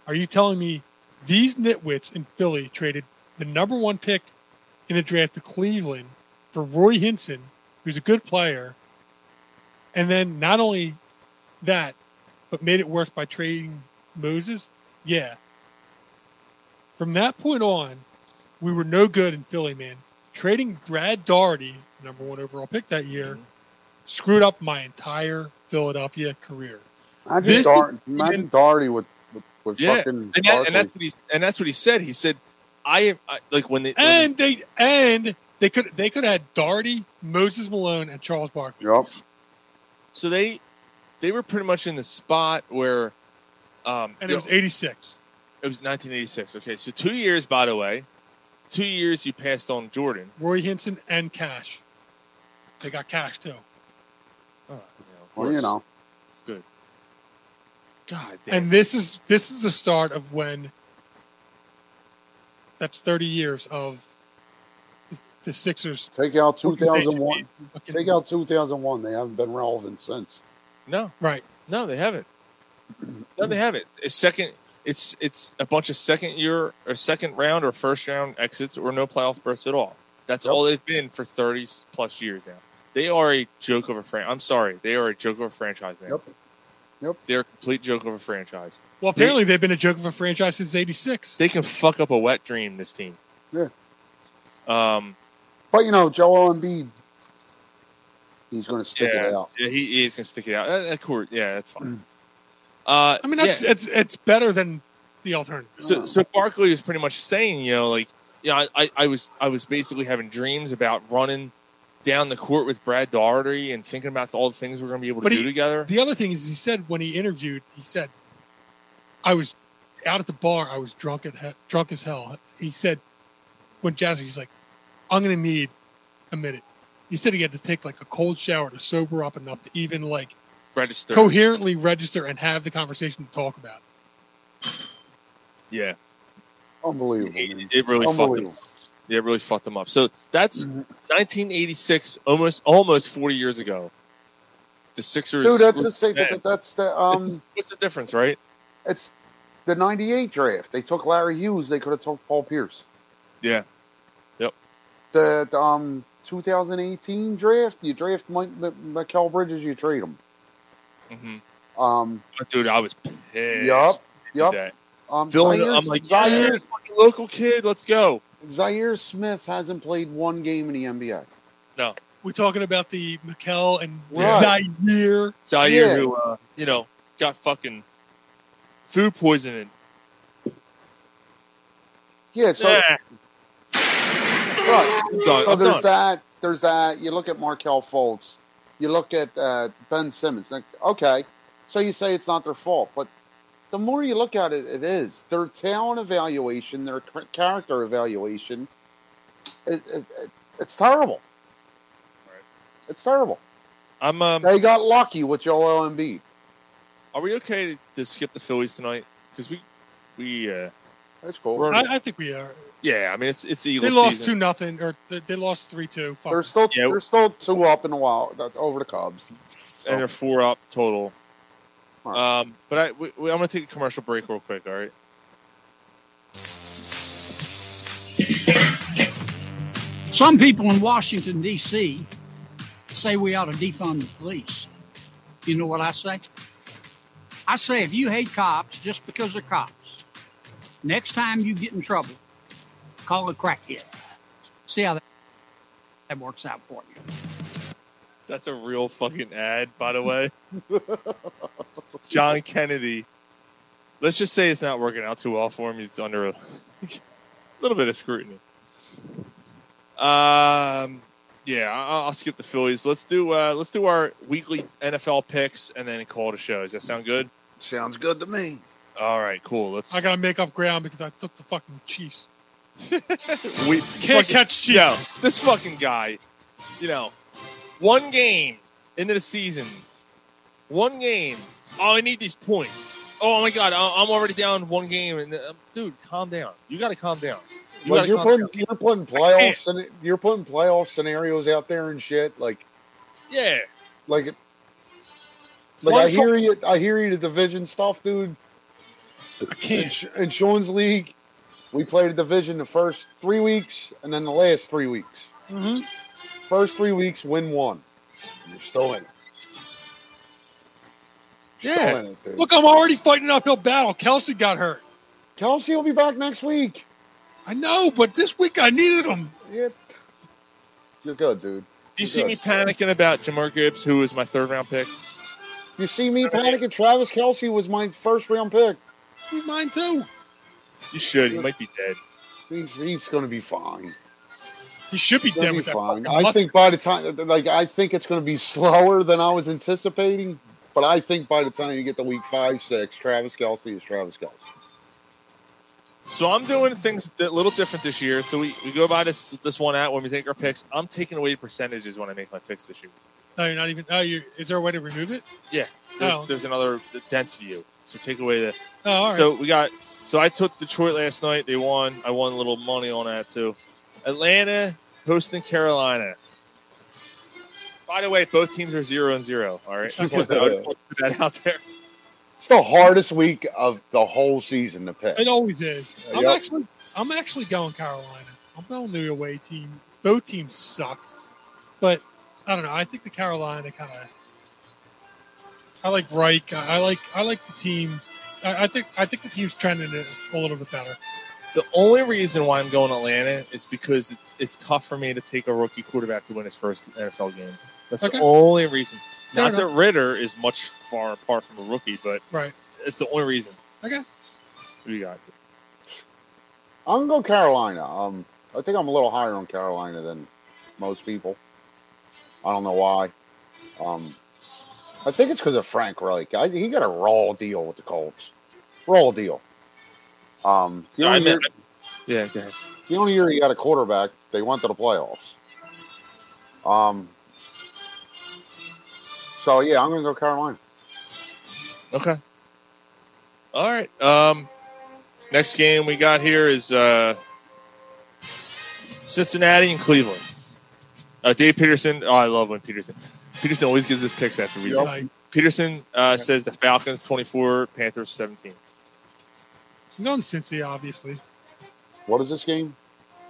Are you telling me these nitwits in Philly traded the number one pick in the draft to Cleveland for Roy Hinson, who's a good player, and then not only that, but made it worse by trading Moses? Yeah. From that point on, we were no good in Philly, man. Trading Brad Daugherty, the number one overall pick that year, screwed up my entire Philadelphia career. Imagine, This- Dar- imagine Daugherty with, with, with Yeah, fucking. and, that, and Barkley. that's what he and that's what he said. He said, "I am I, like when they when And they and they could they could have had Daugherty, Moses Malone, and Charles Barkley. Yup. So they they were pretty much in the spot where um And it was eighty six. It was nineteen eighty six. Okay, so two years by the way. Two years you passed on Jordan. Roy Hinson and Cash. They got Cash too. Well, you know. It's good. God And this is this is the start of when that's 30 years of the Sixers. Take out organization. 2001. Take out 2001. They haven't been relevant since. No. Right. No, they haven't. No, they haven't. It's second. It's it's a bunch of second year or second round or first round exits or no playoff berths at all. That's all they've been for thirty plus years now. They are a joke of a franchise. I'm sorry, they are a joke of a franchise now. Yep. Yep. They're a complete joke of a franchise. Well, apparently they've been a joke of a franchise since '86. They can fuck up a wet dream. This team. Yeah. Um. But you know, Joel Embiid, he's going to stick yeah, it out. yeah, He is gonna stick it out. Uh, of course. Yeah, that's Mm. fine. Uh, I mean, that's yeah. it's it's better than the alternative. So, so Barkley was pretty much saying, you know, like, you know, I, I, I was, I was basically having dreams about running down the court with Brad Daugherty and thinking about all the things we're going to be able to But do he- together. The other thing is, he said when he interviewed, he said, "I was out at the bar. I was drunk at he- drunk as hell." He said, "When Jazzy, he's like, I'm going to need a minute." He said he had to take like a cold shower to sober up enough to even like Register. coherently register and have the conversation to talk about. it. Yeah, Unbelievable. it, it really fucked them. Unbelievable. Mm. Yeah, it really fucked them up. So that's 1986, almost, almost 40 years ago. The Sixers. Dude, that's the same. Yeah. That, that's the um. What's the difference, right? It's the '98 draft. They took Larry Hughes. They could have took Paul Pierce. Yeah. Yep. The um 2018 draft. You draft Mike M- Mikel Bridges. You trade him. Mm-hmm. Um. Dude, I was pissed. Yup. they did Yup. that. Um, Villain- Zaire- I'm like, yeah, Zaire, fucking local kid. Let's go. Zaire Smith hasn't played one game in the NBA. No. We're talking about the Mikel and Right. Zaire. Zaire, Yeah. who uh, you know got fucking food poisoning. Yeah, so Yeah. right. done. So I'm there's done. that. There's that. You look at Markel Fultz. You look at uh, Ben Simmons. Like, okay, so you say it's not their fault, but the more you look at it, it is their talent evaluation, their char- character evaluation. It, it, it, it's terrible. It's terrible. I'm. Um, They got lucky with Joel Embiid. are we okay to, to skip the Phillies tonight? Because we we uh, That's cool. We're- I, I think we are. yeah. I mean, it's it's they Eagles. lost two season. nothing, or they, they lost three two. They're still Yeah. they're still two up in the wild uh, over the Cubs. and they're four up total. Um, but I we, we- I'm gonna take a commercial break real quick. All right. Some people in Washington, D.C. say we ought to defund the police. You know what I say? I say if you hate cops just because they're cops, next time you get in trouble, call a crackhead. See how that, that works out for you. That's a real fucking ad, by the way. John Kennedy. Let's just say it's not working out too well for him. He's under a little bit of scrutiny. Um, yeah, I- I'll skip the Phillies. Let's do uh, let's do our weekly NFL picks and then call it a show. Does that sound good? Sounds good to me. All right, cool. Let's I gotta make up ground because I took the fucking Chiefs. we Can't catch Chiefs. Yo, this fucking guy, you know, one game into the season, one game. Oh, I need these points. Oh my god, I- I'm already down one game. And uh, dude, calm down. You got to calm down. You like gotta you're calm putting down. you're putting playoff scena- you're putting playoff scenarios out there and shit. Like Yeah, like it- like One I hear you. I hear you. The division stuff, dude. I can't. In, Sh- in Sean's league, we played a division the first three weeks, and then the last three weeks. Mm-hmm. First three weeks, win one. You're still in it. You're still in it, dude. Look, I'm already fighting an uphill battle. Kelsey got hurt. Kelsey will be back next week. I know, but this week I needed him. Yeah. You're good, dude. Do you see me panicking about Jamar Gibbs, who is my third round pick? You see me panicking. Travis Kelsey was my first round pick. He's mine too. You should. He might be dead. He's he's going to be fine. He should be He'll dead be with that. fine. fucking I muscle. think by the time, like, I think it's going to be slower than I was anticipating. But I think by the time you get to week five, six, Travis Kelsey is Travis Kelsey. So I'm doing things a little different this year. So we, we go by this this one out when we take our picks. I'm taking away percentages when I make my picks this year. No, you're not even. Oh, you is there a way to remove it? Yeah, there's, Oh. there's another dense view. So take away the. Oh, all right. So we got So I took Detroit last night. They won. I won a little money on that too. Atlanta hosting Carolina. By the way, both teams are zero and zero. All right, Just want- I just want to put that out there. It's the hardest week of the whole season to pick. It always is. I'm Yep. actually I'm actually going Carolina. I'm going the away team. Both teams suck, but I don't know. I think the Carolina kind of. I like Reich. I I like I like the team. I, I think I think the team's trending it a little bit better. The only reason why I'm going Atlanta is because it's it's tough for me to take a rookie quarterback to win his first NFL game. That's Okay. the only reason. Fair Not that enough. Ritter is much far apart from a rookie, but Right. it's the only reason. Okay. Who you got? I'm going to go Carolina. Um, I think I'm a little higher on Carolina than most people. I don't know why. Um, I think it's because of Frank Reich. I, he got a raw deal with the Colts. Raw deal. Um, the, So I only year, meant- yeah, go ahead. the only year he got a quarterback, they went to the playoffs. Um, so yeah, I'm going to go Carolina. Okay. All right. Um, next game we got here is uh, Cincinnati and Cleveland. Uh, Dave Peterson. Oh, I love when Peterson. Peterson always gives his picks after we. Yep. Peterson uh, says the Falcons twenty-four, Panthers seventeen. I'm going Cincy, obviously. What is this game?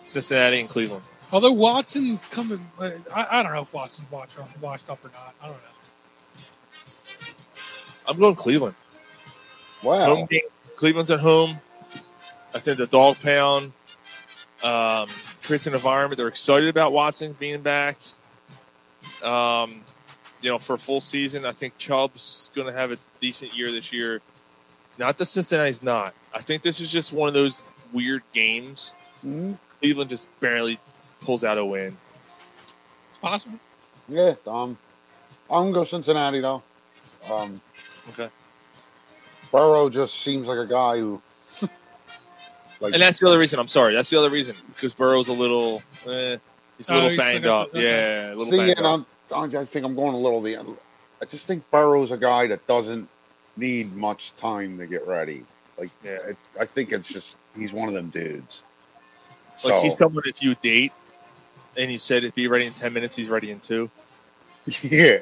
Cincinnati and Cleveland. Although Watson coming, uh, I, I don't know if Watson watched washed up or not. I don't know. I'm going Cleveland. Wow. Home game. Cleveland's at home. I think the dog pound um, creates an environment. They're excited about Watson being back. Um, you know, for a full season, I think Chubb's going to have a decent year this year. Not that Cincinnati's not. I think this is just one of those weird games. hmm, Cleveland just barely pulls out a win. It's possible. Yeah, um, I'm going to go Cincinnati though. Um, okay. Burrow just seems like a guy who Like- and that's the other reason. I'm sorry. That's the other reason because Burrow's a little, eh, he's a Oh, little he's still banged got up. the- okay. Yeah, a little See, banged and up. I'm, I I think I'm going a little the. I just think Burrow's a guy that doesn't need much time to get ready. Like, I, I think it's just he's one of them dudes. Like So- he's someone if you date and you said it be ready in ten minutes, he's ready in two. yeah,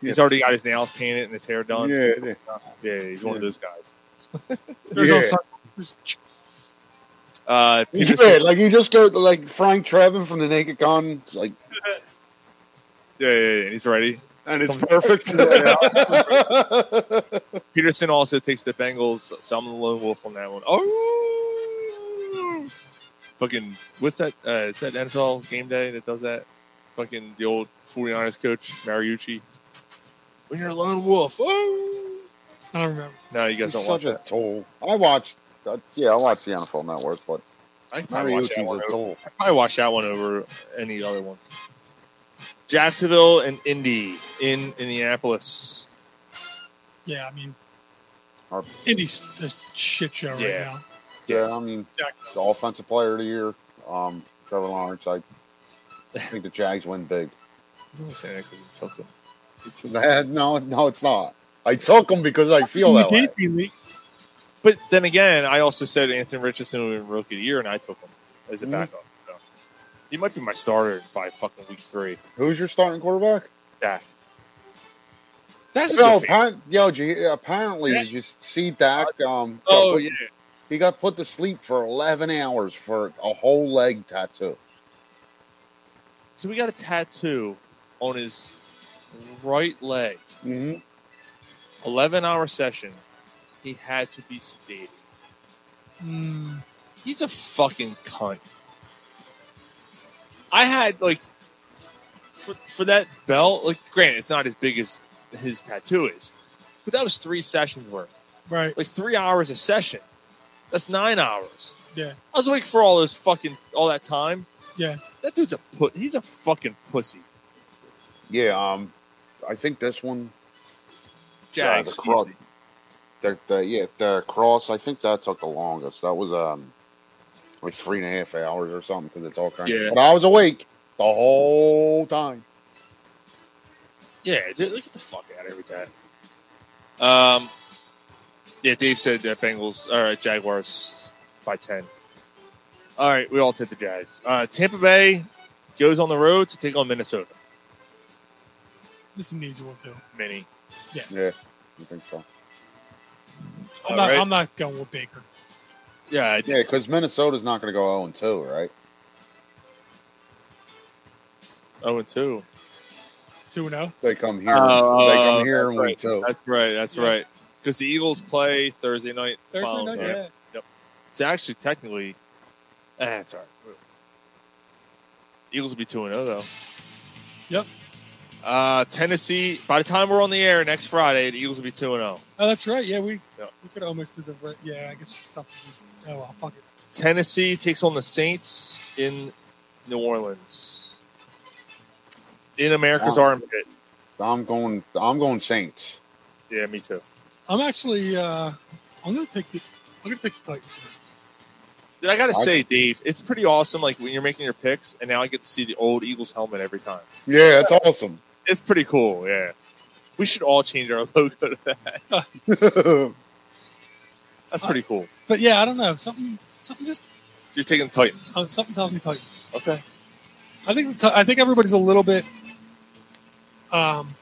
He's Yeah. already got his nails painted and his hair done. Yeah, yeah. Yeah, he's one of Yeah. those guys. There's Yeah. also Uh, Peterson, yeah, like you just go like Frank Trevin from the Naked Gun, like, yeah, yeah, yeah, he's ready. and it's perfect. Yeah. Peterson also takes the Bengals, so I'm the lone wolf on that one. Oh, fucking what's that? Uh, it's that NFL game day that does that. Fucking the old 49ers coach Mariucci. When you're a lone wolf, oh. I don't remember. No, you guys He's don't watch such a that. tool. I watched, uh, yeah, I watched the NFL Network, but I probably watch that Mariucci's one. a Over, tool. I probably watch that one over any other ones. Jacksonville and Indy in Indianapolis. Yeah, I mean, Our- Indy's a shit show right Yeah. now. Yeah, I mean, the offensive player of the year, um, Trevor Lawrence. I think the Jags win big. Nah, no, no, it's not. I took them because I feel that way. But then again, I also said Anthony Richardson would be rookie of the year, and I took him as a Mhm. backup. So he might be my starter by fucking week three. Who's your starting quarterback? Dak. That's a no, good apparent, yo, did you- apparently, Yeah. did you see Dak? Um, got Oh, put- yeah. he got put to sleep for eleven hours for a whole leg tattoo. So we got a tattoo on his right leg. Mm-hmm. 11 hour session. He had to be sedated. Mm, He's a fucking cunt. I had like for, for that belt. Like, granted, it's not as big as his tattoo is, but that was three sessions worth. Right. Like three hours a session. That's nine hours. Yeah. I was awake for all those fucking all that time. Yeah. That dude's a put. He's a fucking pussy. Yeah, um, I think this one. Jags, Yeah, the cross. The, the, yeah, the cross. I think that took the longest. That was um, like three and a half hours or something because it's all kind Yeah. of. But I was awake the whole time. Yeah, dude, look at the fuck out of here with that. Um, Yeah, Dave said that Bengals or Jaguars by ten. All right, we all took the Jags. Uh, Tampa Bay goes on the road to take on Minnesota. This is an easy one too. Mini. Yeah. Yeah, I think so. I'm All not, right. I'm not going with Baker. Yeah, yeah, because Minnesota's not going to go 0 2, right? Oh and two. Two and zero. They come here. Oh, they come here and that's we right. two. That's right. That's Yeah. right. Because the Eagles play Thursday night. Thursday following night, game. yeah. Yep. So actually, technically, eh, it's all right. Eagles will be two and zero though. Yep. Uh, Tennessee. By the time we're on the air next Friday, the Eagles will be two and zero. Oh, that's right. Yeah, we Yeah. we could almost do the re- yeah. I guess stuff. Oh well, fuck it. Tennessee takes on the Saints in New Orleans. In America's Wow. armpit. I'm going. I'm going Saints. Yeah, me too. I'm actually uh, I'm gonna take the I'm gonna take the Titans. here. Dude, I gotta I- say, Dave, it's pretty awesome. Like when you're making your picks, and now I get to see the old Eagles helmet every time. Yeah, that's awesome. It's pretty cool. Yeah, we should all change our logo to that. That's pretty cool. But yeah, I don't know something something just You're taking the Titans. uh, something tells me Titans. Okay. I think the t- I think everybody's a little bit. Um,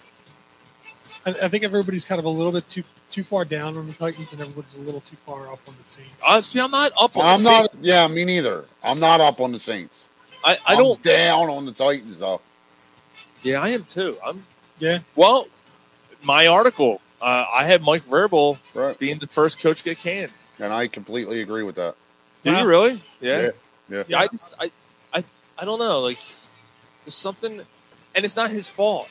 I, I think everybody's kind of a little bit too too far down on the Titans, and everybody's a little too far up on the Saints. Uh, see, I'm not up. On I'm the not. Saints. Yeah, me neither. I'm not up on the Saints. I, I I'm don't- down on the Titans though. Yeah, I am too. I'm. Yeah. Well, my article, uh, I had Mike Verbal being the first coach to get canned. And I completely agree with that. Did you really? Yeah. Yeah. yeah. Yeah, I just I, I I don't know. Like there's something, and it's not his fault.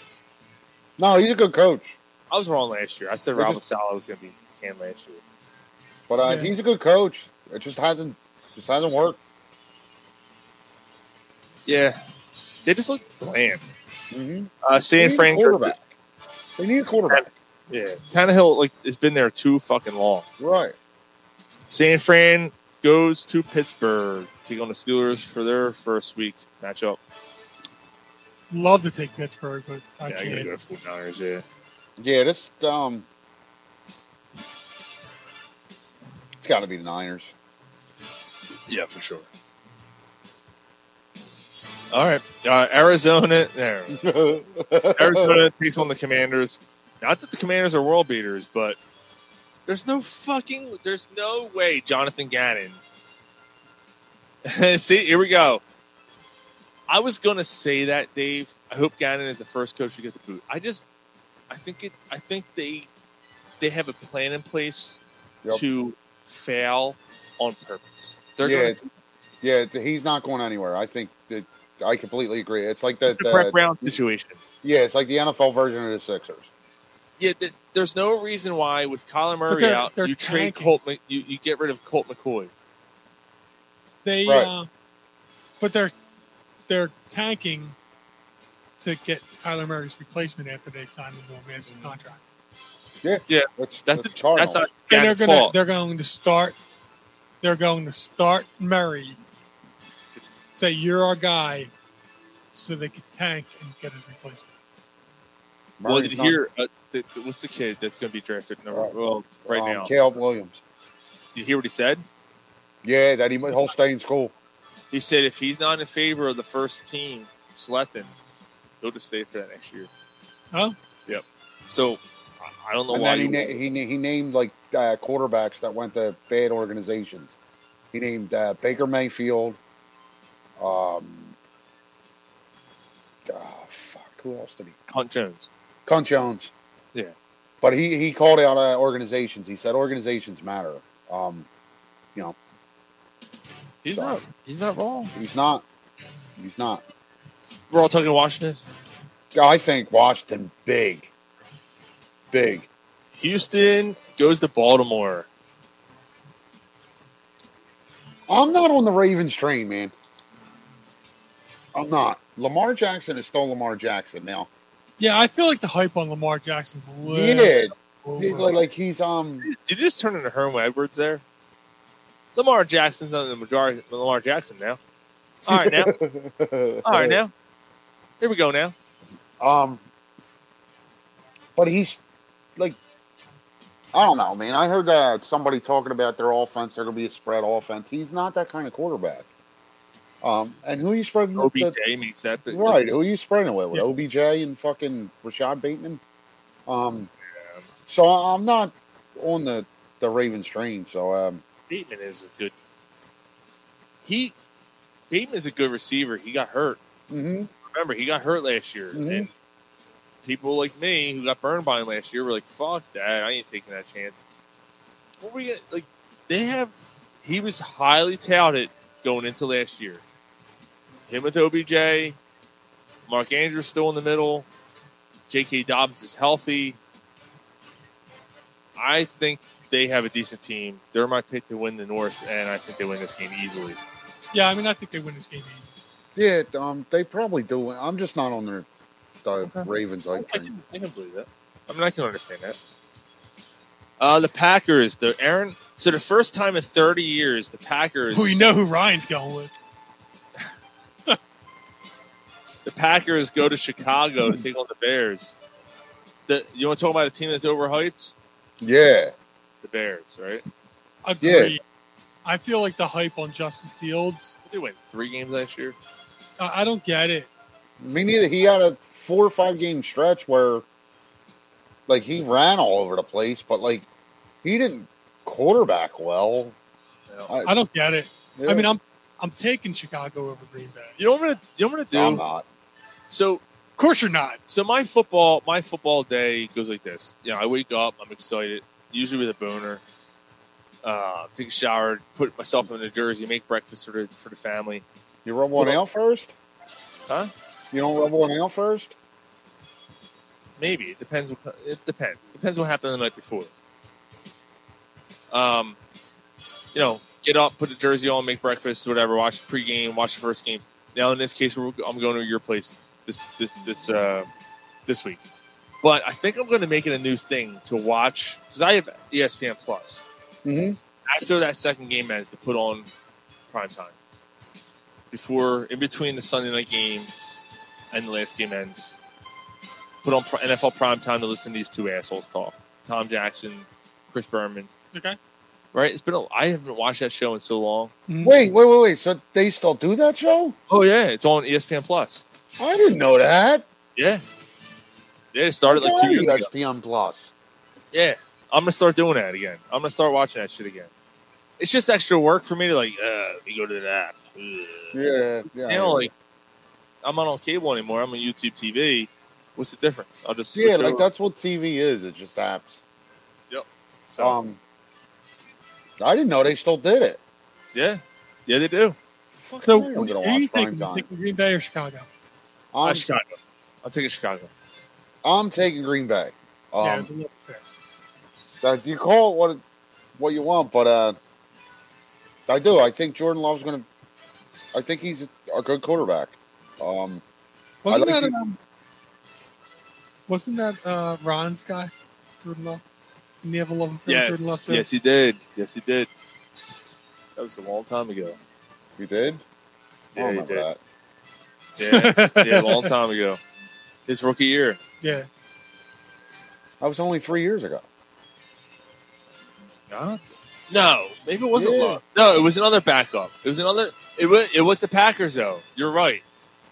No, he's a good coach, I was wrong last year. I said We're Robert just- Sala was going to be canned last year. but uh, Yeah. he's a good coach. It just hasn't just hasn't worked. Yeah, they just look bland. Mm-hmm. Uh, San They need a Fran quarterback. They need a quarterback. Yeah, Tannehill like has been there too fucking long. Right. San Fran goes to Pittsburgh to take on the Steelers for their first week matchup. Love to take Pittsburgh, but Yeah, I I gotta can't. go to 49ers, yeah. Yeah, this um, it's got to be the Niners. Yeah, for sure. All right, uh, Arizona. There, Oh. Arizona takes on the Commanders. Not that the Commanders are world beaters, but there's no fucking, there's no way Jonathan Gannon. See, here we go. I was gonna say that, Dave. I hope Gannon is the first coach to get the boot. I just, I think it. I think they, they have a plan in place Yep. to fail on purpose. They're yeah, gonna it's- yeah, th- he's not going anywhere. I think that I completely agree. It's like that. the Brett that- Brown situation. Yeah, it's like the NFL version of the Sixers. Yeah, th- there's no reason why with Colin Murray they're- out, they're you trade tanking. Colt, Mc- you, you get rid of Colt McCoy. They, Right. uh, but they're they're tanking to get Kyler Murray's replacement after they sign him to a Mm-hmm. massive contract. Yeah, yeah, that's that's, that's, the, that's not And they're Gannon's gonna fault. they're going to start they're going to start Murray. Say you're our guy, so they can tank and get his replacement. Well, Murray's did you not- hear uh, the, the- what's the kid that's going to be drafted number Right. well right um, now? Caleb Williams. You hear what he said? Yeah, that he might- he'll stay in school. He said if he's not in favor of the first team selecting, he'll just stay for that next year. Huh? Yep. So I- I don't know And why then he, you- na- he na- he named like uh, quarterbacks that went to bad organizations. He named uh, Baker Mayfield. Um, ah, fuck, who else did he? Hunt Jones. Cunt Jones. Yeah. But he, he called out uh, organizations. He said organizations matter. Um, you know, He's not. He's not wrong. he's not. He's not. We're all talking Washington. I think Washington big, big. Houston goes to Baltimore. I'm not on the Ravens train, man. I'm not. Lamar Jackson is still Lamar Jackson now. Yeah, I feel like the hype on Lamar Jackson's a little Yeah, over. He- like, like he's um. Did you just turn into Herm Edwards there? Lamar Jackson's not the majority. Lamar Jackson now. All right now. All right now. Here we go now. Um, but he's like I don't know, man. I heard that somebody talking about their offense. They're going to be a spread offense. He's not that kind of quarterback. Um, and who you spreading with? OBJ the- makes that. the- right. Who you spreading it with? With OBJ and fucking Rashad Bateman. Um, so I'm not on the the Ravens train. So um, Bateman is a good. He Bateman's a good receiver. He got hurt. Mm-hmm. Remember, he got hurt last year, and people like me who got burned by him last year were like, "Fuck that! I ain't taking that chance." What were you gonna- like? They have. He was highly touted going into last year. Him with OBJ, Mark Andrews still in the middle. J.K. Dobbins is healthy. I think they have a decent team. They're my pick to win the North, and I think they win this game easily. Yeah, I mean, I think they win this game. easy. yeah, um, they probably do. I'm just not on their the Ravens like train. I can believe that. I mean, I can understand that. Uh, the Packers, the Aaron. So the first time in 30 years, the Packers. Who you know who Ryan's going with? the Packers go to Chicago to take on the Bears. The, you want to talk about a team that's overhyped? Yeah. The Bears, right? Agreed. I feel like the hype on Justin Fields. They went three games last year. I, I don't get it. Me neither. He had a four or five game stretch where, like, he ran all over the place, but like, he didn't quarterback well. I don't get it. Yeah. I mean, I'm I'm taking Chicago over Green Bay. You know what I'm gonna, you know what I'm gonna do? I'm not. So, of course you're not. So my football, my football day goes like this. You know, I wake up, I'm excited, usually with a boner. Uh, take a shower, put myself in a jersey, make breakfast for the for the family. You rub one out first? Huh? You don't rub one out first? Maybe it depends. What, it depends. Depends what happened the night before. Um, you know, get up, put the jersey on, make breakfast, whatever. Watch pregame, watch the first game. Now in this case, we're, I'm going to your place this this this uh, this week. But I think I'm going to make it a new thing to watch because I have E ESPN Plus. Mm-hmm. After that second game ends, to put on prime time before in between the Sunday night game and the last game ends. Put on pri- NFL prime time to listen to these two assholes talk. Tom Jackson, Chris Berman. Okay. Right? It's been a, I haven't watched that show in so long. Wait, wait, wait, wait. So they still do that show? Oh yeah, it's on ESPN Plus. I didn't know that. Yeah. Yeah, it started like two years ago. ESPN Plus. Yeah. I'm gonna start doing that again. I'm gonna start watching that shit again. It's just extra work for me to like, uh, let me go to the app. Ugh. Yeah, yeah. you know, like I'm not on cable anymore. I'm on YouTube TV. What's the difference? I'll just yeah, switch like over. that's what TV is. It's just apps. Yep. Um, I didn't know they still did it. Yeah, yeah, they do. Um, So, I'm gonna who do you watch prime think? time. Green Bay or Chicago? I'm, Chicago. I'll take it Chicago. I'm taking Green Bay. yeah, Um, it's a little fair. Uh, you call it what it- what you want, but uh, I do. I think Jordan Love's going to. I think he's a, a good quarterback. Um, I Wasn't like that the- um, wasn't that uh, Ron's guy, Jordan Love? Didn't he have a love affair with Jordan Love? Yes, too? yes, he did. Yes, he did. That was a long time ago. You did? Yeah, I he remember did. that. Yeah, yeah, a long time ago. His rookie year. Yeah. That was only three years ago. No, no, maybe it wasn't Yeah. Love. No, it was another backup. It was another. It was. It was the Packers, though. You're right.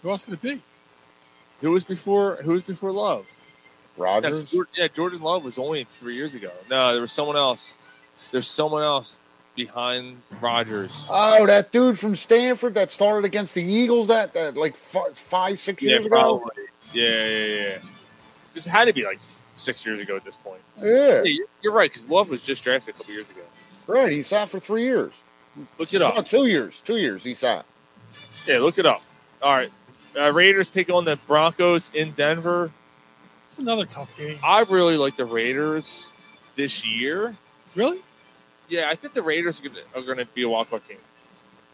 Who else could it be? Who was before? Who was before Love? Yeah, 'cause Rodgers. Jor- yeah, Jordan Love was only three years ago. No, there was someone else. There's someone else behind Rodgers. Oh, that dude from Stanford that started against the Eagles that, that like f- five six years ago. probably. Yeah, yeah, yeah. This had to be like six years ago at this point. Yeah. you're, you're right because Love was just drafted a couple years ago. Right, he sat for three years. Look it up. No, two years. Two years he sat. Yeah, look it up. All right, uh, Raiders take on the Broncos in Denver. It's another tough game. I really like the Raiders this year. Really? Yeah, I think the Raiders are gonna, are gonna be a walk-off team.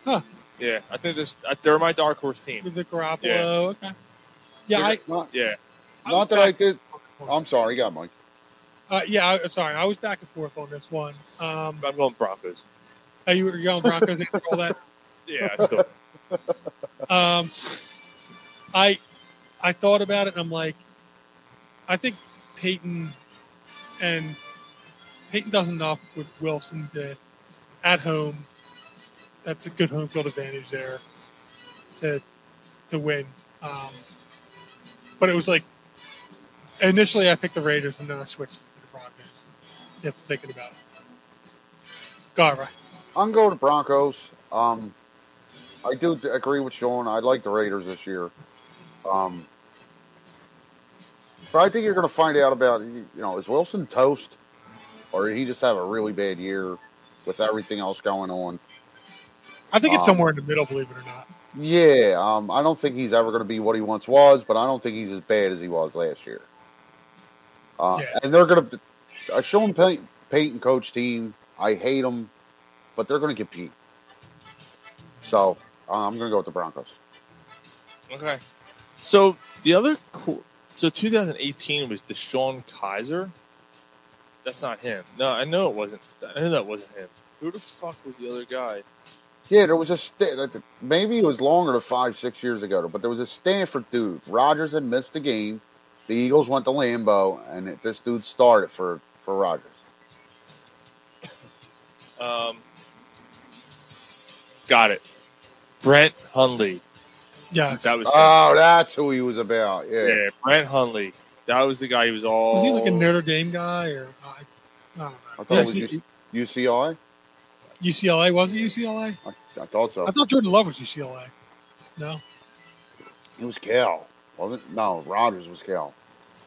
Huh. Yeah, I think this, uh, they're my dark horse team. With the Garoppolo. Yeah. Okay. Yeah, I, not, Yeah. not that I did. I'm sorry, you got Mike. uh, yeah. I, sorry, I was back and forth on this one. Um, I'm going Broncos. Are you, are you going Broncos after all that? Yeah, I still. Um, I I thought about it. and I'm like, I think Peyton and Peyton does enough with Wilson to at home. That's a good home field advantage there to to win. Um, but it was like initially I picked the Raiders and then I switched to the Broncos. You have to thinking about it. Gara. I'm going to Broncos. Um, I do d- agree with Sean. I like the Raiders this year. Um, but I think you're going to find out about, you know, is Wilson toast or did he just have a really bad year with everything else going on? I think it's Um, somewhere in the middle, believe it or not. Yeah, um, I don't think he's ever going to be what he once was, but I don't think he's as bad as he was last year. Uh, And they're going to a Sean Pay- Payton coach team. I hate them, but they're going to compete. So uh, I'm going to go with the Broncos. Okay. So the other, co- so 2018 was Deshaun Kaiser. That's not him. No, I know it wasn't. I know that wasn't him. Who the fuck was the other guy? Yeah, there was a sta- like, maybe it was longer than five, six years ago, but there was a Stanford dude. Rogers had missed the game. The Eagles went to Lambeau, and it, this dude started for for Rogers. Um, got it. Brent Hundley. Yes. That was. him. Oh, that's who he was about. Yeah. yeah, Brent Hundley. That was the guy who was all. Was he like a Notre Dame guy or uh, I, I don't know. I thought Yeah, it was see- U- UCLA. UCLA was it UCLA? I, I thought so. I thought Jordan Love was UCLA. No, It was Cal, wasn't? it? No, Rogers was Cal.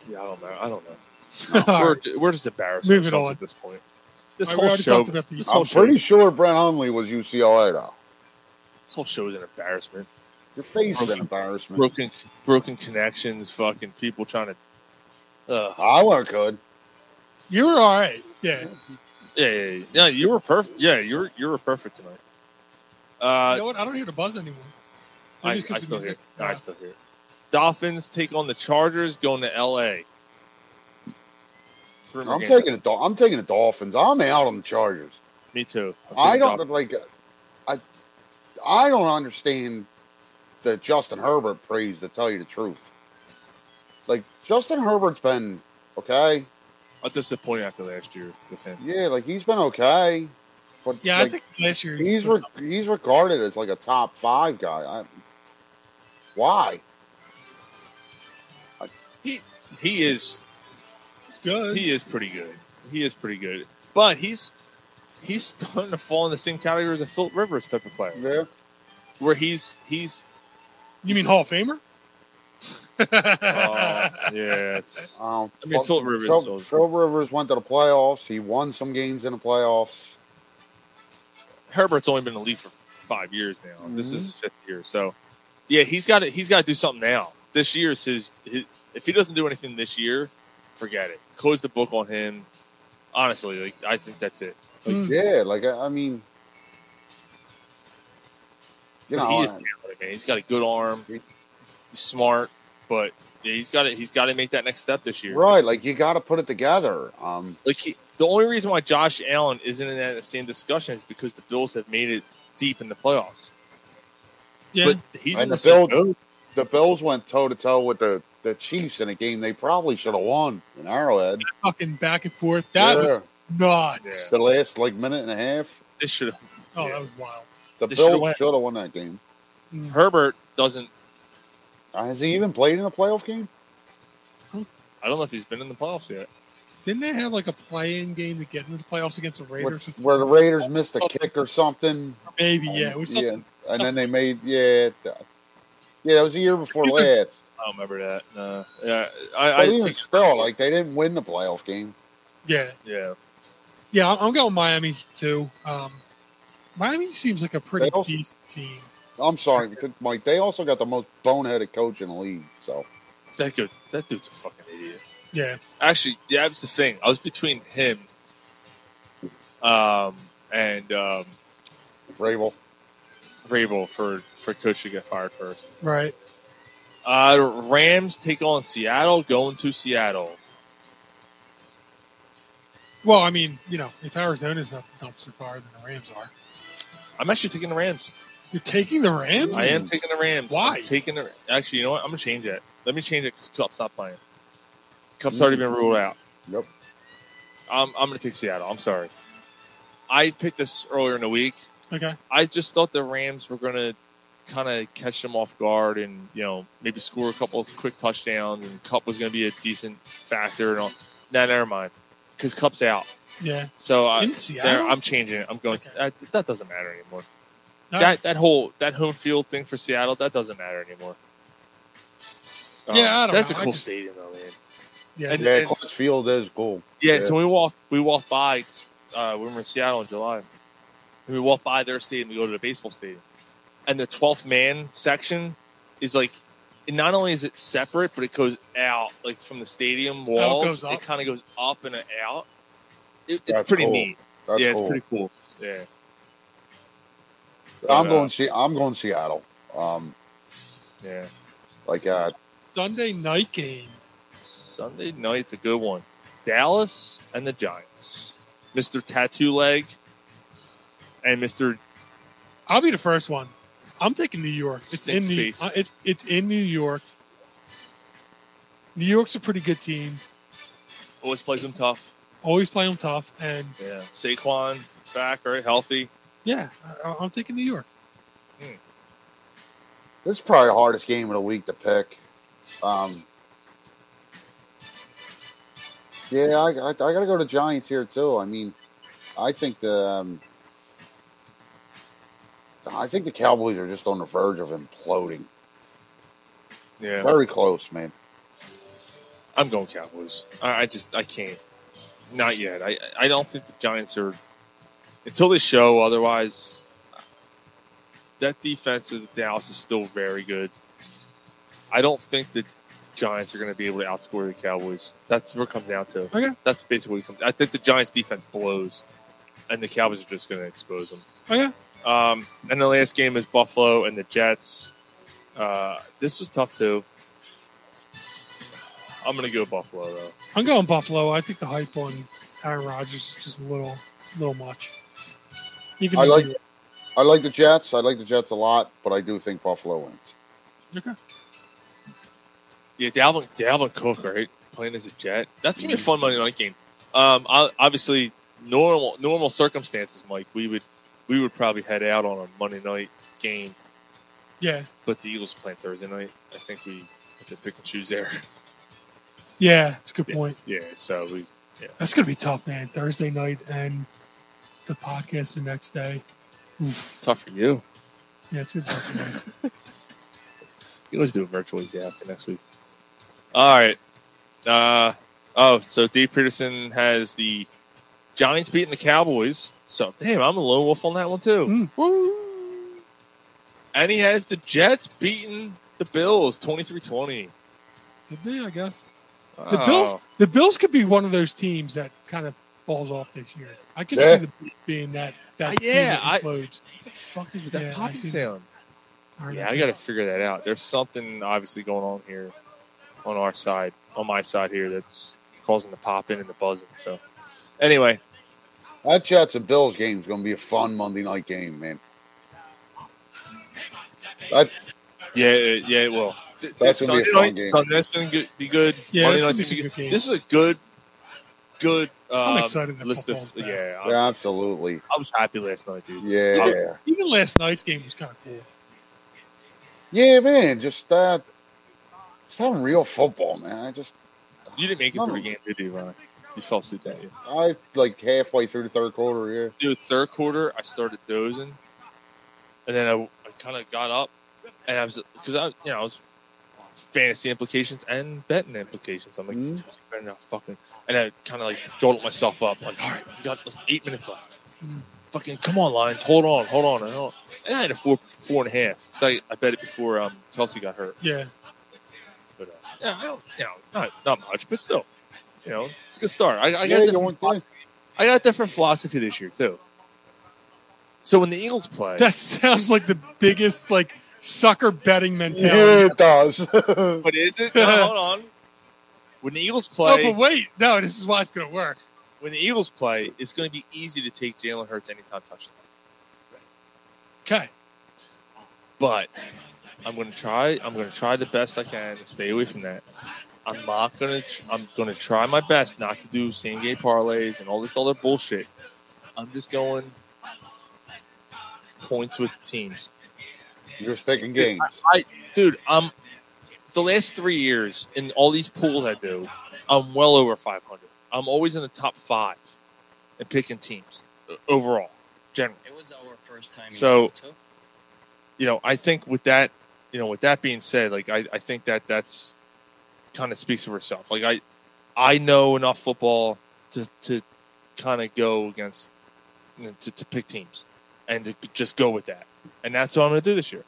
Yeah, I don't know. I don't know. we're, we're just embarrassed Moving ourselves on. at this point. This I whole already show. talked about the- this I'm whole show. pretty sure Brent Hundley was UCLA though. This whole show is an embarrassment. Your face is an embarrassment. Broken, broken connections. Fucking people trying to. Uh, I weren't good. you were all right. Yeah. Yeah, yeah, yeah. yeah you were perfect. Yeah, you were you were perfect tonight. you know Uh, what? I don't hear the buzz anymore. I, Maybe it's 'cause I the still hear. music. I still hear. Dolphins take on the Chargers, going to L.A. For I'm taking the Dol- I'm taking the Dolphins. I'm out on the Chargers. Me too. I'm I taking don't Dolphins. like. I I don't understand the Justin Herbert praise. To tell you the truth, like Justin Herbert's been okay. I was disappointed after last year with him. Yeah, like he's been okay, but Yeah, like, I think last year he's re- he's regarded as like a top five guy. I, why? He he is he's good. He is pretty good. He is pretty good. But he's he's starting to fall in the same category as a Philip Rivers type of player. Yeah. Where he's he's You mean Hall of Famer? uh, yeah, it's Um, I mean, fuck- Philip Rivers Phil, is- Phil Rivers went to the playoffs. He won some games in the playoffs. Herbert's only been in the league for five years now. This is his fifth year, so yeah, he's got to he's got to do something now. This year is his, his. If he doesn't do anything this year, forget it. Close the book on him. Honestly, like I think that's it. Like, Hmm. Yeah, like I, I mean, But you know, he is I- talented, man. He's got a good arm. He's smart, but yeah, he's got to he's got to make that next step this year. right? Like you got to put it together. Um, Like he, the only reason why Josh Allen isn't in that same discussion is because the Bills have made it deep in the playoffs. But he's And in the, same Bill- boat. the Bills went toe to toe with the the Chiefs in a game they probably should have won in Arrowhead. Fucking back and forth. That was nuts. The last like minute and a half, They should have. Oh, that was wild. the They shoulda Bills won. should have won that game. Herbert doesn't. Has he even played in a playoff game? I don't know if he's been in the playoffs yet. Didn't they have like a play-in game to get into the playoffs against the Raiders? Where the Raiders missed Oh. a kick or something. Maybe yeah. It was yeah, something. and then they made yeah, th- yeah. That was the year before last. I don't remember that. Uh, yeah, I, I But even take- still, like they didn't win the playoff game. Yeah, yeah. yeah. I'm- I'm going Miami too. Um, Miami seems like a pretty They also- decent team. I'm sorry, Mike. They also got the most boneheaded coach in the league. So That dude, that dude's a fucking idiot. Yeah. Actually, yeah, that's the thing. I was between him, um, and um, Rabel, Rabel for for coach to get fired first. Right. Uh, Rams take on Seattle, going to Seattle. Well, I mean, you know, if Arizona's not the dumpster fire, then the Rams are. I'm actually taking the Rams. You're taking the Rams? I am taking the Rams. Why? I'm taking the actually, you know what? I'm gonna change that. Let me change it because Cup's not playing. Cup's already been ruled out. Yep. I'm, I'm going to take Seattle. I'm sorry. I picked this earlier in the week. Okay. I just thought the Rams were going to kind of catch them off guard and, you know, maybe score a couple of quick touchdowns and Cup was going to be a decent factor. And all. No, never mind. Because Cup's out. Yeah. So I, In Seattle? there- I'm changing it. I'm going. I, that doesn't matter anymore. All that right. that whole that home field thing for Seattle that doesn't matter anymore. Yeah, I don't that's know. a I cool just- stadium though, man. Yeah. And- yeah, and- Coors Field is cool. Yeah, so we walked we walked by uh, when we were in Seattle in July. And we walked by their stadium to go to the baseball stadium, and the twelfth man section is like. and Not only is it separate, but it goes out like from the stadium walls. Oh, goes up. it kind of goes up and out. It, it's That's pretty cool. neat. That's yeah, cool. it's pretty cool. Yeah. I'm Yeah. going. Se- I'm going Seattle. Um, Yeah. like uh, Sunday night game. Sunday night's a good one. Dallas and the Giants. Mr. Tattoo Leg and Mr. I'll be the first one. I'm taking New York. It's Stink in New. face. uh, it's it's in New York. New York's a pretty good team. Always plays him tough. Always play them tough, and Yeah. Saquon back, right? Healthy. yeah, I, I'm taking New York. this is probably the hardest game of the week to pick. Um, yeah, I, I, I got to go to Giants here too. I mean, I think the um, I think the Cowboys are just on the verge of imploding. Yeah. Very close, man. I'm going Cowboys. I, I just I can't. Not yet. I I don't think the Giants are until they show otherwise. That defense of Dallas is still very good. I don't think the Giants are going to be able to outscore the Cowboys. That's what it comes down to. Okay. That's basically. What it comes, I think the Giants defense blows, and the Cowboys are just going to expose them. Oh yeah, Um, and the last game is Buffalo and the Jets. Uh, this was tough too. I'm gonna go Buffalo though. I'm going Buffalo. I think the hype on Aaron Rodgers is just a little little much. Even I New like York. I like the Jets. I like the Jets a lot, but I do think Buffalo wins. Okay. Yeah, Dalvin Dalvin Cook, right? Playing as a Jet. That's gonna be a fun Monday night game. Um, I, obviously, normal normal circumstances, Mike. We would we would probably head out on a Monday night game, Yeah, but the Eagles are playing Thursday night. I think we have to pick and choose there. yeah, it's a good point. Yeah, so we yeah. That's gonna be tough, man. Thursday night and the podcast the next day. Oof. Tough for you. Yeah, it's gonna be tough. man. You always do it virtually day after next week. All right. Uh, oh, so Dave Peterson has the Giants beating the Cowboys. So damn, I'm a lone wolf on that one too. Woo. And he has the Jets beating the Bills 23-20. Did they? I guess the Wow. Bills. The Bills could be one of those teams that kind of falls off this year. I could Yeah. see the Bills being that. that Uh, team yeah, that I- implodes. the fuck is with Yeah, I that popping see. sound? All right, Yeah, that's I it. got to figure that out. There's something obviously going on here on our side, on my side here, that's causing the popping and the buzzing. So anyway, That Jets and Bills game is going to be a fun Monday night game, man. That, Yeah, it- yeah, it will. Th- That's th- gonna be a Sunday fun night- game. Sunday night's gonna go- be good. Yeah, Monday that's gonna night's be gonna a be good good. game. This is a good, good. Um, excited that list of, football's back. yeah, I, yeah, absolutely. I was happy last night, dude. Yeah, Even, even last night's game was kind of cool. yeah, man. Just uh, just having real football, man. I just you didn't make it through the game, did you, Ron? You fell asleep, didn't you? I like halfway through the third quarter. Yeah, Dude, third quarter, I started dozing, and then I, I kind of got up, and I was because I, you know, I was fantasy implications and betting implications. I'm like, Mm-hmm. dude, I better not fucking, and I kind of like jolted myself up, like, all right, we got like, eight minutes left. Fucking come on, Lions, hold on, hold on, hold on. And I had a four, four and a half. So I, I bet it before um, Kelsey got hurt. Yeah, But, uh, yeah, I don't, you know, not, not much, but still, you know, it's a good start. I, I Yeah, got a you different went philosophy. I got a different philosophy this year too. So when the Eagles play, that sounds like the biggest like sucker betting yeah mentality. it does. but is it? No, hold on. When the Eagles play, No, but wait, no, this is why it's gonna work. when the Eagles play, it's going to be easy to take Jalen Hurts anytime touchdown. Okay, But I'm going to try. I'm going to try the best I can to stay away from that. I'm not gonna. I'm gonna try my best not to do same gay parlays and all this other bullshit. I'm just going points with teams. You're just picking games, I, I- dude. I'm the last three years in all these pools I do. I'm well over 500. I'm always in the top five and picking teams uh, overall, generally. It was our first time. So, you know, I think with that, you know, with that being said, like I, I think that that's kind of speaks for itself. Like I, I know enough football to to kind of go against, you know, to, to pick teams, and to just go with that, and that's what I'm going to do this year.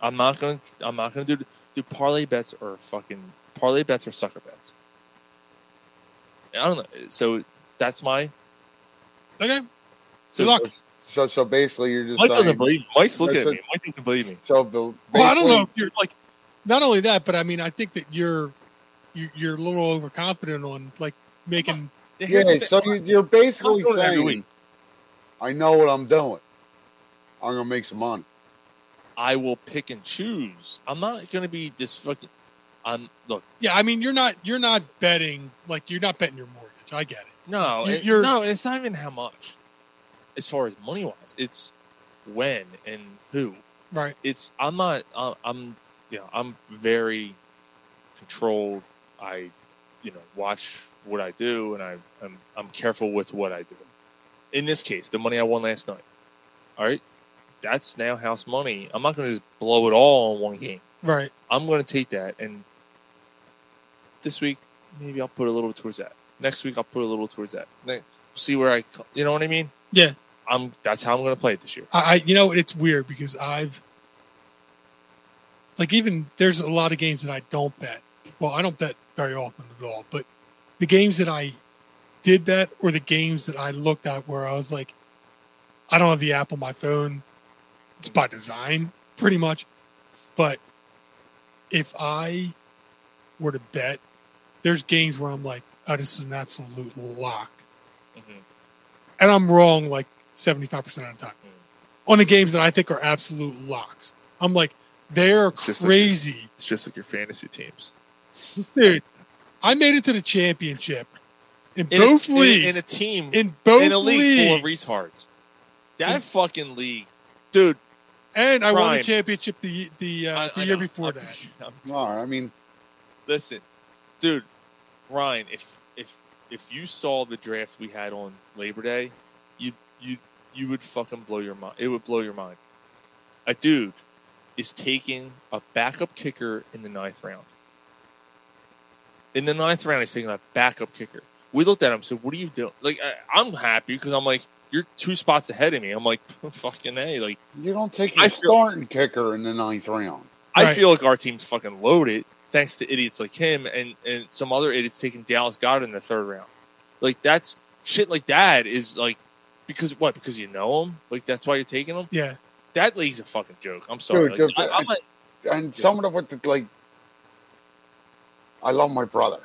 I'm not gonna. I'm not gonna do. Do parlay bets or fucking parlay bets or sucker bets. I don't know. So that's my. Okay. So so so basically you're just. Mike doesn't saying- believe. me. Mike's looking at So- me. Mike doesn't believe me. So Bill, Well, I don't basically- know if you're like. Not only that, but I mean, I think that you're you- you're a little overconfident on like making. Yeah, so you, you're basically I'm doing it every saying, week. I know what I'm doing. I'm gonna make some money. I will pick and choose. I'm not going to be this fucking. I'm look. Yeah, I mean, you're not you're not betting like you're not betting your mortgage. I get it. No, You- it- you're- no. It's not even how much. As far as money wise, it's when and who. Right. It's I'm not. Uh, I'm you know I'm very controlled. I you know watch what I do and I I'm, I'm careful with what I do. In this case, the money I won last night. All right, that's now house money. I'm not going to just blow it all on one game. Right. I'm going to take that and this week maybe I'll put a little towards that. Next week I'll put a little towards that. Ne- see where I, co- you know what I mean? Yeah. I'm that's how I'm going to play it this year. I, I you know it's weird because I've like even there's a lot of games that I don't bet. Well, I don't bet very often at all, but the games that I did bet or the games that I looked at where I was like, I don't have the app on my phone. It's by design, pretty much. But if I were to bet, there's games where I'm like, oh, this is an absolute lock and I'm wrong like 75% of the time Mm. on the games that I think are absolute locks. I'm like, they're just crazy. It's just like your fantasy teams. Dude, I made it to the championship in, In a- both in a- leagues. in a team, In both in a league leagues. full of retards. That fucking league, dude. And I won the Prime. championship the the, uh, the year before that. No, I mean, Listen, dude, Ryan, if if if you saw the draft we had on Labor Day, you you you would fucking blow your mind. It would blow your mind. A dude is taking a backup kicker in the ninth round. In the ninth round, he's taking a backup kicker. We looked at him, said, "What are you doing?" Like, I, I'm happy because I'm like, you're two spots ahead of me. I'm like, fucking a, like, you don't take your I feel- starting kicker in the ninth round. I feel like our team's fucking loaded thanks to idiots like him and, and some other idiots taking Dallas Goddard in the third round. Like that's shit like that is like because what? Because you know him? Like that's why you're taking him? Yeah. That league's a fucking joke. I'm sorry. Dude, Like, I, I'm like, and some of the what the, like, I love my brother,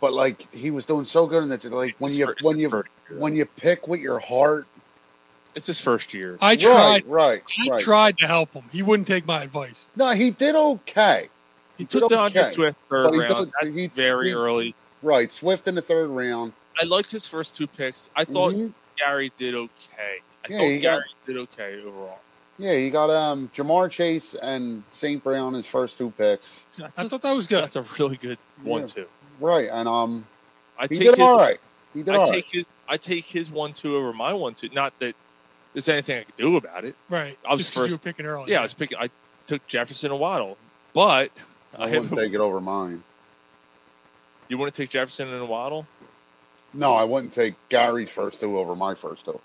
but like he was doing so good in that like when you when you when you pick with your heart. it's his first year. I Right, tried. right, I right. tried to help him. He wouldn't take my advice. No, he did okay. He did took DeAndre okay. Swift third But he round. doesn't- That's very early. Right, Swift in the third round. I liked his first two picks. I thought Gary did okay. I Mm-hmm. Yeah, thought he Gary got- did okay overall. Yeah, you got um Jamar Chase and St. Brown his first two picks. I thought that was good. That's a really good one Yeah. two. Right, and um I he take did his, all right. He did I all take right. his I take his one two over my one two. Not that there's anything I could do about it. Right. I was Just 'cause first. you were picking early. yeah, I was picking. I took Jefferson and Waddle, but I, I have, wouldn't take it over mine. you want to take Jefferson and Waddle. No, I wouldn't take Gary's first two over my first two.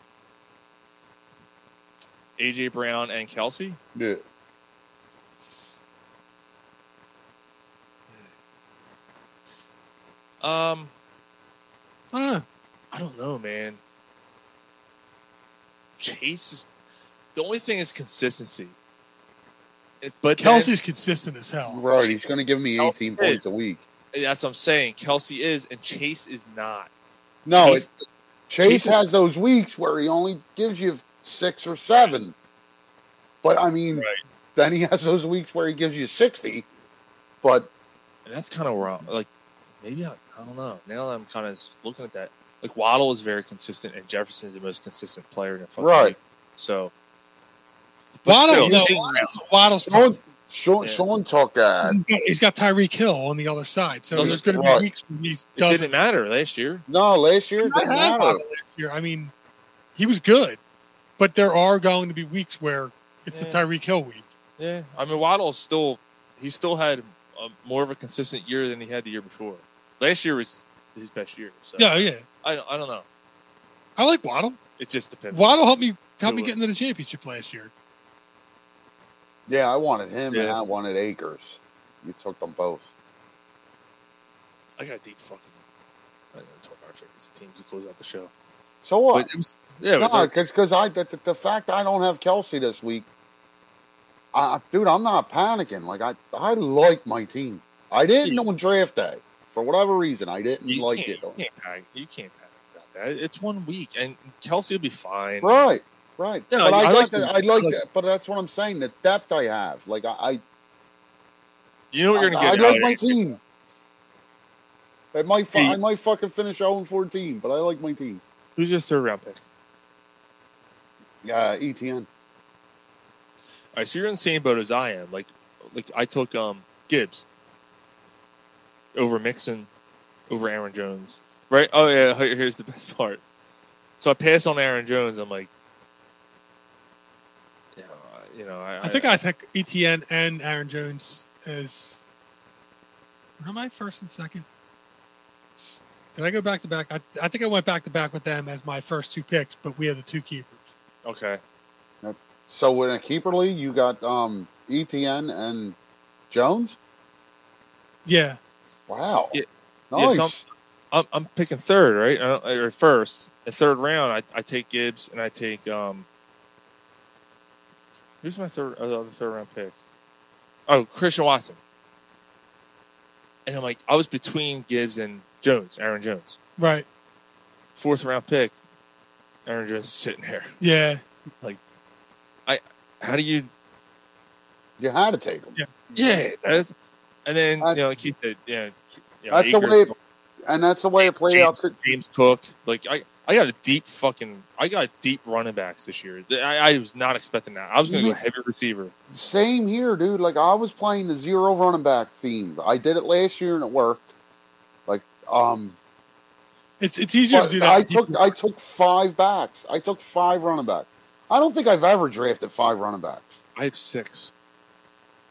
AJ Brown and Kelsey. Yeah. Um, I don't know. I don't know, man. Chase is the only thing is consistency. It- but then- Kelsey's consistent as hell. Right, he's gonna give me Kelsey eighteen points a is. week. that's what I'm saying. Kelsey is, and Chase is not. Chase- No, Chase, it, Chase, Chase is- has those weeks where he only gives you six or seven. But I mean then he has those weeks where he gives you sixty. But And that's kind of where, I, like, maybe I, I don't know. Now that I'm kind of looking at that, like Waddle is very consistent, and Jefferson is the most consistent player in the fucking Right. league. So Waddle, still, no, still- Waddle's, Waddle's Sean, tough. Sean, Yeah. Sean took uh, He's got- he's got Tyreek Hill on the other side, so Doesn't- there's going to be right. weeks when he it doesn't. didn't matter last year. no last year. it I Didn't had Waddle matter. last year. I mean, he was good, but there are going to be weeks where it's Yeah. the Tyreek Hill week. Yeah, I mean Waddle's still he still had a, more of a consistent year than he had the year before. Last year was his best year. So Yeah, yeah. I, I don't know. I like Waddle. It just depends. Waddle helped me helped Tua. me get into the championship last year. Yeah, I wanted him and Yeah. I wanted Akers. You took them both. I got deep fucking. I got to talk our fantasy teams to close out the show. So what? yeah, it was like- because I the, the, the fact I don't have Kelsey this week, I, dude, I'm not panicking. Like I, I like my team. I didn't on draft day for whatever reason. I didn't You like can't, it. You can't, panic, you can't panic about that. It's one week, and Kelsey will be fine. Right, right. No, but I, I got like that. the- I like like- that. But that's what I'm saying. The depth I have. Like I, I You know what you're going I, to I get. Uh, like my Alex. team. I might, fu- Hey. I might fucking finish 0 and 14, but I like my team. Who's your third round pick? Uh, ETN. All right, so you're in the same boat as I am. Like, like I took um Gibbs over Mixon, over Aaron Jones. Right? Oh yeah. here- Here's the best part. So I passed on Aaron Jones. I'm like, yeah, I- you know, I, I think I took ETN and Aaron Jones as. Where am I first and second? Did I go back to back? I, I think I went back to back with them as my first two picks, but we had the two keepers. okay. So in a keeper league, you got um, ETN and Jones. Yeah. Wow. Yeah, Nice. Yeah, so I'm, I'm, I'm picking third, right? I don't- Or first. The third round, I, I take Gibbs and I take. um Who's my third uh, other other third round pick? Oh, Christian Watson. And I'm like, I was between Gibbs and Jones, Aaron Jones. Right. Fourth round pick, Aaron Jones is sitting there. Yeah. Like, I, how do you? You had to take them. Yeah. Yeah. That's, and then you know, like Keith said, yeah. you know, that's the Akers- way, it, and that's the way it played out. James, To, James Cook. Like I, I got a deep fucking. I got deep running backs this year. I, I was not expecting that. I was going to go heavy receiver. same here, dude. Like I was playing the zero running back theme. I did it last year and it worked. Like um, It's it's easier But to do that. I with took keepers. I took five backs. I took five running backs. I don't think I've ever drafted five running backs. I have six.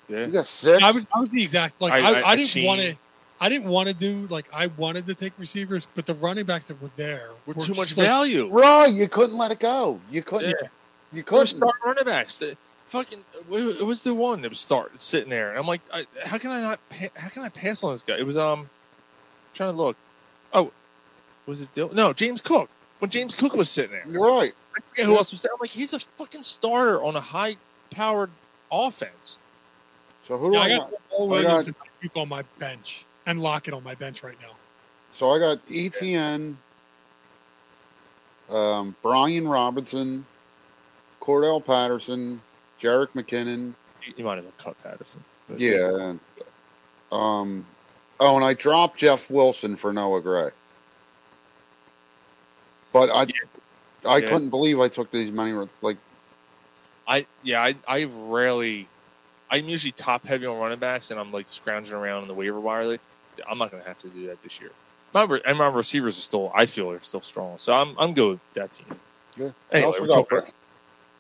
Yeah. You got six. I was, I was the exact like I- I- I, I, I didn't cheated. want to. I didn't want to do like I wanted to take receivers, but the running backs that were there were, too much just, like, value. Right, you couldn't let it go. You couldn't. Yeah. You They're couldn't. start running backs. The fucking it was the one that was start sitting there, and I'm like, I, how can I not? Pa- how can I pass on this guy? It was um, I'm trying to look. Oh, was it Dill? No, James Cook. When James Cook was sitting there, You're right. I forget who else was there. I'm like, he's a fucking starter on a high powered offense. So who do Yeah, I, I got got? Paul I Williams got and Mike Duke on my bench and Lockett on my bench right now. so I got E ETN, um, Brian Robinson, Cordell Patterson, Jarek McKinnon. You might have cut Patterson. but- Yeah. Um. Oh, and I dropped Jeff Wilson for Noah Gray. But I, I Yeah. couldn't believe I took these many. Like I yeah, I, I rarely I'm usually top heavy on running backs and I'm like scrounging around in the waiver wire. Like, I'm not gonna have to do that this year. My re- and my receivers are still I feel are still strong. So I'm I'm good with that team. Yeah. Anyway, I, also we're got, talking-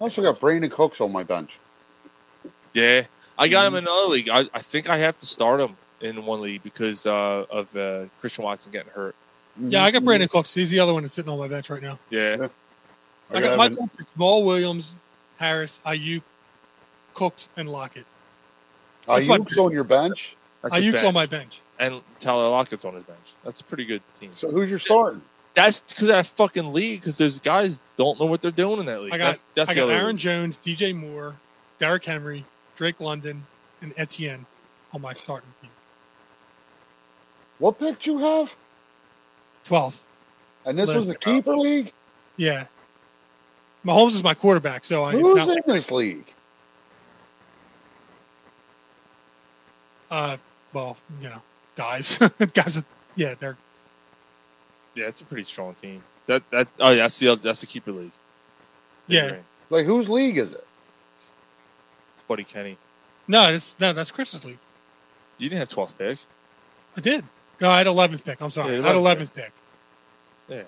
I also got Brandon Cooks on my bench. Yeah. I got him in another league. I, I think I have to start him in one league because uh, of uh, Christian Watson getting hurt. Yeah, I Mm-hmm. got Brandon Cooks. He's the other one that's sitting on my bench right now. Yeah. I got my bench is Jamal Williams, Harris, Ayuk, Cooks, and Lockett. So that's my- Ayuk's on your bench. That's a Ayuk's bench. on Ah, my bench. And Tyler Lockett's on his bench. That's a pretty good team. So who's your starting? That's because that fucking league. Because those guys don't know what they're doing in that league. I got that's that's I the got other Aaron Jones, DJ Moore, Derek Henry, Drake London, and Etienne on my starting team. What pick you have? Twelve. And this was a Listen. uh, keeper league. Yeah. Mahomes is my quarterback, so I it's Who's not in like this league? uh well, you know. dies. guys, are- yeah, they're Yeah, it's a pretty strong team. That that oh yeah, that's the that's the keeper league. yeah. Like whose league is it? It's Buddy Kenny. No, it's no, that's Chris's league. You didn't have twelfth pick. I did. No, I had eleventh pick. I'm sorry, Yeah, I had 11th eleventh pick. Yeah.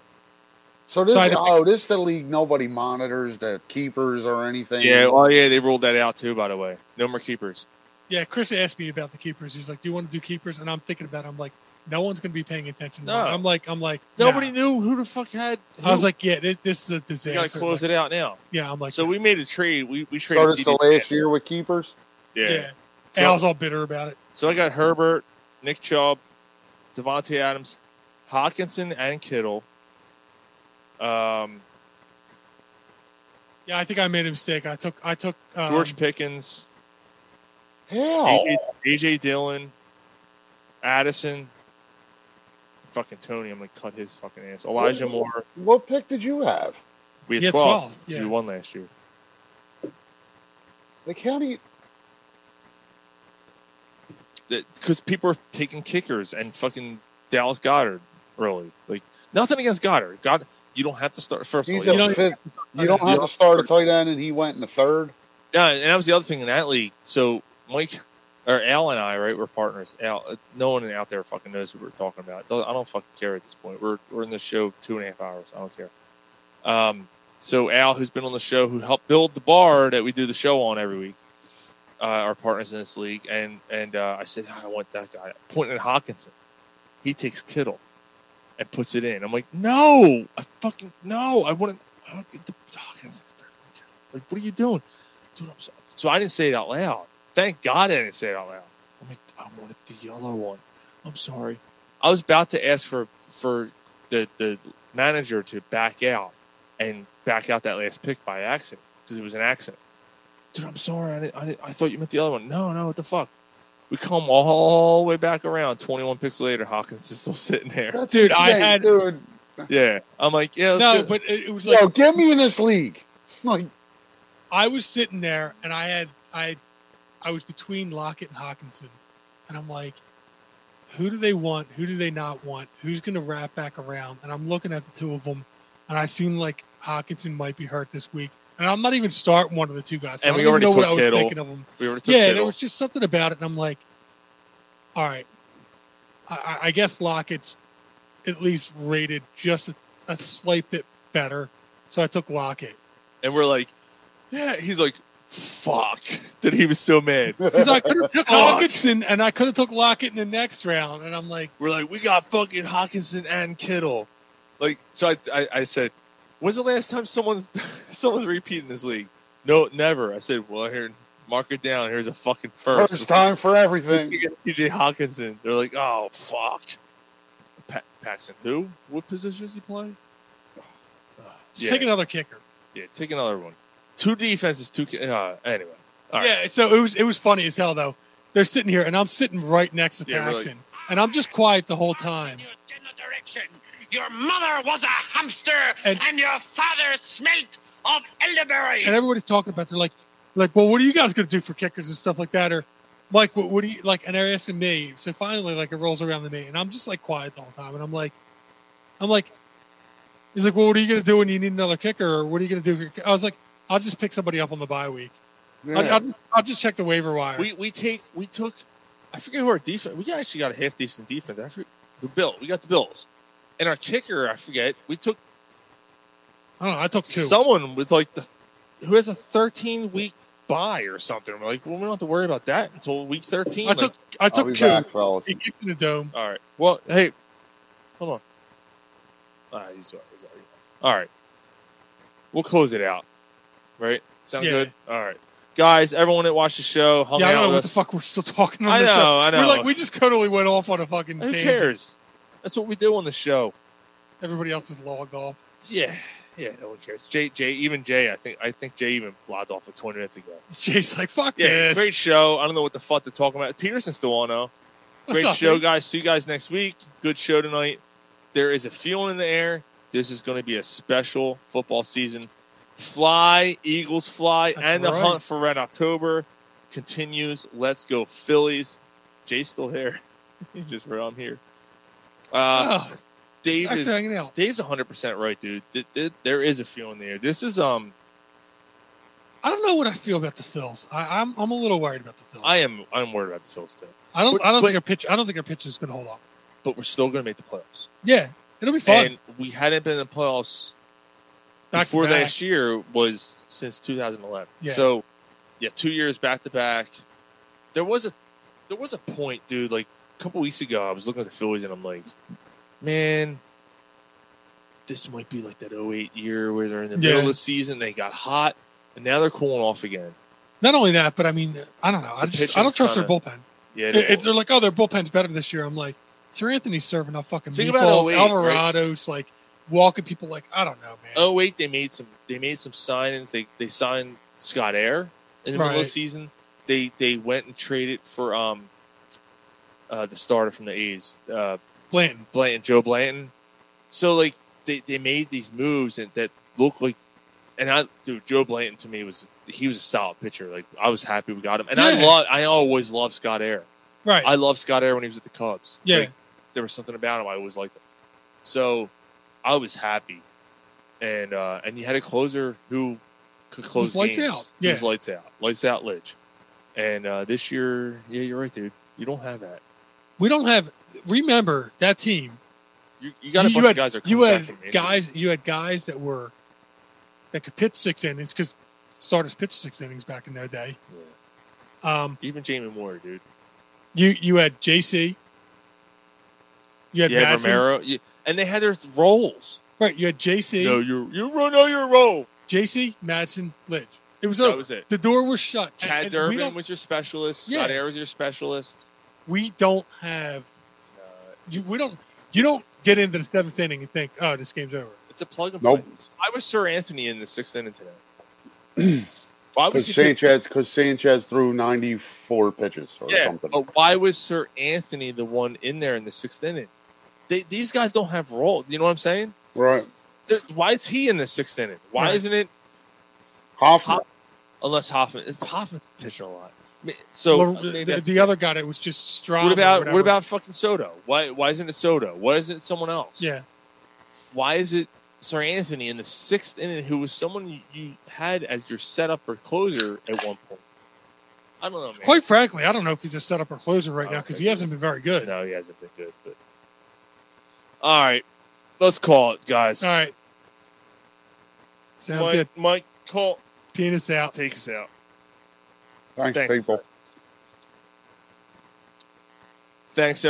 So this So I don't- oh this the league nobody monitors the keepers or anything. Yeah, oh yeah, they ruled that out too. By the way, no more keepers. Yeah, Chris asked me about the keepers. He's like, "Do you want to do keepers?" And I'm thinking about. It. I'm like, "No one's going to be paying attention." to No. it." I'm like, I'm like, Nobody knew who the fuck had. I was who. like, "Yeah, this, this is a we disaster." gotta close Like, it out now. Yeah, I'm like, So we made a trade. We we So traded. this the CD last year with keepers. Yeah. Yeah. So- Al's all bitter about it. So I got Herbert, Nick Chubb, Devontae Adams, Hawkinson, and Kittle. Um, Yeah, I think I made a mistake. I took, I took um, George Pickens, Hell, AJ, AJ Dillon, Addison, fucking Tony. I'm gonna cut his fucking ass. Elijah Moore. What pick did you have? We had Yeah, 12. 12, We yeah. won last year. Like how do you? Because people are taking kickers and fucking Dallas Goddard early. Like nothing against Goddard. God, you don't have to start first. He's of all, a you don't- fifth. You don't have to start a tight end, and he went in the third. Yeah, and that was the other thing in that league. So Mike or Al and I, right, we're partners. Al, uh, no one out there fucking knows what we're talking about. Don't- I don't fucking care at this point. We're we're in the show two and a half hours. I don't care. Um, so Al, who's been on the show, who helped build the bar that we do the show on every week, uh, our partners in this league, and and uh, I said "Ah, I want that guy. Pointing at Hawkinson, he takes Kittle and puts it in. I'm like, no, I fucking no, I wouldn't. I don't get the Hawkinson's better than Kittle. Like, what are you doing? Dude, I'm so, so I didn't say it out loud. Thank God I didn't say it out loud. I'm like, I wanted the yellow one. I'm sorry. I was about to ask for for the the manager to back out and back out that last pick by accident because it was an accident. Dude, I'm sorry. I, didn't, I, didn't, I thought you meant the other one. No, no, what the fuck? We come all the way back around. 21 picks later, Hawkins is still sitting there. Dude, I had- dude. Yeah, I'm like, yeah, let's no, do it. but it, it was like Yo, get me in this league. Like I was sitting there and I had I I was between Lockett and Hawkinson, and I'm like, who do they want? Who do they not want? Who's going to wrap back around? And I'm looking at the two of them, and I seem like Hawkinson might be hurt this week. And I'm not even starting one of the two guys. so And I we don't even already know what took I was Kittle. thinking of them. We already took yeah, there Kittle. was just something about it, and I'm like, all right, I- I, I guess Lockett's at least rated just a, a slight bit better. So I took Lockett. and we're like, yeah. He's like, fuck. That he was so mad. Because I could have took Fuck. Hawkinson and I could have took Lockett in the next round, and I'm like, We're like, we got fucking Hawkinson and Kittle. Like, so I, I, I said, when's the last time someone's someone's repeating this league? No, never. I said, well, here, mark it down. Here's a fucking first. first time for everything. TJ Hawkinson. They're like, oh fuck. Pa- Paxton, who? What position does he play? just take another kicker. Yeah, take another one. Two defenses, two. ki- Uh, anyway, all right. Yeah, so it was it was funny as hell though. They're sitting here, and I'm sitting right next to Yeah, we're like- Paxton, and I'm just quiet the whole time. Your mother was a hamster, and, your father smelt of elderberry. and everybody's talking about they're like like well what are you guys going to do for kickers and stuff like that or mike what, what do you like and they're asking me so finally like it rolls around to me and i'm just like quiet the whole time and i'm like i'm like he's like well what are you going to do when you need another kicker or what are you going to do for your ki-" i was like i'll just pick somebody up on the bye week I'll, Yeah. I'll, I'll just check the waiver wire We we take we took. I forget who our defense. We actually got a half decent defense. I forget the bill. We got the Bills, and our kicker. I forget. We took i don't know i took two someone with like the who has a 13 week buy or something. We're like, well, we don't have to worry about that until week 13. i Like, took i took two he kicked in the dome All right. Well, hey, hold on. Ah, he's sorry, he's already All right. We'll close it out. Right? Sound Yeah. good? All right. Guys, everyone that watched the show, hung yeah, I out don't know with what the us. fuck we're still talking I about. know, I know. We're like, we just totally went off on a fucking Who tangent. cares? That's what we do on the show. Everybody else is logged off. Yeah. Yeah, no one cares. Jay, Jay, even Jay, I think, I think Jay even logged off like 20 minutes ago. Jay's like, fuck Yeah, this. great show. I don't know what the fuck they're talking about. Peterson's still on though. What's Great up, show, dude? guys. See you guys next week. Good show tonight. There is a feeling in the air. This is going to be a special football season. Fly, Eagles fly, That's and the right. hunt for Red October continues. Let's go, Phillies. Jay's still here. You just where I'm here. Oh, Uh, Dave Thanks is for hanging out. Dave's 100 percent right, dude. Th- th- there is a feeling there. This is um, I don't know what I feel about the Phils. I, I'm I'm a little worried about the Phils. I am I'm worried about the Phillies still, I don't But- I don't but- think our pitch I don't think our pitch is going to hold up. but we're still going to make the playoffs. Yeah, it'll be fun. And we hadn't been in the playoffs Back to before back. last year was since 2011. Yeah. So, yeah, two years back to back. There was a there was a point, dude. Like a couple weeks ago, I was looking at the Phillies and I'm like, man, this might be like that 08 year where they're in the Yeah. middle of the season, they got hot, and now they're cooling off again. Not only that, but I mean, I don't know. I The just I don't pitching's trust their kinda- bullpen. Yeah, if, if they're like, oh, their bullpen's better this year, I'm like, Sir Anthony's serving up fucking Think about meatballs, 08, right? Alvarado's, like walking people like I don't know, man. Oh wait, they made some they made some signings. They they signed Scott Air in the middle of Right. the season. They they went and traded for um uh the starter from the A's, uh Blanton. Blanton, Joe Blanton. So like they, they made these moves and that look like and I dude, Joe Blanton to me was he was a solid pitcher. Like I was happy we got him. And I Yeah. love I always loved Scott Air. Right. I loved Scott Air when he was at the Cubs. Yeah. Like, there was something about him I always liked him. So I was happy. And uh and you had a closer who could close Who's lights games. out. Yeah. Who's lights out. Lights out Lidge. And uh this year, yeah, you're right, dude. You don't have that. We don't have. Remember that team. You, you got a bunch had, of guys that are you coming back had from injury. guys. You had guys that were that could pitch six innings because starters pitched six innings back in their day. Um, Even Jamie Moore, dude. you you had JC. You had, You had Madsen. Romero. You- and they had their th- roles. Right. You had JC. No, you you run on your role. JC Madsen Lidge. It was That over. was it. The door was shut. And- Chad and we Durbin don't- was your specialist. Scott Yeah. Air was your specialist. we don't have you, we don't you don't get into the seventh inning and think oh this game's over It's a plug and Nope. play. I was Sir Anthony in the sixth inning today. Why was Because he Sanchez, because Sanchez threw ninety four pitches or yeah, oh. something. but why was Sir Anthony the one in there in the sixth inning? They, these guys don't have role. You know what I'm saying? Right. There- why is he in the sixth inning? Why Right. isn't it Hoffman. unless Hoffman? Hoffman's pitching a lot. I mean, So uh, Well, maybe the, that's- the other guy that was just strong What about what about fucking Soto? Why why isn't it Soto? Why isn't it someone else? yeah Why is it Sir Anthony in the sixth inning, who was someone you- you had as your setup or closer at one point? I don't know, man. quite frankly i don't know if he's a setup or closer right now because think he he hasn't been very good No, he hasn't been good. But all right, let's call it, guys. all right sounds Mike, good Mike, call. penis out Take us out. Thanks, Thanks. people. Thanks.